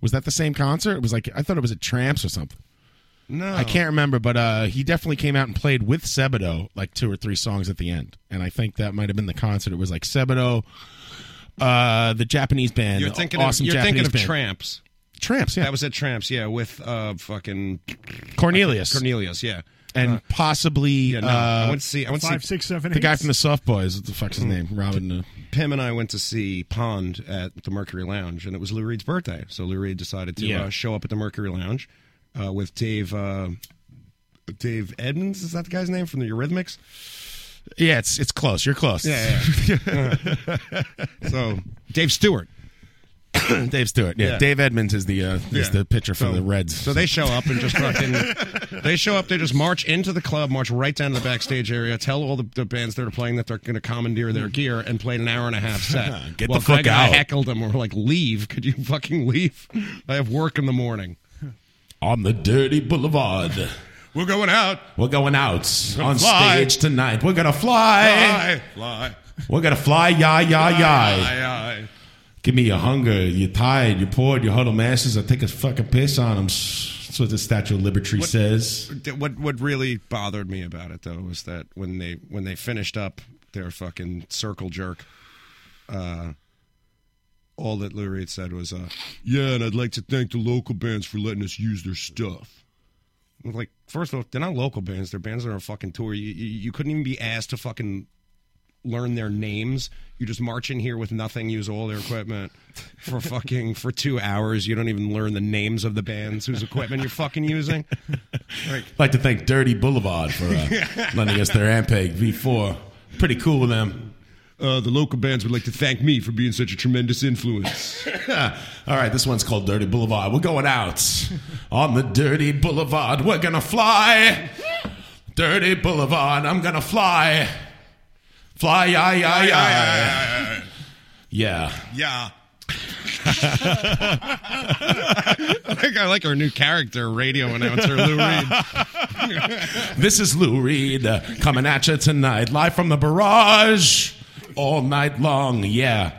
Speaker 4: Was that the same concert? It was like I thought it was at Tramps or something.
Speaker 2: No,
Speaker 4: I can't remember, but uh, he definitely came out and played with Sebado like two or three songs at the end, and I think that might have been the concert. It was like Sebado, uh, the Japanese band,
Speaker 2: You're
Speaker 4: the
Speaker 2: thinking
Speaker 4: awesome
Speaker 2: of, you're
Speaker 4: Japanese
Speaker 2: thinking of
Speaker 4: band.
Speaker 2: Tramps.
Speaker 4: Tramps, yeah.
Speaker 2: That was at Tramps, yeah, with uh fucking
Speaker 4: Cornelius.
Speaker 2: Cornelius, yeah.
Speaker 4: and possibly
Speaker 2: no,
Speaker 4: uh,
Speaker 2: I went to see- I went to see- Mm. Five, six, seven,
Speaker 4: the guy
Speaker 2: eights.
Speaker 4: from the Soft Boys. What the fuck's his name? Robin. Uh,
Speaker 2: Pim and I went to see Pond at the Mercury Lounge, and it was Lou Reed's birthday, so Lou Reed decided to
Speaker 4: Yeah.
Speaker 2: uh, show up at the Mercury Lounge uh, with Dave uh, Dave Edmonds. Is that the guy's name from the Eurythmics?
Speaker 4: yeah, it's it's close. You're close.
Speaker 2: Yeah, yeah. Uh, so Dave Stewart.
Speaker 4: Dave Stewart. Yeah.
Speaker 2: Yeah.
Speaker 4: Dave Edmonds is the uh,
Speaker 2: Yeah.
Speaker 4: is the pitcher for
Speaker 2: So-
Speaker 4: the Reds.
Speaker 2: So they show up and just fucking. they show up. They just march into the club, march right down to the backstage area, tell all the, the bands that are playing that they're going to commandeer their gear, and play an hour and a half set.
Speaker 4: Hmm. Get the
Speaker 2: Well,
Speaker 4: fuck
Speaker 2: Greg and I
Speaker 4: out.
Speaker 2: heckled them. We're like, leave. Could you fucking leave? I have work in the morning.
Speaker 4: on the dirty boulevard.
Speaker 2: We're going out.
Speaker 4: We're going out
Speaker 2: Uh, Gonna
Speaker 4: on
Speaker 2: fly.
Speaker 4: stage tonight. We're gonna fly.
Speaker 2: Fly.
Speaker 4: We're gonna fly, yah yah yah.
Speaker 2: Aye, aye.
Speaker 4: Give me your hunger. You're tired. You're poor. You huddle masses. I take a fucking piss on them. That's what the Statue of Liberty says.
Speaker 2: What what really bothered me about it though was that when they when they finished up their fucking circle jerk, uh, all that Lou Reed said was, uh, "Yeah, and I'd like to thank the local bands for letting us use their stuff." I'm Like, first of all, they're not local bands; they're bands that are on fucking tour. You, you you couldn't even be asked to fucking learn their names. You just march in here with nothing, use all their equipment for fucking for two hours. You don't even learn the names of the bands whose equipment you're fucking using.
Speaker 4: I'd like to thank Dirty Boulevard for uh, lending us their Ampeg V4. Pretty cool with them.
Speaker 2: Uh, the local bands would like to thank me for being such a tremendous influence.
Speaker 4: All right, this one's called Dirty Boulevard. We're going out on the Dirty Boulevard. We're gonna fly. Dirty Boulevard. I'm gonna fly. Fly, yah yah yah. Yeah.
Speaker 2: Yeah. I think I like our new character, radio announcer Lou Reed.
Speaker 4: This is Lou Reed uh, coming at you tonight, live from the barrage, all night long. Yeah,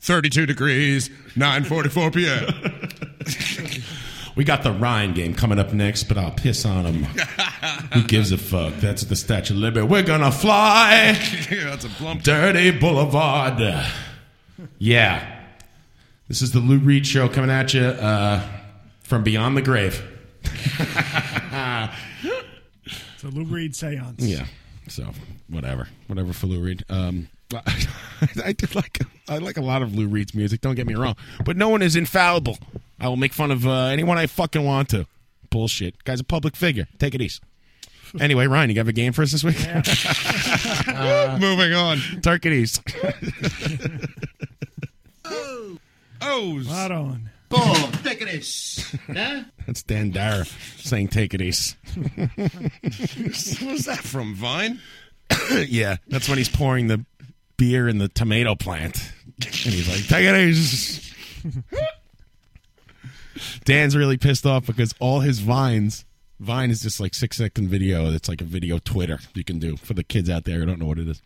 Speaker 2: thirty-two degrees, nine forty-four p.m.
Speaker 4: We got the Rhine game coming up next, but I'll piss on him. Who gives a fuck? That's the Statue of Liberty. We're gonna fly.
Speaker 2: That's a plump.
Speaker 4: Dirty Boulevard. Yeah. This is the Lou Reed Show coming at you uh, from beyond the grave.
Speaker 14: It's a Lou Reed seance.
Speaker 4: Yeah. So whatever, whatever for Lou Reed. Um, I, did like I like a lot of Lou Reed's music. Don't get me wrong, but no one is infallible. I will make fun of uh, anyone I fucking want to. Bullshit. Guy's a public figure. Take it easy. Anyway, Ryan, you got a game for us this week?
Speaker 2: Moving on.
Speaker 4: Turkeys.
Speaker 2: Oh, right
Speaker 14: on.
Speaker 1: Boom, take this. Huh?
Speaker 4: That's Dan Dyer saying "Take it easy."
Speaker 2: What's that from? Vine?
Speaker 4: yeah, that's when he's pouring the beer in the tomato plant, and he's like, "Take it easy." Dan's really pissed off because all his vines, Vine is just like six second video. That's like a video Twitter you can do for the kids out there who don't know what it is.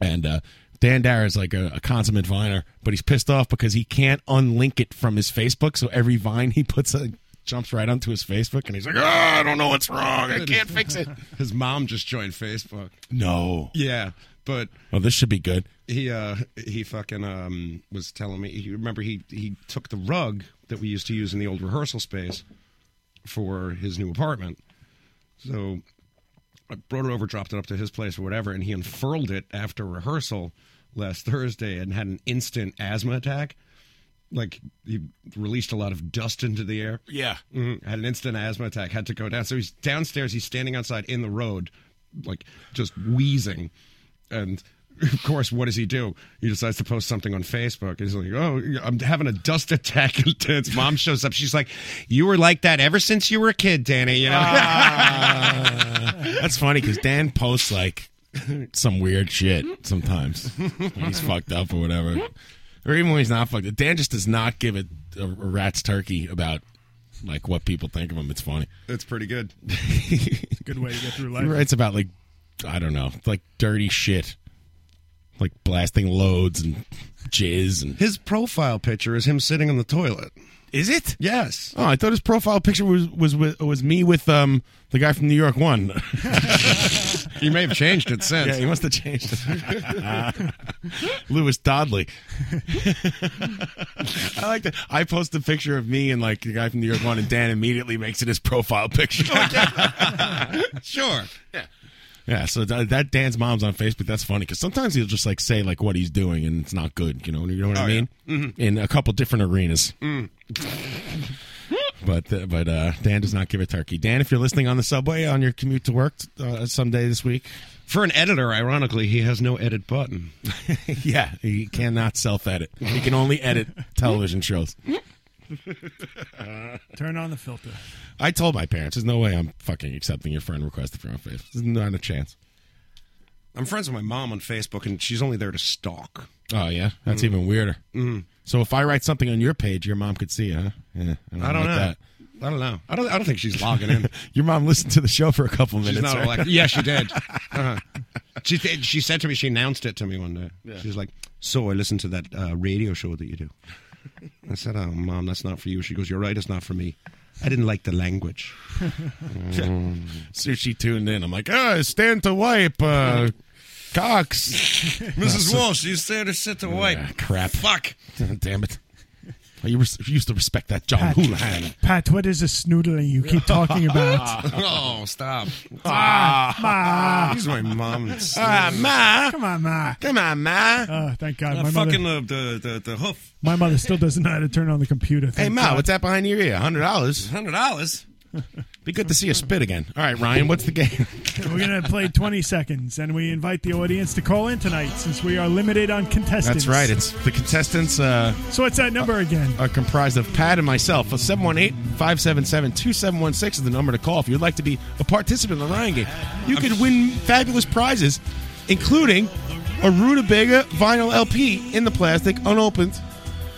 Speaker 4: And uh, Dan Dyer is like a, a consummate viner, but he's pissed off because he can't unlink it from his Facebook. So every vine he puts uh jumps right onto his Facebook, and he's like, "Ah, I don't know what's wrong. I can't fix it."
Speaker 2: His mom just joined Facebook.
Speaker 4: No.
Speaker 2: Yeah, but
Speaker 4: Oh, this should be good.
Speaker 2: he uh he fucking um was telling me. You remember he he took the rug that we used to use in the old rehearsal space for his new apartment. So I brought it over, dropped it up to his place or whatever, and he unfurled it after rehearsal last Thursday and had an instant asthma attack. Like he released a lot of dust into the air.
Speaker 4: Yeah.
Speaker 2: Mhm. Had an instant asthma attack, had to go down. So he's downstairs, he's standing outside in the road, like just wheezing. And of course, what does he do? He decides to post something on Facebook. He's like, Oh, I'm having a dust attack. And his mom shows up. She's like, You were like that ever since you were a kid, Danny. You know?
Speaker 4: Ah. That's funny because Dan posts like some weird shit sometimes when he's fucked up or whatever, or even when he's not fucked. up. Dan just does not give a, a rat's turkey about like what people think of him. It's funny.
Speaker 2: That's pretty good.
Speaker 14: Good way to get through
Speaker 4: He
Speaker 14: life.
Speaker 4: writes about like I don't know, like dirty shit, like blasting loads and jizz and.
Speaker 2: His profile picture is him sitting on the toilet.
Speaker 4: Is it?
Speaker 2: Yes.
Speaker 4: Oh, I thought his profile picture was was was, was me with um the guy from New York One.
Speaker 2: You may have changed it since.
Speaker 4: Yeah, he must have changed it. Lewis Dodley. I like that. I post a picture of me and like the guy from New York One, and Dan immediately makes it his profile picture.
Speaker 2: Oh, sure. Yeah.
Speaker 4: yeah, so that, that Dan's mom's on Facebook. That's funny because sometimes he'll just like say like what he's doing, and it's not good. You know, you know what I
Speaker 2: Oh,
Speaker 4: mean?
Speaker 2: yeah. Mhm.
Speaker 4: In a couple different arenas.
Speaker 2: Mm.
Speaker 4: But uh, but uh, Dan does not give a turkey. Dan, if you're listening on the subway on your commute to work uh, someday this week,
Speaker 2: For an editor, ironically, he has no edit button.
Speaker 4: yeah, he cannot self edit. He can only edit television shows.
Speaker 14: Turn on the filter.
Speaker 4: I told my parents, "There's no way I'm fucking accepting your friend request if you're on Facebook. There's not a chance."
Speaker 2: I'm friends with my mom on Facebook, and she's only there to stalk.
Speaker 4: Oh yeah, that's
Speaker 2: Mm.
Speaker 4: even weirder.
Speaker 2: Mm.
Speaker 4: So if I write something on your page, your mom could see it, huh? Yeah,
Speaker 2: I don't
Speaker 4: like
Speaker 2: know.
Speaker 4: that.
Speaker 2: I don't know. I don't. I don't think she's logging in.
Speaker 4: your mom listened to the show for a couple minutes.
Speaker 2: She's not
Speaker 4: right?
Speaker 2: elected. Yeah, she did. Uh-huh. She did. She said to me. She announced it to me one day.
Speaker 4: Yeah.
Speaker 2: She was like, "So I listened to that uh, radio show that you do." I said, "Oh, mom, that's not for you." She goes, "You're right. It's not for me. I didn't like the language."
Speaker 4: so she tuned in. I'm like,
Speaker 2: "Oh,
Speaker 4: ah, stand to wipe, uh, Cox,
Speaker 2: Mrs. Walsh, you said to sit to wipe.
Speaker 4: crap.
Speaker 2: Fuck.
Speaker 4: Damn it. I used to- used to respect that John
Speaker 14: Pat,
Speaker 4: Houlihan.
Speaker 14: Pat, what is this snoodling you keep talking about?
Speaker 2: oh, stop.
Speaker 4: Ah,
Speaker 14: Ma.
Speaker 2: He's my mom.
Speaker 4: Ah, ma.
Speaker 14: Come on, Ma.
Speaker 4: Come on, ma.
Speaker 14: Oh, thank God.
Speaker 2: I
Speaker 14: My mother,
Speaker 2: fucking love the, the, the hoof.
Speaker 14: my mother still doesn't know how to turn on the computer.
Speaker 4: Hey,
Speaker 14: thank
Speaker 4: Ma,
Speaker 14: God.
Speaker 4: what's that behind your ear? $100?
Speaker 2: $100?
Speaker 4: Be good to see you spit again. All right, Ryan, what's the game?
Speaker 14: We're going to play 20 seconds, and we invite the audience to call in tonight since we are limited on contestants.
Speaker 4: That's right. It's the contestants uh,
Speaker 14: So what's that number again?
Speaker 4: are uh, comprised of Pat and myself. 718 577 2716 is the number to call if you'd like to be a participant in the Ryan game. You could win fabulous prizes, including a Rutabaga vinyl LP in the plastic, unopened,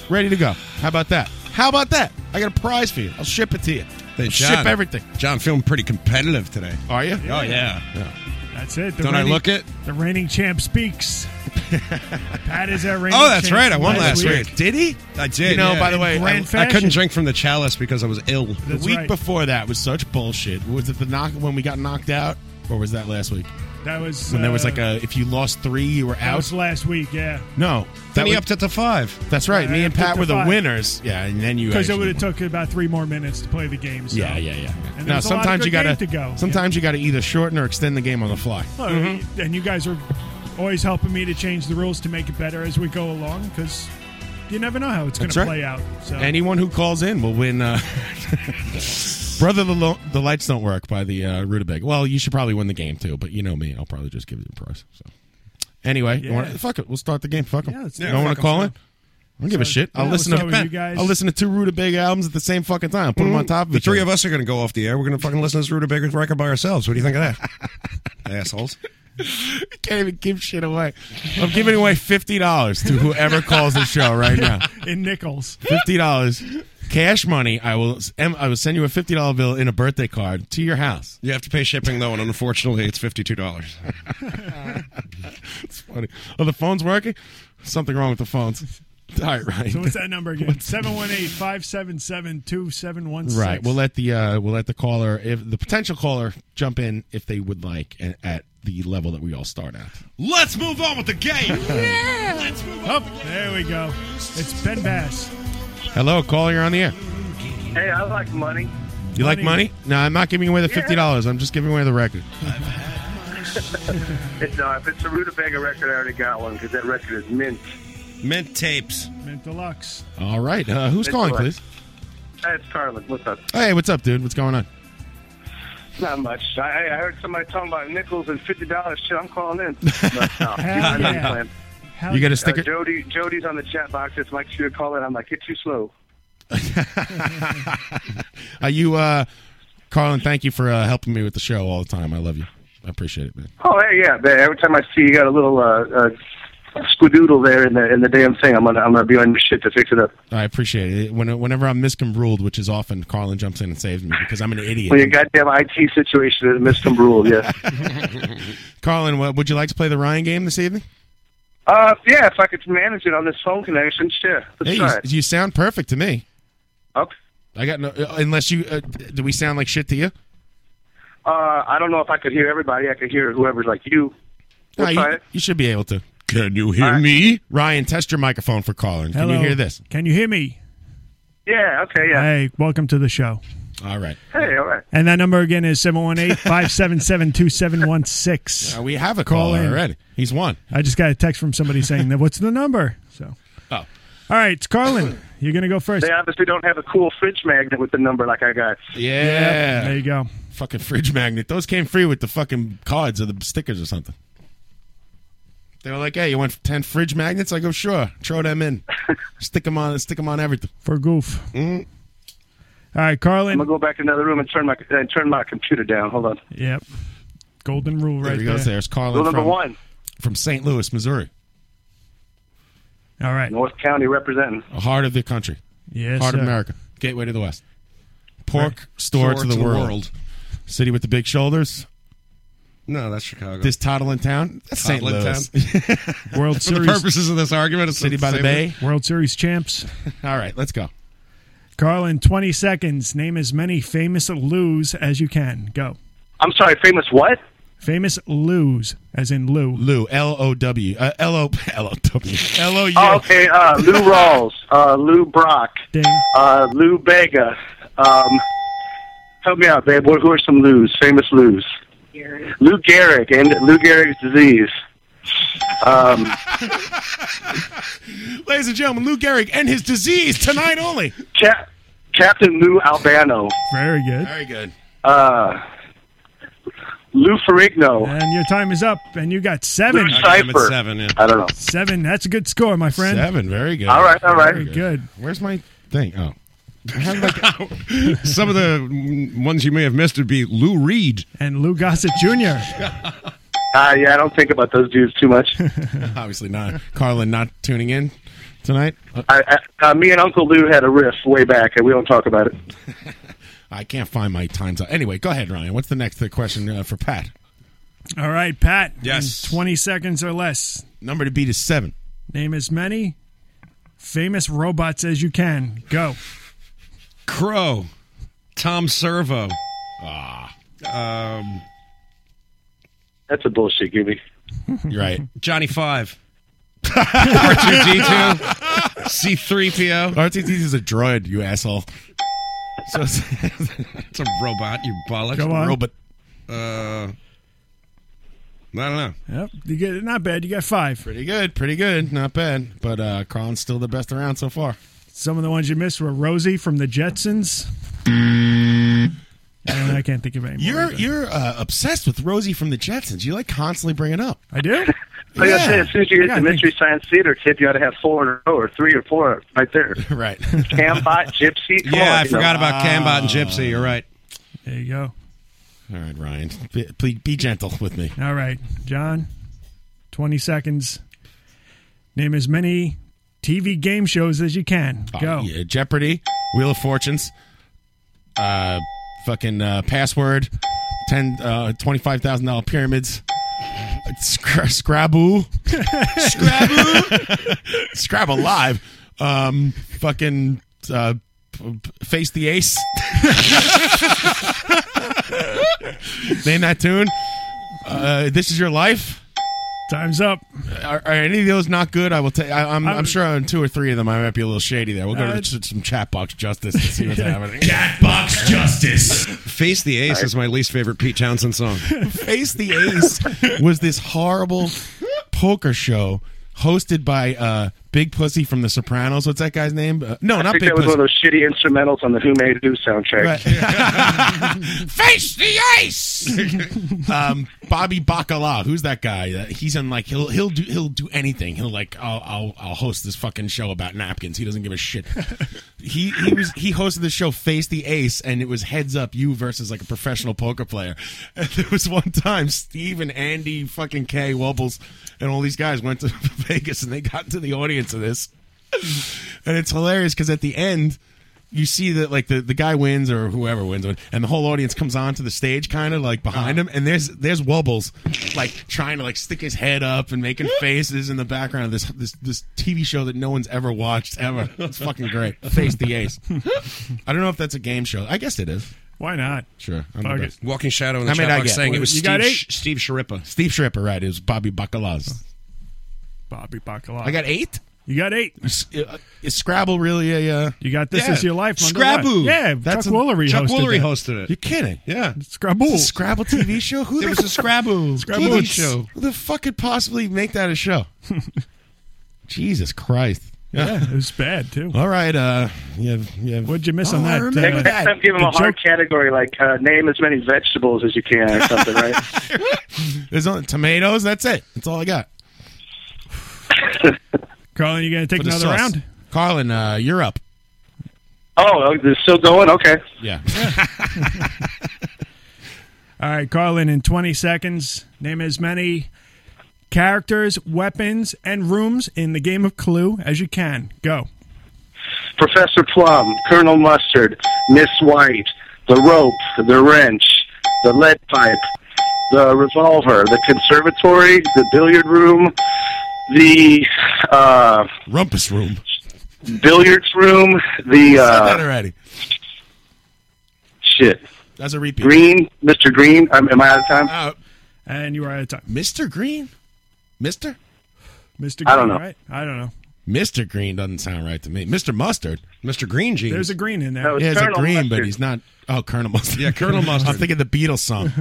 Speaker 4: ready to go. How about that? How about that? I got a prize for you. I'll ship it to you.
Speaker 2: Hey,
Speaker 4: I'll
Speaker 2: John.
Speaker 4: ship everything.
Speaker 2: John, feeling pretty competitive today.
Speaker 4: Are you?
Speaker 2: Oh, yeah.
Speaker 14: That's it.
Speaker 2: Don't I look it?
Speaker 14: The reigning champ speaks. Pat is at Raymond
Speaker 2: Oh, that's
Speaker 14: James
Speaker 2: right. I won last week.
Speaker 4: Did he?
Speaker 2: I did.
Speaker 4: You know,
Speaker 2: yeah.
Speaker 4: by the way,
Speaker 2: I, I couldn't drink from the chalice because I was ill.
Speaker 4: The week before that was such bullshit. Was it the knock when we got knocked out, or was that last week?
Speaker 14: That was
Speaker 4: when there was
Speaker 14: uh,
Speaker 4: like a if you lost three, you were
Speaker 14: that
Speaker 4: out.
Speaker 14: was last week. Yeah,
Speaker 4: no,
Speaker 14: Then he
Speaker 4: was-
Speaker 14: upped
Speaker 2: it to five.
Speaker 4: That's right.
Speaker 14: Yeah,
Speaker 4: Me and
Speaker 14: upped it
Speaker 4: Pat
Speaker 14: to
Speaker 4: were the
Speaker 14: five.
Speaker 4: winners. Yeah, and then you
Speaker 14: because it
Speaker 4: actually
Speaker 14: would have took about three more minutes to play the game. So.
Speaker 4: Yeah, yeah, yeah.
Speaker 14: And
Speaker 4: Now
Speaker 14: there's a lot of
Speaker 4: sometimes
Speaker 14: good
Speaker 4: you gotta
Speaker 14: games to go.
Speaker 4: sometimes you gotta either shorten or extend the game on the fly.
Speaker 14: Well,
Speaker 4: Mm-hmm.
Speaker 14: And you guys are always helping me to change the rules to make it better as we go along because you never know how it's going
Speaker 4: That's
Speaker 14: to
Speaker 4: right.
Speaker 14: play out. So
Speaker 4: Anyone who calls in will win. Uh, Brother, the, lo- the lights don't work by the uh, Rutabaga. Well, you should probably win the game too, but you know me, I'll probably just give you the prize. So anyway, you
Speaker 14: Yeah.
Speaker 4: wanna- fuck it, we'll start the game. Fuck them.
Speaker 14: Yeah, let's do
Speaker 4: you
Speaker 14: it.
Speaker 4: don't want
Speaker 14: Fuck
Speaker 4: to
Speaker 14: 'em,
Speaker 4: call
Speaker 14: fuck
Speaker 4: in? I don't give a
Speaker 14: So-
Speaker 4: shit. I'll
Speaker 14: Yeah,
Speaker 4: listen
Speaker 14: what's
Speaker 4: to
Speaker 14: up with you guys?
Speaker 4: I'll listen to two Rutabaga albums at the same fucking time. I'll put them on top of
Speaker 2: Mm. The
Speaker 4: each
Speaker 2: three
Speaker 4: other.
Speaker 2: of us are going to go off the air. We're going to fucking listen to this Rutabaga's record by ourselves. What do you think of that? Assholes.
Speaker 4: can't even give shit away. I'm giving away fifty dollars to whoever calls the show right now.
Speaker 14: in nickels.
Speaker 4: Fifty dollars, cash money. I will. em- I will send you a fifty dollar bill in a birthday card to your house.
Speaker 2: You have to pay shipping though, and unfortunately, it's fifty-two dollars.
Speaker 4: it's funny. Are the phones working? Something wrong with the phones. All right, right.
Speaker 14: So what's that number again? 718-577-2716.
Speaker 4: Right. We'll let the uh, we'll let the caller, if the potential caller, jump in if they would like a- at the level that we all start at.
Speaker 3: Let's move on with the game.
Speaker 14: Yeah. Oh, there we go. It's Ben Bass.
Speaker 4: Hello, caller. You're on the air.
Speaker 18: Hey, I like money.
Speaker 4: You like money? No, I'm not giving away the fifty dollars. I'm just giving away the record.
Speaker 18: It's, uh, if it's a Rutabaga record, I already got one because that record is mint.
Speaker 2: Mint tapes.
Speaker 14: Mint deluxe.
Speaker 4: All right. Uh, who's
Speaker 18: Mint
Speaker 4: calling,
Speaker 18: deluxe.
Speaker 4: please?
Speaker 18: Hey, it's Carlin. What's up?
Speaker 4: Hey, what's up, dude? What's going on?
Speaker 18: Not much. I, I heard somebody talking about nickels and fifty dollars. Shit, I'm calling in. But, no, I'm not
Speaker 4: yeah.
Speaker 18: playing.
Speaker 4: You get a sticker?
Speaker 18: Uh, Jody, Jody's on the chat box. It's like she would call in. I'm like, it's too slow.
Speaker 4: Are you, uh, Carlin? Thank you for uh, helping me with the show all the time. I love you. I appreciate it, man.
Speaker 18: Oh, hey, yeah. but Every time I see you got a little uh, uh, squadoodle there in the in the damn thing, I'm gonna I'm gonna be on your shit to fix it up.
Speaker 4: I appreciate it. When, whenever I'm misconruled, which is often, Carlin jumps in and saves me because I'm an idiot.
Speaker 18: Well, your goddamn IT situation is Mr. Rule. Yeah.
Speaker 4: Carlin, what, would you like to play the Ryan game this evening?
Speaker 18: uh, yeah. If I could manage it on this phone connection, sure. Let's
Speaker 4: Hey, you,
Speaker 18: try it.
Speaker 4: you sound perfect to me.
Speaker 18: Okay.
Speaker 4: I got no. uh, Unless you, uh, do we sound like shit to you?
Speaker 18: Uh, I don't know if I could hear everybody. I could hear whoever's like you. We'll
Speaker 4: Nah,
Speaker 18: try
Speaker 4: you,
Speaker 18: it.
Speaker 4: you should be able to. Can you hear me, Ryan? Test your microphone for Carlin. Can
Speaker 14: Hello.
Speaker 4: you hear this?
Speaker 14: Can you hear me?
Speaker 18: Yeah, okay, yeah.
Speaker 14: Hey, welcome to the show.
Speaker 4: All right.
Speaker 18: Hey, all right.
Speaker 14: And that number again is 718-577-2716.
Speaker 4: Uh, we have a
Speaker 14: Call
Speaker 4: caller
Speaker 14: in.
Speaker 4: already. He's one.
Speaker 14: I just got a text from somebody saying that what's the number? So
Speaker 4: Oh.
Speaker 14: All right, it's Carlin. You're going to go first.
Speaker 18: They obviously don't have a cool fridge magnet with the number like I got.
Speaker 4: Yeah.
Speaker 14: There you go.
Speaker 4: Fucking fridge magnet. Those came free with the fucking cards or the stickers or something. They were like, "Hey, you want ten fridge magnets?" I go, "Sure, throw them in, stick them on, stick them on everything."
Speaker 14: For goof.
Speaker 4: Mm-hmm.
Speaker 14: All right, Carlin.
Speaker 18: I'm gonna go back in another room and turn my and turn my computer down. Hold on.
Speaker 14: Yep. Golden rule
Speaker 4: There
Speaker 14: right
Speaker 4: he
Speaker 14: there.
Speaker 4: goes. There's Carlin.
Speaker 18: Rule number
Speaker 4: from,
Speaker 18: one.
Speaker 4: from St. Louis, Missouri,
Speaker 14: All right.
Speaker 18: North County representing.
Speaker 4: the heart of the country,
Speaker 14: Yes,
Speaker 4: heart
Speaker 14: sir.
Speaker 4: of America, gateway to the West, pork
Speaker 2: Right.
Speaker 4: store to the, world. city with the big shoulders.
Speaker 2: No, that's Chicago.
Speaker 4: This toddling town, that's St.
Speaker 2: Toddling
Speaker 4: Louis.
Speaker 2: town.
Speaker 14: World
Speaker 2: For the
Speaker 14: Series.
Speaker 2: purposes of this argument, it's
Speaker 4: City by the
Speaker 2: same
Speaker 4: Bay.
Speaker 14: World Series champs.
Speaker 4: All right, let's go.
Speaker 14: Carlin, 20 seconds. Name as many famous loos as you can. Go.
Speaker 18: I'm sorry, famous what?
Speaker 14: Famous loos, as in Lou.
Speaker 4: Lou, L O W. Uh, L O L O W. L O U.
Speaker 18: Oh, okay. Uh, Lou Rawls, uh, Lou Brock, uh, Lou Bega. Um, help me out, babe. What, who are some Lou's? Famous Lou's. Lou Gehrig and Lou Gehrig's disease. Um,
Speaker 4: Ladies and gentlemen, Lou Gehrig and his disease tonight only.
Speaker 18: Cap- Captain Lou Albano.
Speaker 14: Very good.
Speaker 4: Very good.
Speaker 18: Uh, Lou Ferrigno.
Speaker 14: And your time is up, and you got seven.
Speaker 18: Lou Cipher. I don't know.
Speaker 14: Seven. That's a good score, my friend.
Speaker 4: Seven. Very good.
Speaker 18: All right, all right.
Speaker 14: Very good.
Speaker 4: Where's my thing? Oh.
Speaker 2: Some of the mm, ones you may have missed would be Lou Reed.
Speaker 14: And Lou Gossett Jr.
Speaker 18: Uh, yeah, I don't think about those dudes too much.
Speaker 4: Obviously not. Carlin not tuning in tonight.
Speaker 18: I, I, uh, me and Uncle Lou had a riff way back, and we don't talk about it.
Speaker 4: I can't find my times out. Anyway, go ahead, Ryan. What's the next question uh, for uh, Pat?
Speaker 14: All right, Pat.
Speaker 4: Yes.
Speaker 14: In 20 seconds or less.
Speaker 4: Number to beat is seven.
Speaker 14: Name as many famous robots as you can. Go.
Speaker 2: Crow. Tom Servo. Ah. Um,
Speaker 18: That's a bullshit, Gibby.
Speaker 4: right.
Speaker 2: Johnny Five. R2D2. C3PO.
Speaker 4: RTT is a droid, you asshole. So it's,
Speaker 2: it's a robot, you bollocks.
Speaker 14: Go on.
Speaker 2: Robot. Uh, I don't know.
Speaker 14: Yep. You get it. Not bad. You got five.
Speaker 4: Pretty good. Pretty good. Not bad. But uh, Colin's still the best around so far.
Speaker 14: Some of the ones you missed were Rosie from the Jetsons.
Speaker 18: Mm.
Speaker 14: And I can't think of any. more.
Speaker 4: You're you're uh, obsessed with Rosie from the Jetsons. You like constantly bring it up.
Speaker 14: I do.
Speaker 18: Like I said, as soon as you get to Mystery Science Theater, kid, you ought to have four in a row or three or four right there.
Speaker 4: right.
Speaker 18: Cambot, Gypsy. come
Speaker 2: Yeah,
Speaker 18: on,
Speaker 2: I
Speaker 18: you know.
Speaker 2: forgot about Cambot and Gypsy. You're right.
Speaker 14: There you go.
Speaker 4: All right, Ryan. Be, please be gentle with me.
Speaker 14: All right, John. 20 seconds. Name as many TV game shows as you can. Go.
Speaker 4: Yeah, Jeopardy, Wheel of Fortunes, uh, fucking uh, password, ten uh, twenty five thousand dollar pyramids, Scra- Scrabble, Scrabble, Scrabble live, um, fucking uh, p- p- face the ace. Name that tune. Uh, this is your life.
Speaker 14: Time's up.
Speaker 4: Are, are any of those not good? I will. Ta- I, I'm, I'm,
Speaker 14: I'm-
Speaker 4: sure on two or three of them I might be a little shady there. We'll go
Speaker 14: Uh,
Speaker 4: to the, some chat box justice and see what's happening.
Speaker 2: Box Justice. Face the Ace is my least favorite Pete Townsend song.
Speaker 4: Face the Ace was this horrible poker show hosted by uh, Big Pussy from The Sopranos. What's that guy's name? Uh, no,
Speaker 18: I
Speaker 4: not
Speaker 18: think
Speaker 4: Big
Speaker 18: that was
Speaker 4: Pussy.
Speaker 18: one of those shitty instrumentals on the Who Made Who soundtrack.
Speaker 4: Face the ace. um, Bobby Bacala. Who's that guy? Uh, he's in like he'll he'll do he'll do anything. He'll like I'll I'll, I'll host this fucking show about napkins. He doesn't give a shit. he he was he hosted the show Face the Ace, and it was heads up you versus like a professional poker player. And there was one time Steve and Andy fucking K Wobbles and all these guys went to Vegas and they got into the audience of this and it's hilarious because at the end you see that like the, the guy wins or whoever wins and the whole audience comes onto the stage kind of like behind him and there's there's wobbles like trying to like stick his head up and making faces in the background of this this this tv show that no one's ever watched ever it's fucking great face the ace i don't know if that's a game show i guess it is
Speaker 14: Why not?
Speaker 4: sure I'm the
Speaker 14: Fuck
Speaker 4: best.
Speaker 14: it.
Speaker 2: Walking Shadow in the
Speaker 4: How many
Speaker 2: chat
Speaker 4: did I
Speaker 2: box
Speaker 4: get?
Speaker 2: saying it was
Speaker 4: You
Speaker 2: Steve,
Speaker 4: got eight?
Speaker 2: Sh- Steve Sharippa.
Speaker 4: steve Shripper, right it was bobby bacala's
Speaker 14: Bobby Bacala.
Speaker 4: i got eight
Speaker 14: You got eight.
Speaker 4: is, is scrabble really a uh,
Speaker 14: You got this
Speaker 4: Yeah.
Speaker 14: is your life. number one.
Speaker 4: Scrabble.
Speaker 14: Yeah,
Speaker 4: That's
Speaker 14: Chuck
Speaker 4: a-
Speaker 14: Woolery
Speaker 4: Chuck
Speaker 14: hosted
Speaker 4: Woolery
Speaker 14: that.
Speaker 2: hosted it.
Speaker 4: you're kidding
Speaker 2: Yeah.
Speaker 14: Scrabble.
Speaker 4: It's a Scrabble TV show? Who
Speaker 2: There
Speaker 4: the
Speaker 2: was a
Speaker 4: fuck-
Speaker 2: Scrabble
Speaker 14: Scrabble
Speaker 4: Who the-
Speaker 2: show.
Speaker 4: Who the fuck could possibly make that a show? Jesus Christ!
Speaker 14: Yeah, it was bad too.
Speaker 4: All right. Uh, you have, you have, Oh,
Speaker 14: What'd you miss on that? uh,
Speaker 18: Next time, give them a
Speaker 14: the
Speaker 18: hard category, like uh, name as many vegetables as you can or something, right?
Speaker 4: There's only tomatoes. That's it. That's all I got.
Speaker 14: Carlin, you gonna take
Speaker 4: For the
Speaker 14: another
Speaker 4: sauce.
Speaker 14: round?
Speaker 4: Carlin, uh, you're up.
Speaker 18: Oh, they're still going? Okay.
Speaker 4: Yeah.
Speaker 14: All right, Carlin, in 20 seconds, name as many characters, weapons, and rooms in the game of Clue as you can. Go.
Speaker 18: Professor Plum, Colonel Mustard, Miss White, the rope, the wrench, the lead pipe, the revolver, the conservatory, the billiard room, the uh,
Speaker 4: Rumpus room.
Speaker 18: billiards room, the
Speaker 4: Said that
Speaker 18: uh,
Speaker 4: already.
Speaker 18: shit.
Speaker 4: That's a repeat.
Speaker 18: Green, Mr. Green. Um, am I out of time?
Speaker 4: Uh,
Speaker 14: And you are out of time.
Speaker 4: Mr. Green. Mister.
Speaker 14: Mr. Green,
Speaker 18: I don't know.
Speaker 14: right? I don't know.
Speaker 4: Mr. Green doesn't sound right to me. Mr. Mustard.
Speaker 2: Mr. Green Jeans.
Speaker 14: There's a green in there.
Speaker 18: No, it's
Speaker 4: He has a
Speaker 18: Colonel
Speaker 4: green, but
Speaker 18: Mustard.
Speaker 4: he's not. Oh, Colonel Mustard.
Speaker 2: Yeah, Colonel
Speaker 4: I'm
Speaker 2: Mustard.
Speaker 4: thinking the Beatles song.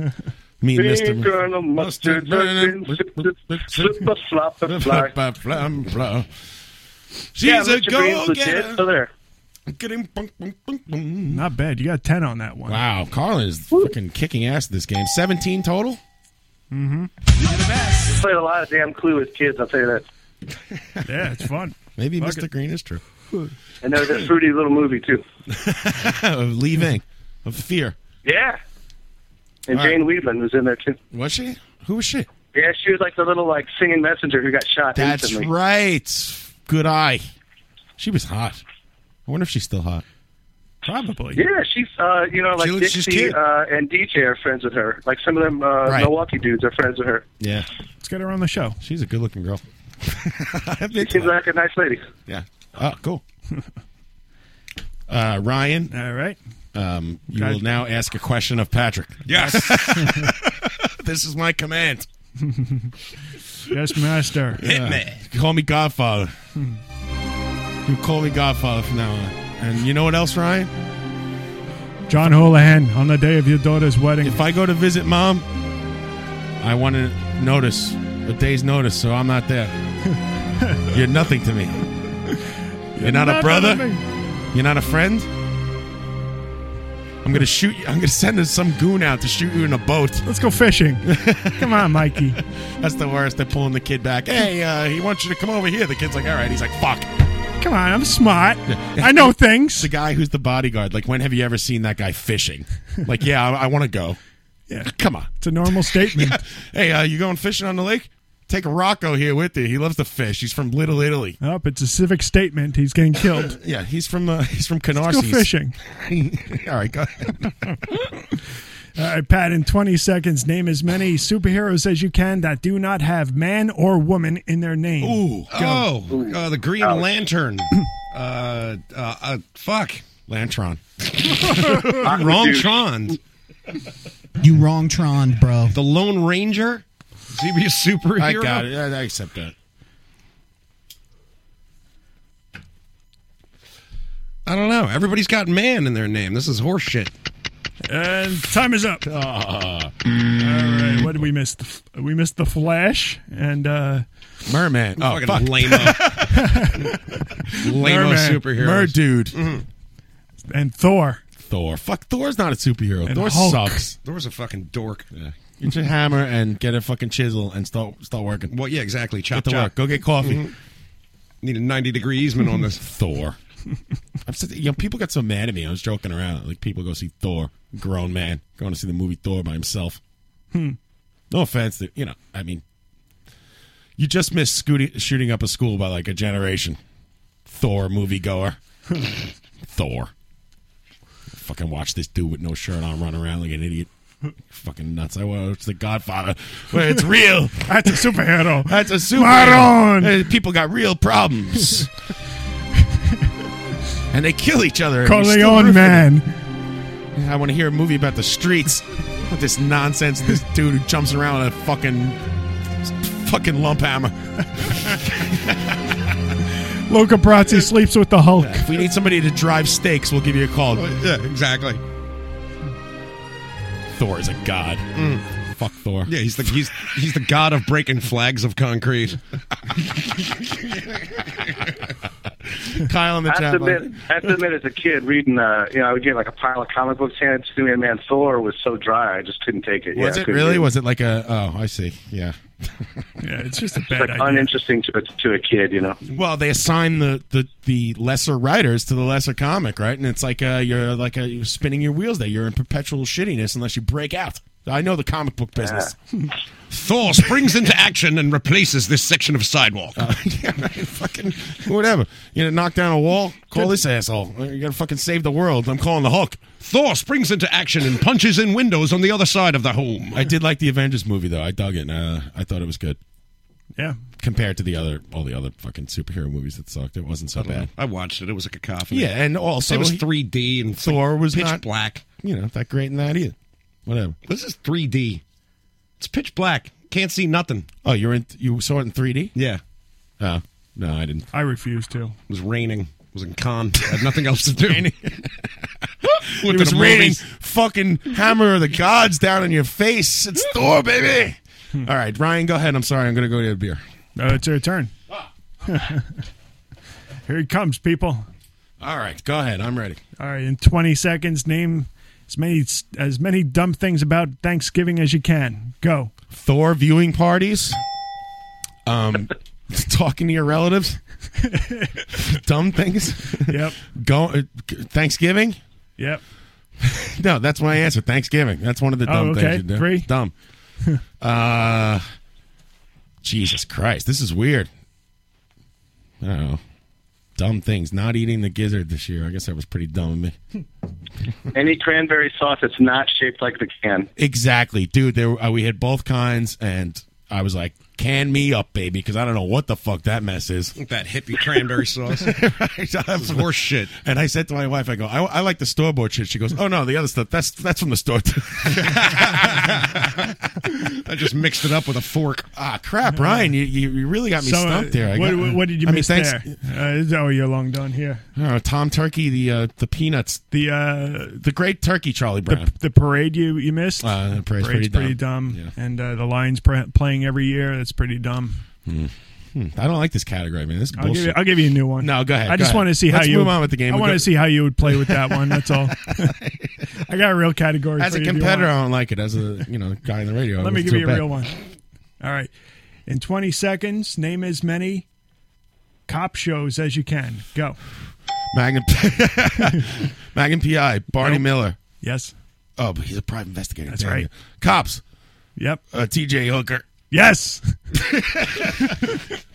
Speaker 4: Me and
Speaker 18: Big
Speaker 4: Mr.
Speaker 18: Colonel Mustard,
Speaker 4: Mustard.
Speaker 18: Mustard, Slipper, slopper, fly.
Speaker 4: Flap, flap, flap.
Speaker 18: Yeah,
Speaker 4: She's a
Speaker 18: Mr. Green's
Speaker 4: go
Speaker 18: legit. So
Speaker 4: getter.
Speaker 18: there.
Speaker 14: Not bad. You got 10 on that one.
Speaker 4: Wow, Carlin is fucking kicking ass in this game. 17 total?
Speaker 14: Mm-hmm.
Speaker 18: We played a lot of damn Clue as kids, I'll tell you that.
Speaker 14: Yeah, it's fun.
Speaker 4: Maybe
Speaker 14: Fuck
Speaker 4: Mr. Green is true.
Speaker 18: And there was that fruity little movie, too.
Speaker 4: of leaving, of fear.
Speaker 18: Yeah. And
Speaker 4: All right.
Speaker 18: Jane Weedman was in there, too.
Speaker 4: Was she? Who was she?
Speaker 18: Yeah, she was like the little like singing messenger who got shot
Speaker 4: That's
Speaker 18: instantly.
Speaker 4: right. Good eye. She was hot. I wonder if she's still hot.
Speaker 14: Probably.
Speaker 23: Yeah, she's uh, you know like
Speaker 2: She looks- she's
Speaker 23: Dixie
Speaker 2: cute.
Speaker 23: uh, and DJ are friends with her. Like some of them uh,
Speaker 4: Right.
Speaker 23: Milwaukee dudes are friends with her.
Speaker 4: Yeah.
Speaker 14: Let's get her on the show.
Speaker 4: She's a good looking girl.
Speaker 23: She seems like a nice lady.
Speaker 4: Yeah. Oh, cool. Uh, Ryan.
Speaker 14: All right.
Speaker 4: Um, you
Speaker 14: Okay.
Speaker 4: will now ask a question of Patrick.
Speaker 2: Yes.
Speaker 4: this is my command.
Speaker 14: yes, master. Hmm.
Speaker 4: Yeah. Call me Godfather. You call me Godfather from now on. And you know what else, Ryan?
Speaker 14: John Houlihan on the day of your daughter's wedding.
Speaker 4: If I go to visit mom, I want to notice a day's notice, so I'm not there. You're nothing to me. You're not a
Speaker 14: nothing
Speaker 4: brother.
Speaker 14: to me.
Speaker 4: You're not a friend. I'm gonna shoot you. I'm gonna send us some goon out to shoot you in a boat.
Speaker 14: Let's go fishing. come on, Mikey.
Speaker 4: That's the worst. They're pulling the kid back. Hey, uh, he wants you to come over here. The kid's like, all right. He's like, fuck.
Speaker 14: Come on, I'm smart. I know things.
Speaker 4: The guy who's the bodyguard. Like, when have you ever seen that guy fishing? Like, yeah, I, I want to go.
Speaker 14: Yeah,
Speaker 4: come on.
Speaker 14: It's a normal statement.
Speaker 4: Hey, uh, you going fishing on the lake? Take Rocco here with you. He loves to fish. He's from Little Italy.
Speaker 14: Up, it's a civic statement. He's getting killed.
Speaker 4: Yeah, he's from uh, he's from
Speaker 14: Let's go
Speaker 4: Canarsie.
Speaker 14: fishing.
Speaker 4: All right, go ahead.
Speaker 14: All right, Pat, in 20 seconds, name as many superheroes as you can that do not have man or woman in their name.
Speaker 2: Ooh.
Speaker 14: Go.
Speaker 2: Oh, uh, the Green Lantern. uh, uh, uh, fuck.
Speaker 4: Lantron.
Speaker 2: Wrong Tron.
Speaker 6: You wrong Tron, bro.
Speaker 2: The Lone Ranger? Is he be a superhero?
Speaker 4: I got it. I, I accept that.
Speaker 2: I don't know. Everybody's got man in their name. This is horseshit.
Speaker 14: And time is up.
Speaker 2: Ah.
Speaker 4: Mm.
Speaker 14: All right, what did we miss? The f- We missed the Flash and uh,
Speaker 4: Merman. Oh,
Speaker 2: Fucking
Speaker 4: fuck.
Speaker 2: lame-o. Lame-o
Speaker 14: Merman.
Speaker 2: superheroes.
Speaker 4: Merdude.
Speaker 14: and Thor.
Speaker 4: Thor. Fuck, Thor's not a superhero.
Speaker 14: And
Speaker 4: Thor
Speaker 14: Hulk.
Speaker 4: sucks.
Speaker 2: Thor's a fucking dork.
Speaker 4: Get your hammer and get a fucking chisel and start start working.
Speaker 2: Well, yeah, exactly. Chop,
Speaker 4: get to
Speaker 2: chop.
Speaker 4: work. Go get coffee.
Speaker 2: Mhm. Need a 90 degree easement on this.
Speaker 4: Thor. I'm so, you know, people got so mad at me. I was joking around. Like people go see Thor, grown man, going to see the movie Thor by himself.
Speaker 14: Hmm.
Speaker 4: No offense, to, you know. I mean, you just missed scooting, shooting up a school by like a generation. Thor moviegoer. Thor. Fucking watch this dude with no shirt on run around like an idiot. Fucking nuts. I watched The Godfather. Where it's real.
Speaker 14: That's a superhero.
Speaker 4: That's a superhero.
Speaker 14: Maron.
Speaker 4: Hey, People got real problems. and they kill each other. and you still
Speaker 14: Corleone
Speaker 4: root for
Speaker 14: Man.
Speaker 4: them. I want to hear a movie about the streets. Not this nonsense. This dude who jumps around with a fucking, fucking lump hammer.
Speaker 14: Luca Brasi sleeps with the Hulk.
Speaker 4: If we need somebody to drive stakes, we'll give you a call.
Speaker 2: Yeah, exactly.
Speaker 4: Thor is a god. Fuck Thor.
Speaker 2: Mm. Yeah, he's the he's he's the god of breaking flags of concrete.
Speaker 4: Kyle in the
Speaker 23: I have, to
Speaker 4: chat. line.
Speaker 23: admit, I have to admit, as a kid, reading, uh, you know, I would get like a pile of comic books handed to me, and man, Thor was so dry, I just couldn't take it.
Speaker 4: Was
Speaker 23: yeah,
Speaker 4: it really? Was it like a? Oh, I see. Yeah.
Speaker 14: Yeah, it's just a
Speaker 23: It's like uninteresting to a, to a kid, you know.
Speaker 4: Well, they assign the, the, the lesser writers to the lesser comic, right? And it's like uh, you're like uh you're spinning your wheels there. You're in perpetual shittiness unless you break out. I know the comic book business.
Speaker 2: Thor springs into action and replaces this section of sidewalk.
Speaker 4: Oh, fucking whatever. You know, knock down a wall. Call this asshole. You gotta fucking save the world. I'm calling the Hulk.
Speaker 2: Thor springs into action and punches in windows on the other side of the home.
Speaker 4: I did like the Avengers movie though. I dug it. And, uh, I thought it was good
Speaker 14: Yeah.
Speaker 4: compared to the other all the other fucking superhero movies that sucked. It wasn't so bad.
Speaker 2: I watched it. It was a cacophony.
Speaker 4: Yeah, and also
Speaker 2: it was
Speaker 4: he-
Speaker 2: 3D and
Speaker 4: Thor was
Speaker 2: pitch
Speaker 4: not-
Speaker 2: black.
Speaker 4: You know, that great in that either. Whatever.
Speaker 2: This is 3D. It's pitch black. Can't see nothing.
Speaker 4: Oh, you're in. You saw it in 3D.
Speaker 2: Yeah. Uh,
Speaker 4: Oh no, I didn't.
Speaker 14: I refuse to.
Speaker 2: It was raining. It was in con. I had nothing else to do.
Speaker 4: it
Speaker 2: to
Speaker 4: was
Speaker 2: the
Speaker 4: raining
Speaker 2: movies.
Speaker 4: fucking hammer of the gods down on your face. It's
Speaker 2: Hmm.
Speaker 4: Thor, baby. All right, Ryan, go ahead. I'm sorry. I'm going to go get a beer.
Speaker 14: No, Uh, it's your turn. Here he comes, people.
Speaker 4: All right, go ahead. I'm ready.
Speaker 14: All right, in 20 seconds, name as many as many dumb things about Thanksgiving as you can. Go.
Speaker 4: Thor viewing parties. Um, talking to your relatives. Dumb things.
Speaker 14: Yep.
Speaker 4: Go uh, Thanksgiving.
Speaker 14: Yep.
Speaker 4: No, that's my answer. Thanksgiving. That's one of the
Speaker 14: Oh,
Speaker 4: dumb
Speaker 14: okay.
Speaker 4: things you do.
Speaker 14: Three.
Speaker 4: Dumb. uh, Jesus Christ, this is weird. I don't know. dumb things. Not eating the gizzard this year. I guess that was pretty dumb of me.
Speaker 18: Any cranberry sauce that's not shaped like the can.
Speaker 4: Exactly, dude. There uh, we had both kinds, and I was like, "Can me up, baby," because I don't know what the fuck that mess is.
Speaker 2: That hippie cranberry sauce.
Speaker 4: That's horse shit. And I said to my wife, "I go, I, I like the store bought shit." She goes, "Oh no, the other stuff. That's that's from the store." I just mixed it up with a fork. Ah, crap, Ryan, you you, you really got me
Speaker 14: So, uh,
Speaker 4: stumped there. I
Speaker 14: what,
Speaker 4: got-
Speaker 14: what- what did you
Speaker 4: I mean,
Speaker 14: miss
Speaker 4: thanks-
Speaker 14: there? Uh, oh, you're long done here.
Speaker 4: Oh, Tom Turkey, the uh, the peanuts,
Speaker 14: the uh,
Speaker 4: the great turkey, Charlie Brown.
Speaker 14: The, the parade you, you missed.
Speaker 4: Uh, the parade's pretty
Speaker 14: dumb. And uh, the Lions pr- playing every year. That's pretty dumb.
Speaker 4: Hmm. Hmm. I don't like this category, man. This is
Speaker 14: I'll give,
Speaker 4: bullshit.
Speaker 14: you, I'll give you a new one.
Speaker 4: No, Oh, go ahead.
Speaker 14: I
Speaker 4: go
Speaker 14: just
Speaker 4: ahead.
Speaker 14: want to see
Speaker 4: Let's
Speaker 14: how you
Speaker 4: move on with the game.
Speaker 14: I
Speaker 4: We
Speaker 14: want
Speaker 4: go-
Speaker 14: to see how you would play with that one. That's all. I got a real category.
Speaker 4: As
Speaker 14: for
Speaker 4: a
Speaker 14: you if you
Speaker 4: competitor,
Speaker 14: want.
Speaker 4: I don't like it. As a you know guy in the radio, I
Speaker 14: Let me
Speaker 4: was
Speaker 14: give
Speaker 4: too
Speaker 14: you a
Speaker 4: bad.
Speaker 14: real one. All right. In 20 seconds, name as many cop shows as you can. Go.
Speaker 4: Magnum, Magnum PI, Barney
Speaker 14: Nope.
Speaker 4: Miller.
Speaker 14: Yes.
Speaker 4: Oh, but he's a private investigator.
Speaker 14: That's
Speaker 4: damn
Speaker 14: right.
Speaker 4: you. Cops.
Speaker 14: Yep.
Speaker 4: Uh, T.J. Hooker.
Speaker 14: Yes.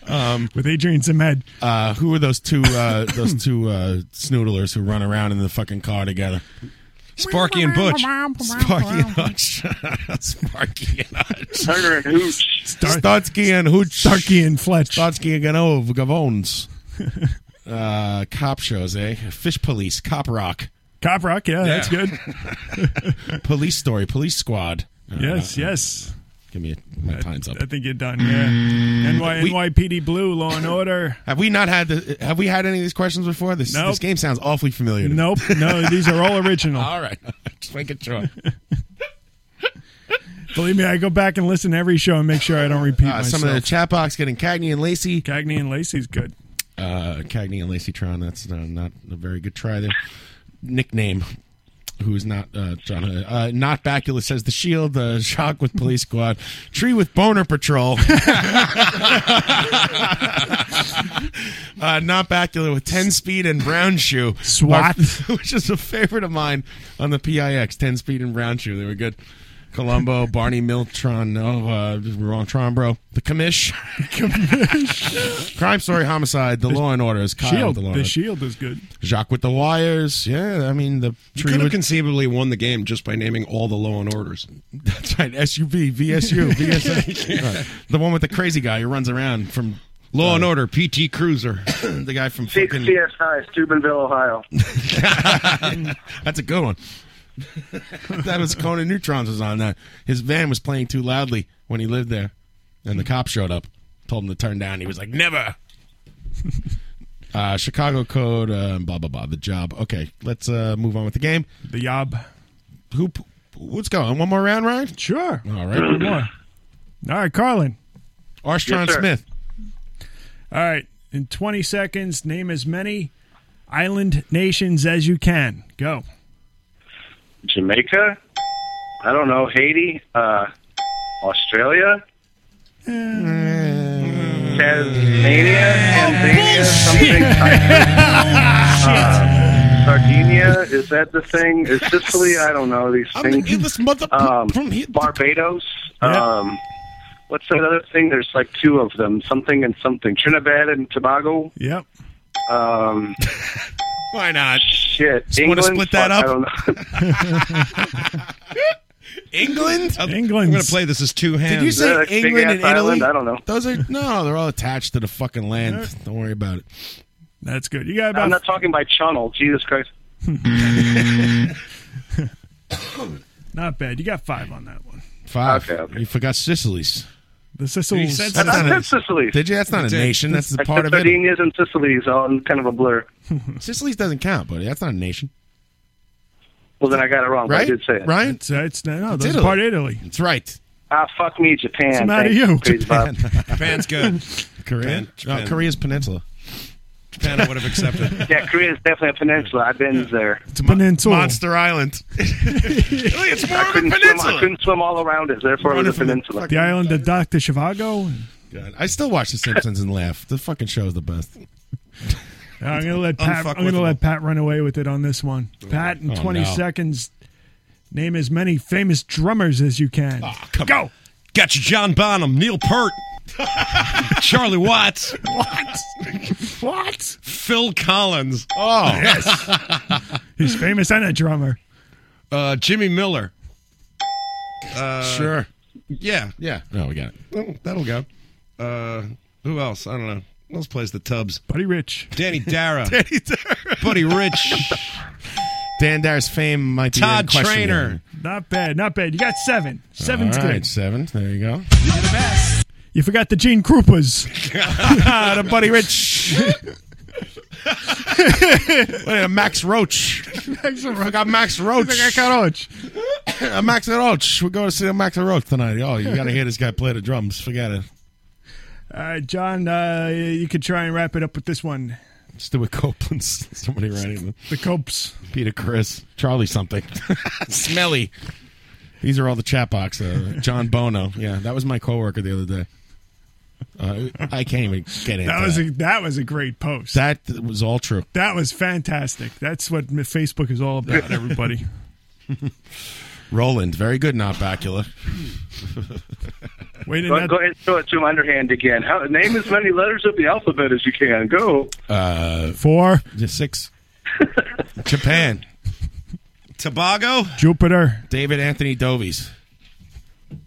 Speaker 4: Um,
Speaker 14: With Adrian Zemed.
Speaker 4: Uh, who are those two? Uh, those two uh, snoodlers who run around in the fucking car together?
Speaker 2: Sparky and Butch.
Speaker 4: Sparky and Hutch. Sparky and Hutch.
Speaker 18: Turner and Hooch.
Speaker 4: Starsky and Hooch.
Speaker 14: Starkey and Fletch.
Speaker 4: Starsky and Ganov, Gavones. uh, cop shows, eh? Fish police, cop rock.
Speaker 14: Cop rock, yeah, that's
Speaker 4: Yeah.
Speaker 14: good.
Speaker 4: police story, police squad. Uh,
Speaker 14: Yes, yes. Uh,
Speaker 4: Give me a, my time's up.
Speaker 14: I think you're done.
Speaker 4: Mm.
Speaker 14: Yeah. NY, NYPD Blue, Law and Order.
Speaker 4: Have we not had the, Have we had any of these questions before? This
Speaker 14: Nope.
Speaker 4: this game sounds awfully familiar. To me.
Speaker 14: Nope. No, these are all original.
Speaker 4: all right, just making sure.
Speaker 14: Believe me, I go back and listen to every show and make sure I don't repeat
Speaker 4: Uh,
Speaker 14: myself.
Speaker 4: some of the chat box getting Cagney and Lacey.
Speaker 14: Cagney and Lacey's good.
Speaker 4: Uh, Cagney and Lacey Tron. That's uh, not a very good try there. Nickname. Who's not uh, John? Uh, not Bacula says the shield, the shock with police squad, tree with boner patrol. uh, not Bacula with 10 speed and brown shoe.
Speaker 14: SWAT.
Speaker 4: which is a favorite of mine on the PIX. 10 speed and brown shoe. They were good. Columbo, Barney Miltron. No, uh, wrong Tron, bro. The commish. Crime story, homicide, the, law and order is Kyle
Speaker 14: Shield.
Speaker 4: with the law. and
Speaker 14: The
Speaker 4: Order.
Speaker 14: Shield is good.
Speaker 4: Jacques with the wires. Yeah, I mean the
Speaker 2: You
Speaker 4: tree
Speaker 2: could have
Speaker 4: with
Speaker 2: conceivably won the game just by naming all the law and orders.
Speaker 4: that's right. SUV, VSU, VSA. All right. The one with the crazy guy who runs around from Law and Order, PT Cruiser. the guy from fucking
Speaker 18: CSI, Steubenville, Ohio.
Speaker 4: That's a good one. that was Conan Neutrons was on that. His van was playing too loudly when he lived there, and the
Speaker 14: Hmm.
Speaker 4: cop showed up, told him to turn down. He was like, "Never." uh, Chicago code, uh, blah blah blah. The job. Okay, let's uh, move on with the game.
Speaker 14: The job.
Speaker 4: Who? What's going? One more round, Ryan?
Speaker 14: Sure.
Speaker 4: All right, one
Speaker 14: more. All right, Carlin.
Speaker 4: Arstron Smith.
Speaker 14: All right. In 20 seconds, name as many island nations as you can. Go.
Speaker 18: Jamaica. I don't know. Haiti. Uh, Australia.
Speaker 4: Mm.
Speaker 18: Tasmania. Tanzania. Something. Uh, Sardinia. Is that the thing? Is Sicily? I don't know these things. um, Barbados. Um, what's that other thing? There's like two of them. Something and something. Trinidad and Tobago.
Speaker 14: Yep.
Speaker 18: Um,
Speaker 4: Why not?
Speaker 18: Shit.
Speaker 4: wanna
Speaker 18: England.
Speaker 4: split that
Speaker 18: Fuck,
Speaker 4: up?
Speaker 18: I don't know.
Speaker 4: England?
Speaker 14: England.
Speaker 2: I'm going to play this as two hands.
Speaker 4: Did you say England and Italy?
Speaker 18: know.
Speaker 4: Those are no, they're all attached to the fucking land. Don't worry about it.
Speaker 14: That's good. You got
Speaker 18: I'm
Speaker 14: about
Speaker 18: not talking by channel. Jesus Christ.
Speaker 14: not bad. You got five on that one.
Speaker 4: Five. You forgot Sicily's.
Speaker 14: The Sicily.
Speaker 4: That's
Speaker 18: I
Speaker 4: not
Speaker 18: said
Speaker 4: a-
Speaker 18: Sicily.
Speaker 4: Did you? That's not a nation. That's the
Speaker 18: I
Speaker 4: part
Speaker 18: said
Speaker 4: of it.
Speaker 18: Sardinia's and Sicily's all in kind of a blur.
Speaker 4: Sicily's doesn't count, buddy. That's not a nation.
Speaker 18: Well, then I got it wrong. But I
Speaker 4: Right?
Speaker 18: did say it.
Speaker 4: Right?
Speaker 14: It's, uh, it's, no,
Speaker 18: It's
Speaker 14: that's
Speaker 18: Italy.
Speaker 14: part of Italy.
Speaker 4: That's right.
Speaker 18: Ah, fuck me, Japan.
Speaker 14: What's the matter
Speaker 18: Thank
Speaker 14: with you?
Speaker 18: Crazy Bob.
Speaker 2: Japan's good.
Speaker 4: Korea?
Speaker 2: Japan, Japan.
Speaker 4: No, Korea's peninsula.
Speaker 2: Japan, I would have accepted.
Speaker 18: yeah, Korea's definitely a peninsula. I've been there.
Speaker 14: It's a peninsula.
Speaker 4: Monster Island. it's
Speaker 18: I couldn't swim. I couldn't swim all around it. Therefore, it was a peninsula.
Speaker 14: The island of Dr. Shivago.
Speaker 4: God, I still watch The Simpsons and laugh. The fucking show is the best.
Speaker 14: I'm gonna let Pat. I'm gonna
Speaker 4: Unfuckwithable.
Speaker 14: let Pat run away with it on this one. Pat, in
Speaker 4: Oh,
Speaker 14: 20
Speaker 4: no.
Speaker 14: seconds, name
Speaker 4: Ah,
Speaker 14: as many famous drummers as you can.
Speaker 2: Go. Got you, John Bonham, Neil Peart, Charlie Watts.
Speaker 1: What?
Speaker 2: What? Phil Collins. Oh,
Speaker 14: He's famous and a drummer.
Speaker 2: Uh, Jimmy Miller. Uh,
Speaker 4: Sure.
Speaker 2: Yeah. Yeah.
Speaker 4: No, we got it.
Speaker 2: That'll, that'll go. Uh, who else? I don't know. Who else plays the Tubs?
Speaker 14: Buddy Rich.
Speaker 2: Danny Dara.
Speaker 4: Danny
Speaker 2: Dara. Buddy Rich.
Speaker 4: Dan Dar's fame might be in
Speaker 14: Todd
Speaker 4: question
Speaker 14: Trainer.
Speaker 4: here.
Speaker 14: Not bad, not bad. You got seven. Seven's
Speaker 4: All right,
Speaker 14: good.
Speaker 4: seven. There you go.
Speaker 14: You forgot the Gene Krupas.
Speaker 4: Ah, the Buddy Rich. Wait, a Max Roach. Max Roach. got Max Roach.
Speaker 14: I got Roach.
Speaker 4: a Max Roach. We're going to see a Max Roach tonight. Oh, you got to hear this guy play the drums. Forget it.
Speaker 14: All right, John, uh, you could try and wrap it up with this one.
Speaker 4: Stuart Copeland's somebody writing them.
Speaker 14: The Copes.
Speaker 4: Peter Chris. Charlie something. Smelly. These are all the chat box. Uh, John Bono. Yeah, that was my coworker the other day. Uh, I can't even get into
Speaker 14: That was a, that was a great post.
Speaker 4: that was all true.
Speaker 14: That was fantastic. That's what m- Facebook is all about, everybody.
Speaker 4: Roland, very good, not Bacula.
Speaker 14: Wait,
Speaker 23: go, go ahead and throw it to him underhand again. How, name as many letters of the alphabet as you can. Go.
Speaker 4: Uh,
Speaker 14: Four.
Speaker 4: Six. Japan.
Speaker 2: Tobago.
Speaker 14: Jupiter.
Speaker 4: David Anthony Dovies.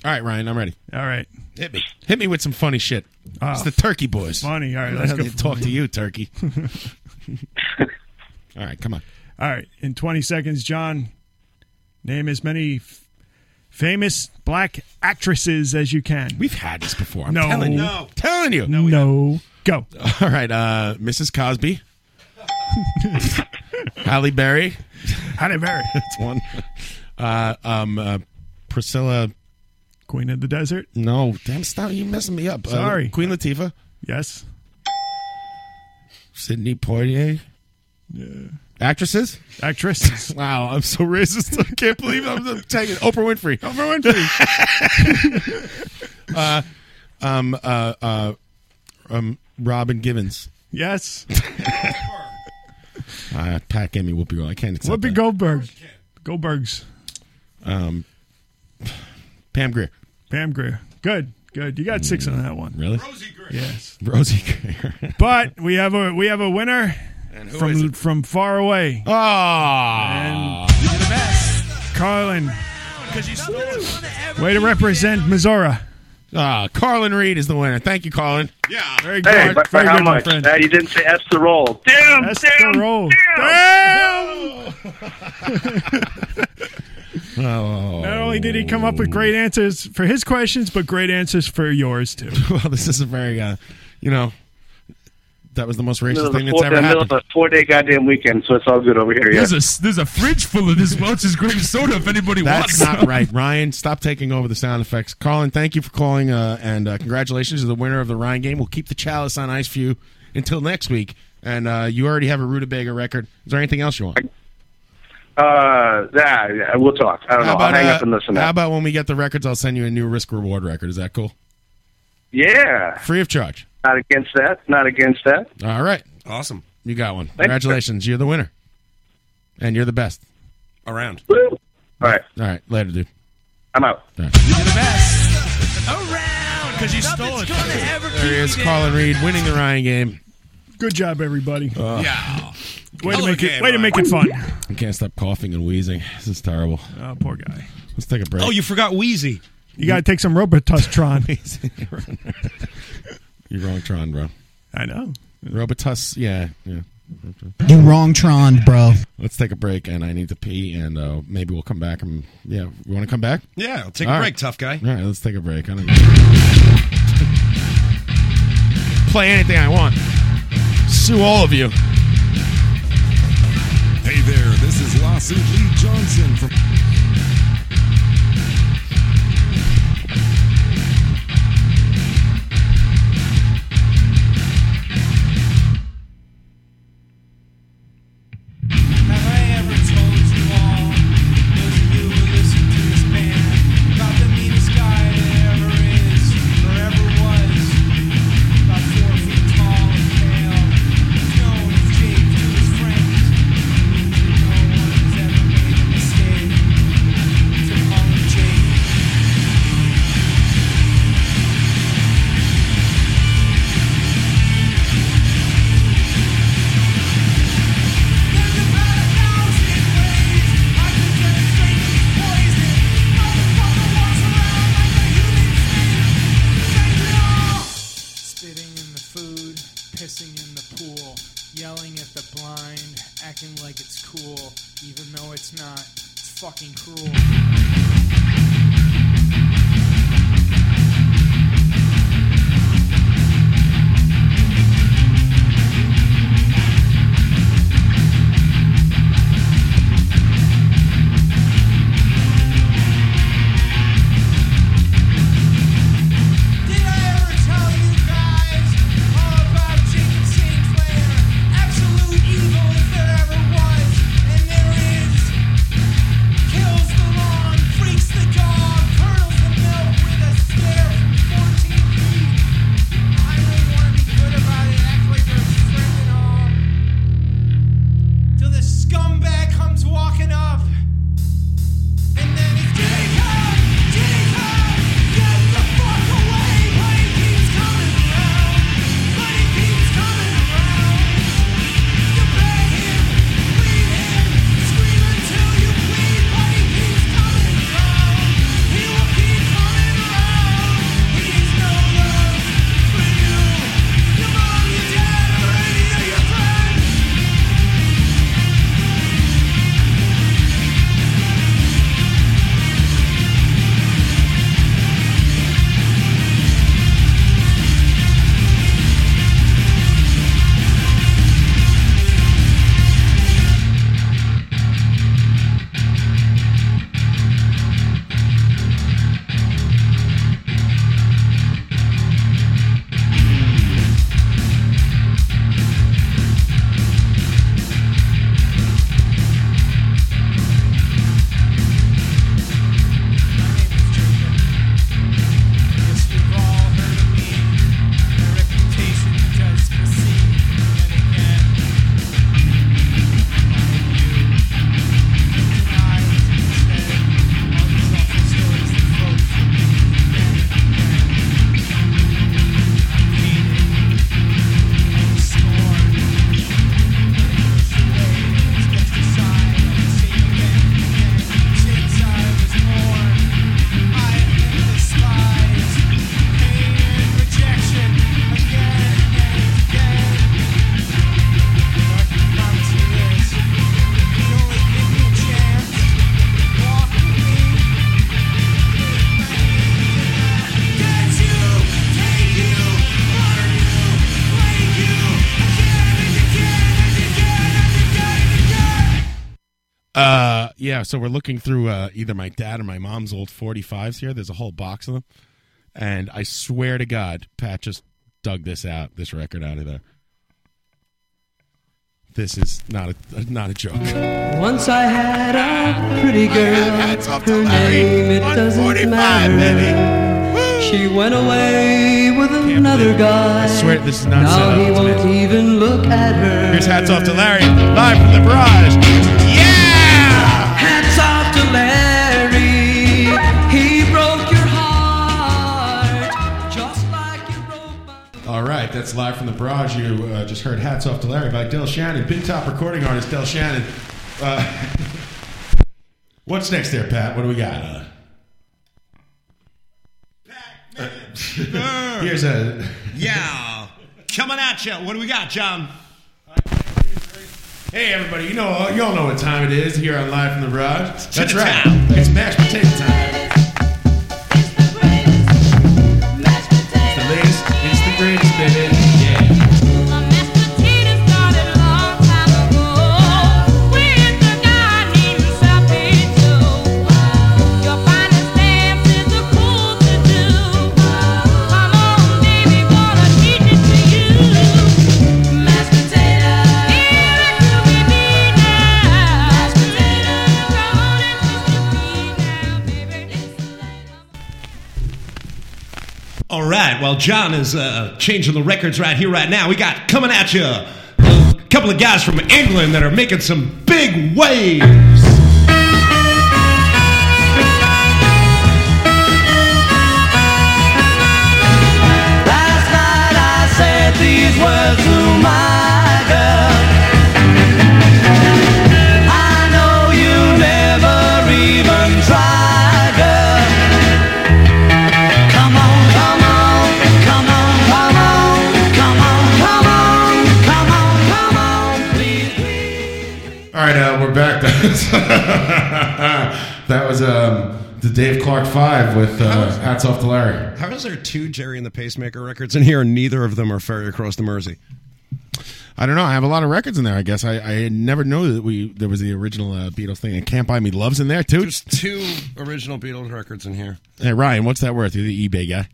Speaker 4: All right, Ryan, I'm ready.
Speaker 14: All right.
Speaker 4: Hit me. Hit me with some funny shit.
Speaker 14: Ah.
Speaker 4: it's the Turkey Boys.
Speaker 14: Funny. All right,
Speaker 4: I
Speaker 14: let's
Speaker 4: don't
Speaker 14: go
Speaker 4: need to
Speaker 14: for-
Speaker 4: talk to you, Turkey. All right, come on.
Speaker 14: All right, in 20 seconds, John, name as many f- famous black actresses as you can.
Speaker 4: We've had this before.
Speaker 14: no.
Speaker 4: telling you.
Speaker 14: no.
Speaker 4: Telling you.
Speaker 14: No. Go.
Speaker 4: All right, uh, Mrs. Cosby. Halle Berry.
Speaker 14: Halle Berry.
Speaker 4: That's one. Uh, um, uh, Priscilla.
Speaker 14: Queen of the Desert.
Speaker 4: No, damn, stop. You're messing me up. Uh,
Speaker 14: Sorry.
Speaker 4: Queen Latifah.
Speaker 14: Yes.
Speaker 4: Sydney Poitier.
Speaker 14: Yeah.
Speaker 4: Actresses?
Speaker 14: Actresses.
Speaker 4: wow, I'm so racist. I can't believe I'm I'm taking Oprah Winfrey.
Speaker 14: Oprah Winfrey.
Speaker 4: uh, um, uh, uh, um, Robin Gibbons.
Speaker 14: Yes.
Speaker 4: Uh, Pat Emmy Whoopi Goldberg. I can't accept
Speaker 14: Whoopi Goldberg. Goldberg's.
Speaker 4: that. Um, Pam Grier.
Speaker 14: Pam Grier. Good. Good. You got six on that one.
Speaker 4: Really?
Speaker 14: Rosie Grier. Yes.
Speaker 4: Rosie Grier.
Speaker 14: But we have a we have a winner
Speaker 4: who
Speaker 14: from
Speaker 4: is Ah.
Speaker 14: from far away.
Speaker 4: Oh. And
Speaker 14: you're the best. Carlin. Way to represent Missouri.
Speaker 4: Ah, Carlin Reed is the winner. Thank you, Carlin.
Speaker 2: Yeah.
Speaker 14: Very good.
Speaker 23: Hey, but by
Speaker 14: Very
Speaker 23: how
Speaker 14: good, my
Speaker 23: much?
Speaker 14: friend.
Speaker 23: Now you didn't say S the roll. Damn,
Speaker 14: That's
Speaker 23: damn,
Speaker 14: the roll.
Speaker 4: Oh.
Speaker 14: Not only did he come up with great answers for his questions, but great answers for yours too.
Speaker 4: well, this is a very, uh, you know, that was the most
Speaker 23: Middle
Speaker 4: racist
Speaker 23: of the
Speaker 4: thing
Speaker 23: four-
Speaker 4: that's
Speaker 23: in
Speaker 4: ever
Speaker 23: the middle
Speaker 4: happened.
Speaker 23: of a four day goddamn weekend, so it's all good over here. Yeah.
Speaker 11: There's a there's a fridge full of this Welch's grape soda if anybody wants.
Speaker 4: That's not
Speaker 11: some.
Speaker 4: right. Ryan, stop taking over the sound effects. Colin, thank you for calling, uh, and uh, congratulations to the winner of the Ryan game. We'll keep the chalice on ice for you until next week. And uh, you already have a rutabaga record. Is there anything else you want?
Speaker 23: Uh, nah, yeah, we'll talk. I don't know. I'll hang
Speaker 4: uh,
Speaker 23: up and listen.
Speaker 4: how
Speaker 23: Up.
Speaker 4: about when we get the records, I'll send you a new risk reward record. Is that cool?
Speaker 23: Yeah,
Speaker 4: Free of charge.
Speaker 23: not against that. Not against that.
Speaker 4: All right.
Speaker 2: Awesome.
Speaker 4: You got one.
Speaker 23: you.
Speaker 4: Congratulations. You're the winner. And you're the best.
Speaker 2: Around.
Speaker 23: Woo. All right.
Speaker 4: All right. Later, dude.
Speaker 23: I'm out.
Speaker 11: Around because you stole it.
Speaker 4: There he is, Colin Reed, winning the Ryan game.
Speaker 14: Good job, everybody.
Speaker 4: Uh.
Speaker 11: yeah.
Speaker 14: Way to
Speaker 11: Hello
Speaker 14: make
Speaker 11: again,
Speaker 14: it. Way to
Speaker 11: Ryan.
Speaker 14: make it fun.
Speaker 4: I can't stop coughing and wheezing. This is terrible.
Speaker 14: Oh, poor guy.
Speaker 4: Let's take a break.
Speaker 2: Oh, you forgot Wheezy.
Speaker 14: You got to take some Robotustron.
Speaker 4: You're wrong, Tron, bro.
Speaker 14: I
Speaker 4: Oh.
Speaker 14: know.
Speaker 4: Robotus, yeah, yeah.
Speaker 6: You wrong Tron, bro.
Speaker 4: Let's take a break, and I need to pee, and uh, maybe we'll come back. And yeah, you want to come back?
Speaker 2: Yeah, I'll take a
Speaker 4: All
Speaker 2: break,
Speaker 4: right.
Speaker 2: tough guy.
Speaker 4: All right, let's take a break. I don't know. Play anything I want. Sue all of you.
Speaker 13: Hey there, this is Lawsuit Lee Johnson from.
Speaker 1: Thank you
Speaker 4: Uh, yeah, so we're looking through uh, either my dad or my mom's old 45s here. There's a whole box of them. And I swear to God, Pat just dug this out, this record out of there. This is not a not a joke.
Speaker 7: Once I had a pretty girl. Her name, it doesn't matter. She went away with another guy.
Speaker 4: I swear this is not set
Speaker 7: Now
Speaker 4: up.
Speaker 7: he
Speaker 4: It's
Speaker 7: won't even look at her.
Speaker 4: Here's hats off to Larry, live from the barrage.
Speaker 7: Hats off to Larry. He broke your heart. Just like you
Speaker 4: All right, that's live from the barrage. You uh, just heard "Hats Off to Larry" by Del Shannon, big top recording artist Del Shannon. Uh, what's next there, Pat? What do we got? Uh, Uh, here's a
Speaker 2: yeah, coming at you. What do we got, John?
Speaker 4: Hey everybody, you know you all know what time it is here on Live from the Barrage.
Speaker 2: To
Speaker 4: That's
Speaker 2: the
Speaker 4: right,
Speaker 2: town.
Speaker 4: it's mashed potato time. It's the latest, it's the greatest, baby. Yeah.
Speaker 2: All right. Well, John is uh, changing the records right here, right now. We got coming at you a couple of guys from England that are making some big waves.
Speaker 7: Last night I said these words to my girl. I know you never even tried, girl. Come on, come on, come on, come on, come on, come on, come on, come on, please.
Speaker 4: All right, uh, we're back. that was um, the Dave Clark Five with uh, "Hats Off to Larry."
Speaker 2: How is there two Jerry and the Pacemaker records in here, and neither of them are Ferry Across the Mersey?
Speaker 4: I don't know. I have a lot of records in there. I guess I, I never knew that we there was the original uh, Beatles thing, and "Can't Buy Me Love's" in there too.
Speaker 2: There's two original Beatles records in here.
Speaker 4: Hey Ryan, what's that worth? You're the eBay guy.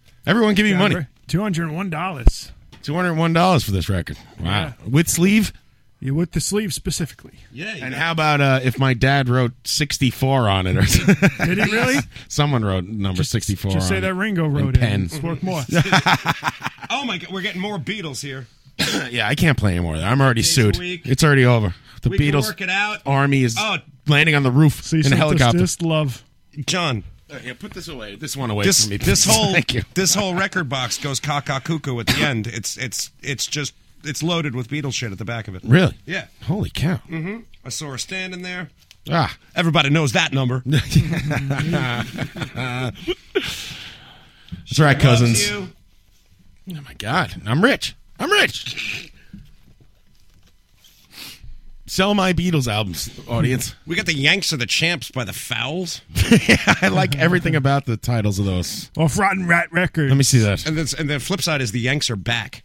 Speaker 4: Everyone, give me money.
Speaker 14: Two hundred and one dollars.
Speaker 4: Two hundred one dollars for this record. Wow, with sleeve.
Speaker 14: Yeah, with the sleeve specifically.
Speaker 2: Yeah.
Speaker 4: And how about uh, if my dad wrote sixty four on it? Or Did
Speaker 14: he really?
Speaker 4: Someone wrote number sixty four.
Speaker 14: Just say that Ringo wrote it.
Speaker 4: Pen.
Speaker 14: It's worth more.
Speaker 2: oh my God, we're getting more Beatles here.
Speaker 4: yeah, I can't play anymore. I'm already sued.
Speaker 2: week.
Speaker 4: It's already over. The
Speaker 2: We can
Speaker 4: Beatles
Speaker 2: work it out.
Speaker 4: army is
Speaker 2: Oh.
Speaker 4: landing on the roof in a helicopter.
Speaker 14: love,
Speaker 2: John.
Speaker 4: yeah, put this away. This one away
Speaker 2: this,
Speaker 4: from me.
Speaker 2: This
Speaker 4: please.
Speaker 2: whole
Speaker 4: Thank you.
Speaker 2: this whole record box goes caca cuckoo at the end. It's it's it's just it's loaded with Beatles shit at the back of it.
Speaker 4: Really?
Speaker 2: Yeah.
Speaker 4: Holy cow.
Speaker 2: Mm-hmm. I saw her standing there.
Speaker 4: Ah.
Speaker 2: Everybody knows that number.
Speaker 4: That's right, cousins.
Speaker 2: you.
Speaker 4: Oh my god, I'm rich. I'm rich. Sell my Beatles albums, audience.
Speaker 2: We got the Yanks of the Champs by the Fowls.
Speaker 4: I like everything about the titles of those.
Speaker 14: Off Rotten Rat Records.
Speaker 4: Let me see that.
Speaker 2: And then and the flip side is the Yanks are back.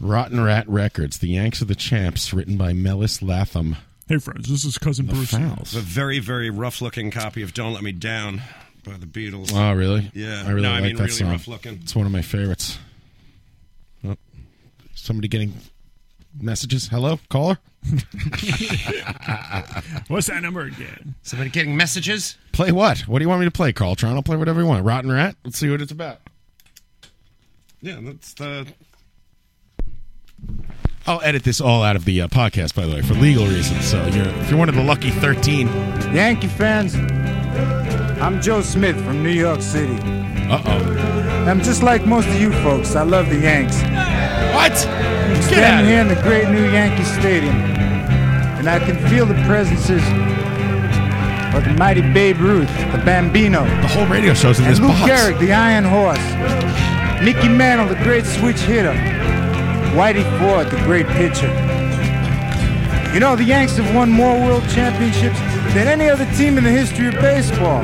Speaker 4: Rotten Rat Records, The Yanks of the Champs, written by Mellis Latham.
Speaker 14: Hey friends, this is cousin Bruce.
Speaker 2: It's a very very rough looking copy of Don't Let Me Down by the Beatles.
Speaker 4: Oh, really?
Speaker 2: Yeah.
Speaker 4: I really
Speaker 2: no,
Speaker 4: like
Speaker 2: I mean
Speaker 4: that
Speaker 2: really
Speaker 4: song.
Speaker 2: rough looking.
Speaker 4: It's one of my favorites. Oh, somebody getting messages. Hello, caller.
Speaker 14: What's that number again?
Speaker 2: Somebody getting messages?
Speaker 4: Play what? What do you want me to play, Carltron? I'll play whatever you want. Rotten Rat. Let's see what it's about.
Speaker 2: Yeah, that's the
Speaker 4: I'll edit this all out of the uh, podcast, by the way, for legal reasons. So you're if you're one of the lucky thirteen.
Speaker 10: Yankee fans, I'm Joe Smith from New York City.
Speaker 4: Uh oh.
Speaker 10: I'm just like most of you folks. I love the Yanks.
Speaker 4: What?
Speaker 10: I'm standing here in the great new Yankee Stadium, and I can feel the presences of the mighty Babe Ruth, the Bambino, the
Speaker 4: whole radio show's in
Speaker 10: and
Speaker 4: this
Speaker 10: Lou
Speaker 4: box.
Speaker 10: Gehrig, the Iron Horse, Mickey Mantle, the great switch hitter, Whitey Ford, the great pitcher. You know, the Yanks have won more world championships than any other team in the history of baseball.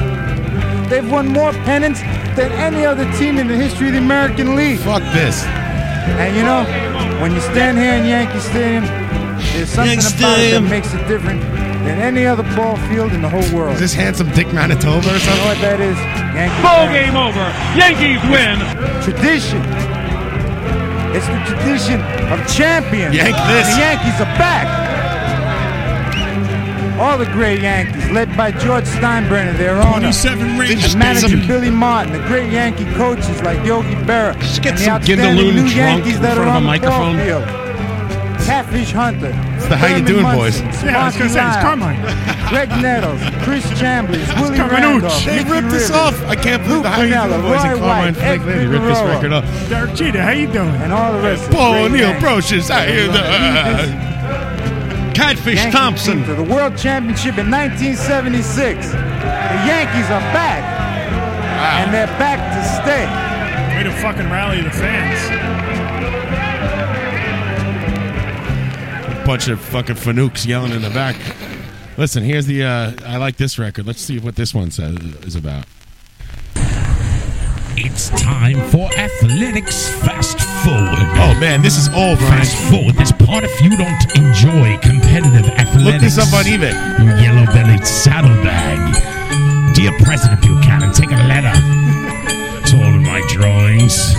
Speaker 10: They've won more pennants than any other team in the history of the American League.
Speaker 4: Fuck this.
Speaker 10: And you know, when you stand here in Yankee Stadium, there's something Yankee about it that Stadium. makes it different than any other ball field in the whole world.
Speaker 4: Is this handsome Dick Manitoba or
Speaker 10: You know
Speaker 4: something?
Speaker 10: what that is? Yankees.
Speaker 4: Ball
Speaker 10: game
Speaker 24: over. Yankees win.
Speaker 10: Tradition. It's the tradition of champions.
Speaker 4: Yank this.
Speaker 10: The Yankees are back. All the great Yankees, led by George Steinbrenner, their owner.
Speaker 4: 27 rings. They just need
Speaker 10: manager
Speaker 4: some-
Speaker 10: Billy Martin, the great Yankee coaches like Yogi Berra. Just
Speaker 4: get
Speaker 10: and the
Speaker 4: some
Speaker 10: outstanding
Speaker 4: Gindaloon
Speaker 10: new
Speaker 4: drunk
Speaker 10: Yankees
Speaker 4: in
Speaker 10: that
Speaker 4: front
Speaker 10: are
Speaker 4: of a
Speaker 10: on the ball
Speaker 4: microphone.
Speaker 10: field. Catfish Hunter.
Speaker 4: the How You
Speaker 10: Thurman
Speaker 4: Doing
Speaker 10: Munson,
Speaker 4: Boys. Yeah, I was
Speaker 10: Sparky
Speaker 4: gonna say, it's
Speaker 10: Lyle,
Speaker 4: Carmine.
Speaker 10: Greg Nettles, Chris Chambers, Willie
Speaker 4: Carmine
Speaker 10: Randolph,
Speaker 4: Hooch. They
Speaker 10: Mickey
Speaker 4: ripped this
Speaker 10: Rivers,
Speaker 4: off. I can't believe
Speaker 10: Lou
Speaker 4: the How You Doing
Speaker 10: Pinella,
Speaker 4: Boys and
Speaker 10: Roy
Speaker 4: Carmine
Speaker 10: White,
Speaker 4: Franklin,
Speaker 10: Ed
Speaker 4: they ripped this
Speaker 10: Figueroa,
Speaker 4: record off.
Speaker 14: Derek Jeter, how you doing? And
Speaker 10: all the rest. of the
Speaker 4: Paul
Speaker 10: great
Speaker 4: O'Neill,
Speaker 10: Yankees.
Speaker 4: Brocious, I hear the- Catfish
Speaker 10: Yankee
Speaker 4: Thompson.
Speaker 10: team To the World Championship in 1976. The Yankees are back. And they're back to stay.
Speaker 14: Way to fucking rally the fans.
Speaker 4: bunch of fucking fanooks yelling in the back. Listen, here's the. Uh, I like this record. Let's see what this one says is about.
Speaker 11: It's time for athletics fast forward.
Speaker 4: Oh man, this is old.
Speaker 11: Fast forward this part if you don't enjoy competitive
Speaker 4: Look
Speaker 11: athletics.
Speaker 4: this up on eBay.
Speaker 11: Yellow bellied saddlebag. Dear President Buchanan, take a letter to all of my drawings.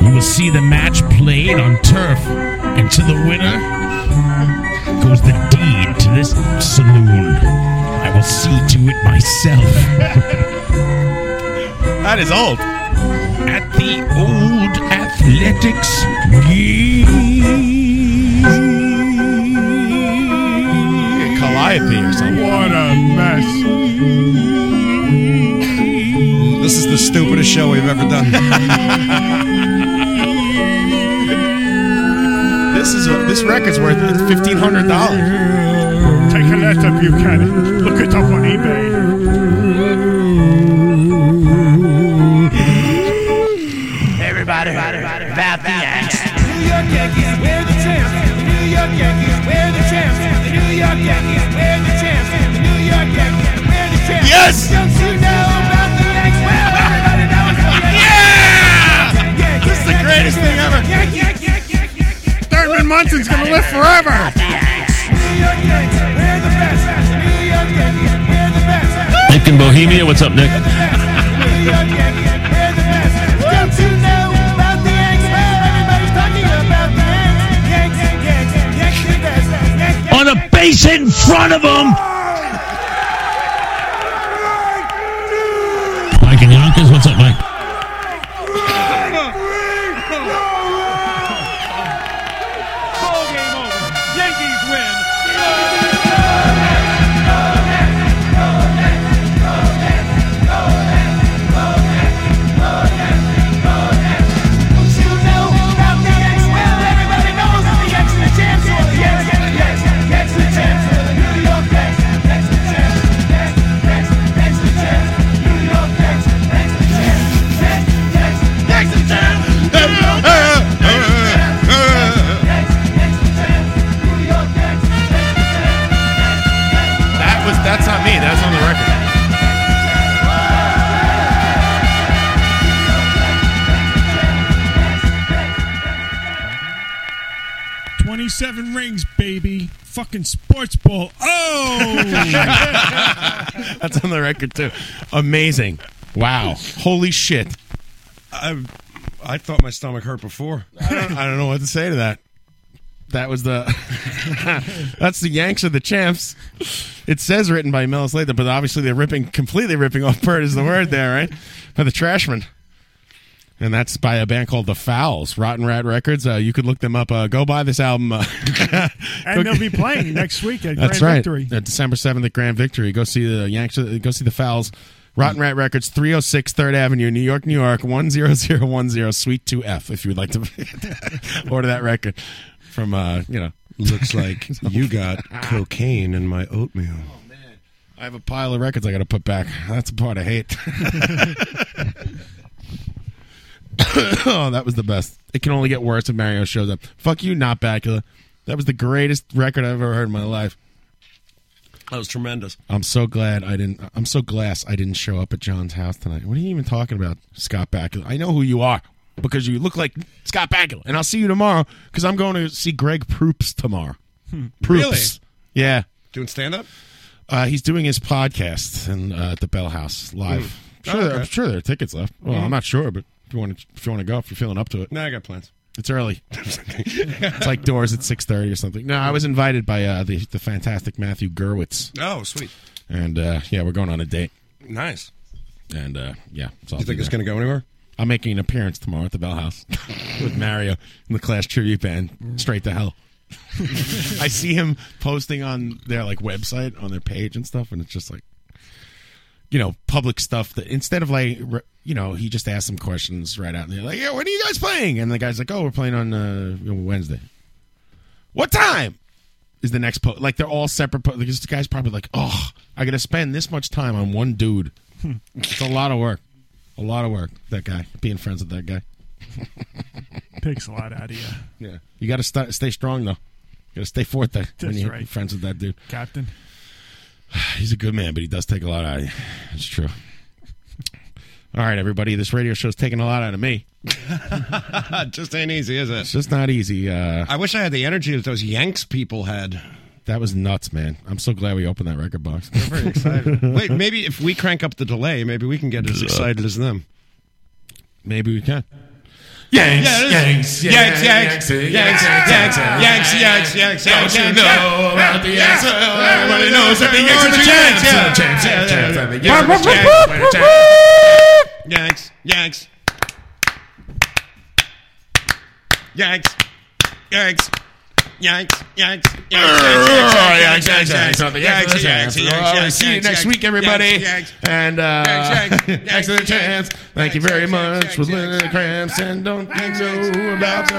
Speaker 11: You will see the match played on turf, and to the winner goes the deed to this saloon. I will see to it myself.
Speaker 4: That is old.
Speaker 11: At the old athletics game.
Speaker 4: Calliope or something.
Speaker 11: What a mess.
Speaker 2: This is the stupidest show we've ever done.
Speaker 4: this is this record's worth fifteen hundred dollars.
Speaker 14: Take a letter, Buchanan. Look it up on eBay.
Speaker 3: Everybody, about the Yanks. New York Yankees, we're the champs. The New York Yankees, we're the champs. The New York Yankees, we're the champs. The New York Yankees, we're the champs.
Speaker 4: Yes!
Speaker 3: Don't you know about the Yanks? Well, everybody knows the Yanks.
Speaker 4: Ah!
Speaker 3: Yeah! This is the greatest thing ever.
Speaker 4: Thurman Munson's gonna live forever.
Speaker 3: New York Yankees, we're the best. New York Yankees, we're the best.
Speaker 24: Nick Bohemia, what's up, Nick?
Speaker 3: New York Yankees, we're the best. Don't you know about the Yanks? Well, everybody's talking about the Yanks. Yanks, Yanks, Yanks, the best. Yanks, Yanks.
Speaker 11: On a base in front of him. Mike and Yonkers, what's up, Mike?
Speaker 4: That was that's not me. That's on the record.
Speaker 14: Twenty-seven rings, baby. Fucking sports ball. Oh.
Speaker 4: That's on the record too. Amazing. Wow. Holy shit.
Speaker 2: I, I thought my stomach hurt before.
Speaker 4: I don't, I don't know what to say to that. That was the. that's the Yanks of the champs. It says written by Mel Slater, but obviously they're ripping, completely ripping off Bird is the word there, right? By the Trashman. And that's by a band called The Fowls, Rotten Rat Records. Uh, you could look them up. Uh, go buy this album. Uh,
Speaker 14: and they'll be playing next week at
Speaker 4: That's
Speaker 14: Grand
Speaker 4: right.
Speaker 14: Victory.
Speaker 4: Uh, December seventh at Grand Victory. Go see the Yanks. uh, Go see the Fowls. Rotten Rat Records, 306 3rd Avenue, New York, New York, 10010, Suite 2F, if you would like to order that record from, uh, you know.
Speaker 2: Looks like you got cocaine in my oatmeal.
Speaker 4: Oh, I have a pile of records I got to put back. That's the part I hate. oh, that was the best. It can only get worse if Mario shows up. Fuck you, not Bacula. That was the greatest record I've ever heard in my life.
Speaker 2: That was tremendous.
Speaker 4: I'm so glad I didn't. I'm so glass I didn't show up at John's house tonight. What are you even talking about, Scott Bakula? I know who you are because you look like Scott Bakula, and I'll see you tomorrow because I'm going to see Greg Proops tomorrow.
Speaker 2: Hmm.
Speaker 4: Proops, yeah.
Speaker 2: Doing stand up?
Speaker 4: Uh, he's doing his podcast in, uh, at the Bell House live.
Speaker 2: Mm.
Speaker 4: I'm sure,
Speaker 2: Oh,
Speaker 4: I'm
Speaker 2: okay.
Speaker 4: sure there are tickets left. Well,
Speaker 2: Mhm.
Speaker 4: I'm not sure, but if you want to, if you want to go, if you're feeling up to it.
Speaker 2: No, I got plans.
Speaker 4: It's early. it's like doors at six thirty or something. No, I was invited by uh, the the fantastic Matthew Gerwitz,
Speaker 2: Oh, sweet.
Speaker 4: and uh, yeah, we're going on a date.
Speaker 2: Nice.
Speaker 4: And uh, yeah, so
Speaker 2: You think it's gonna
Speaker 4: go anywhere? I'm making an appearance tomorrow at the Bell House with Mario in the Clash tribute band. Straight to hell. I see him posting on their like website on their page and stuff, and it's just like, you know, public stuff that instead of like, re- you know, he just asked some questions right out, and they're like, "Yeah, when are you guys playing?" And the guy's like, "Oh, we're playing on uh, you know, Wednesday." What time is the next post? Like they're all separate. Po- like, this guy's probably like, "Oh, I got to spend this much time on one dude.
Speaker 14: Hmm.
Speaker 4: it's a lot of work, a lot of work." That guy being friends with that guy.
Speaker 14: Takes a lot out of you.
Speaker 4: Yeah. You got to st- stay strong though. Got to stay forth there when
Speaker 14: That's
Speaker 4: you're
Speaker 14: right.
Speaker 4: friends with that dude.
Speaker 14: Captain.
Speaker 4: He's a good man, but he does take a lot out of you. That's true. All right, everybody. This radio show's taking a lot out of me.
Speaker 2: just ain't easy, is it?
Speaker 4: It's just not easy. Uh,
Speaker 2: I wish I had the energy that those Yanks people had.
Speaker 4: that was nuts, man. I'm so glad we opened that record box.
Speaker 2: Very excited. Wait, maybe if we crank up the delay, maybe we can get as excited as them.
Speaker 4: Maybe we can.
Speaker 2: Yanks,
Speaker 4: yanks,
Speaker 2: yanks, yanks, yanks,
Speaker 4: yanks,
Speaker 2: yanks, yanks, yanks, yanks, yanks, yanks.
Speaker 1: Don't you
Speaker 2: yanks,
Speaker 1: know
Speaker 2: yanks.
Speaker 1: about the Yanks?
Speaker 2: Yeah.
Speaker 1: Everybody knows that the Yanks are the
Speaker 2: Yanks,
Speaker 1: champs, the champs, the
Speaker 2: yeah. Yeah,
Speaker 1: champs,
Speaker 2: yeah,
Speaker 1: and the
Speaker 2: yeah.
Speaker 1: Yanks are the
Speaker 2: Yanks,
Speaker 1: champs, we're the
Speaker 2: Yanks, yanks, yanks, yanks, yanks, yanks, yanks, yanks, yanks, yanks, yanks, yanks, yanks, yanks, yanks,
Speaker 4: Well,
Speaker 2: yanks,
Speaker 4: See you
Speaker 2: yanks,
Speaker 4: next
Speaker 2: yanks,
Speaker 4: week,
Speaker 2: yanks,
Speaker 4: everybody.
Speaker 2: yanks.
Speaker 4: And uh,
Speaker 2: Yanks, yanks,
Speaker 4: excellent chance. Thank you very much for listening to Cramps and don't know about the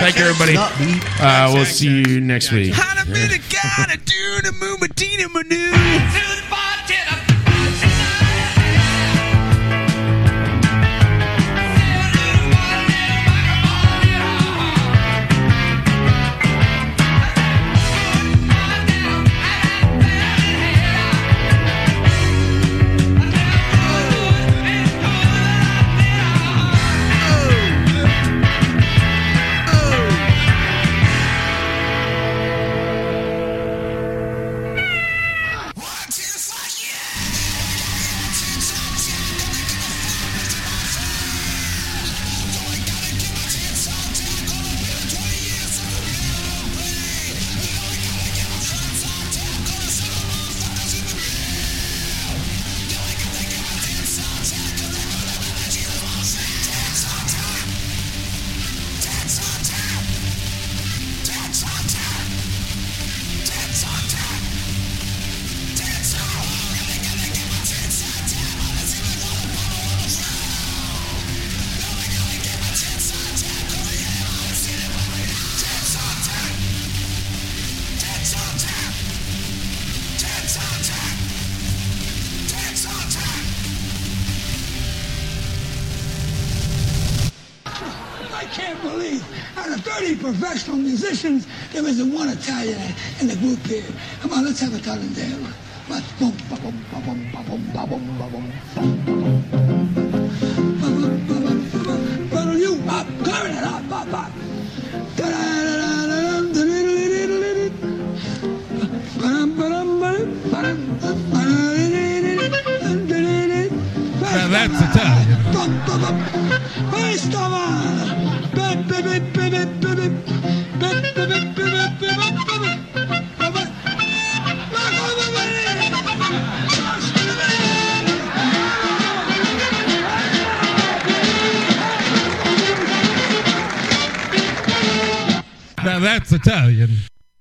Speaker 4: Thank you, everybody. Uh, we'll see you next week.
Speaker 1: gotta do to move Medina Manu.
Speaker 3: I can't believe out of 30 professional musicians, there isn't one Italian in the group here. Come on, let's have a talent down. But boom, ba-boom, ba-boom, ba-boom, ba-boom, ba-boom, ba-boom. Ba-boom, ba-boom, ba-boom. Brother, you up, clearing it up, up, up. Da-da-da-da-da-dum, da-da-da-da-da-da-da. Ba-dum, ba-dum, ba-dum, ba-dum, ba-dum, da-da-da-da-da-da, da-da-da. Bum, bum, bum. Questa va! Be, be, be, be, be, be, be. Be, be, be, be, be, be, be, be. Ma come venire? Lasciami venire!
Speaker 25: Now that's Italian.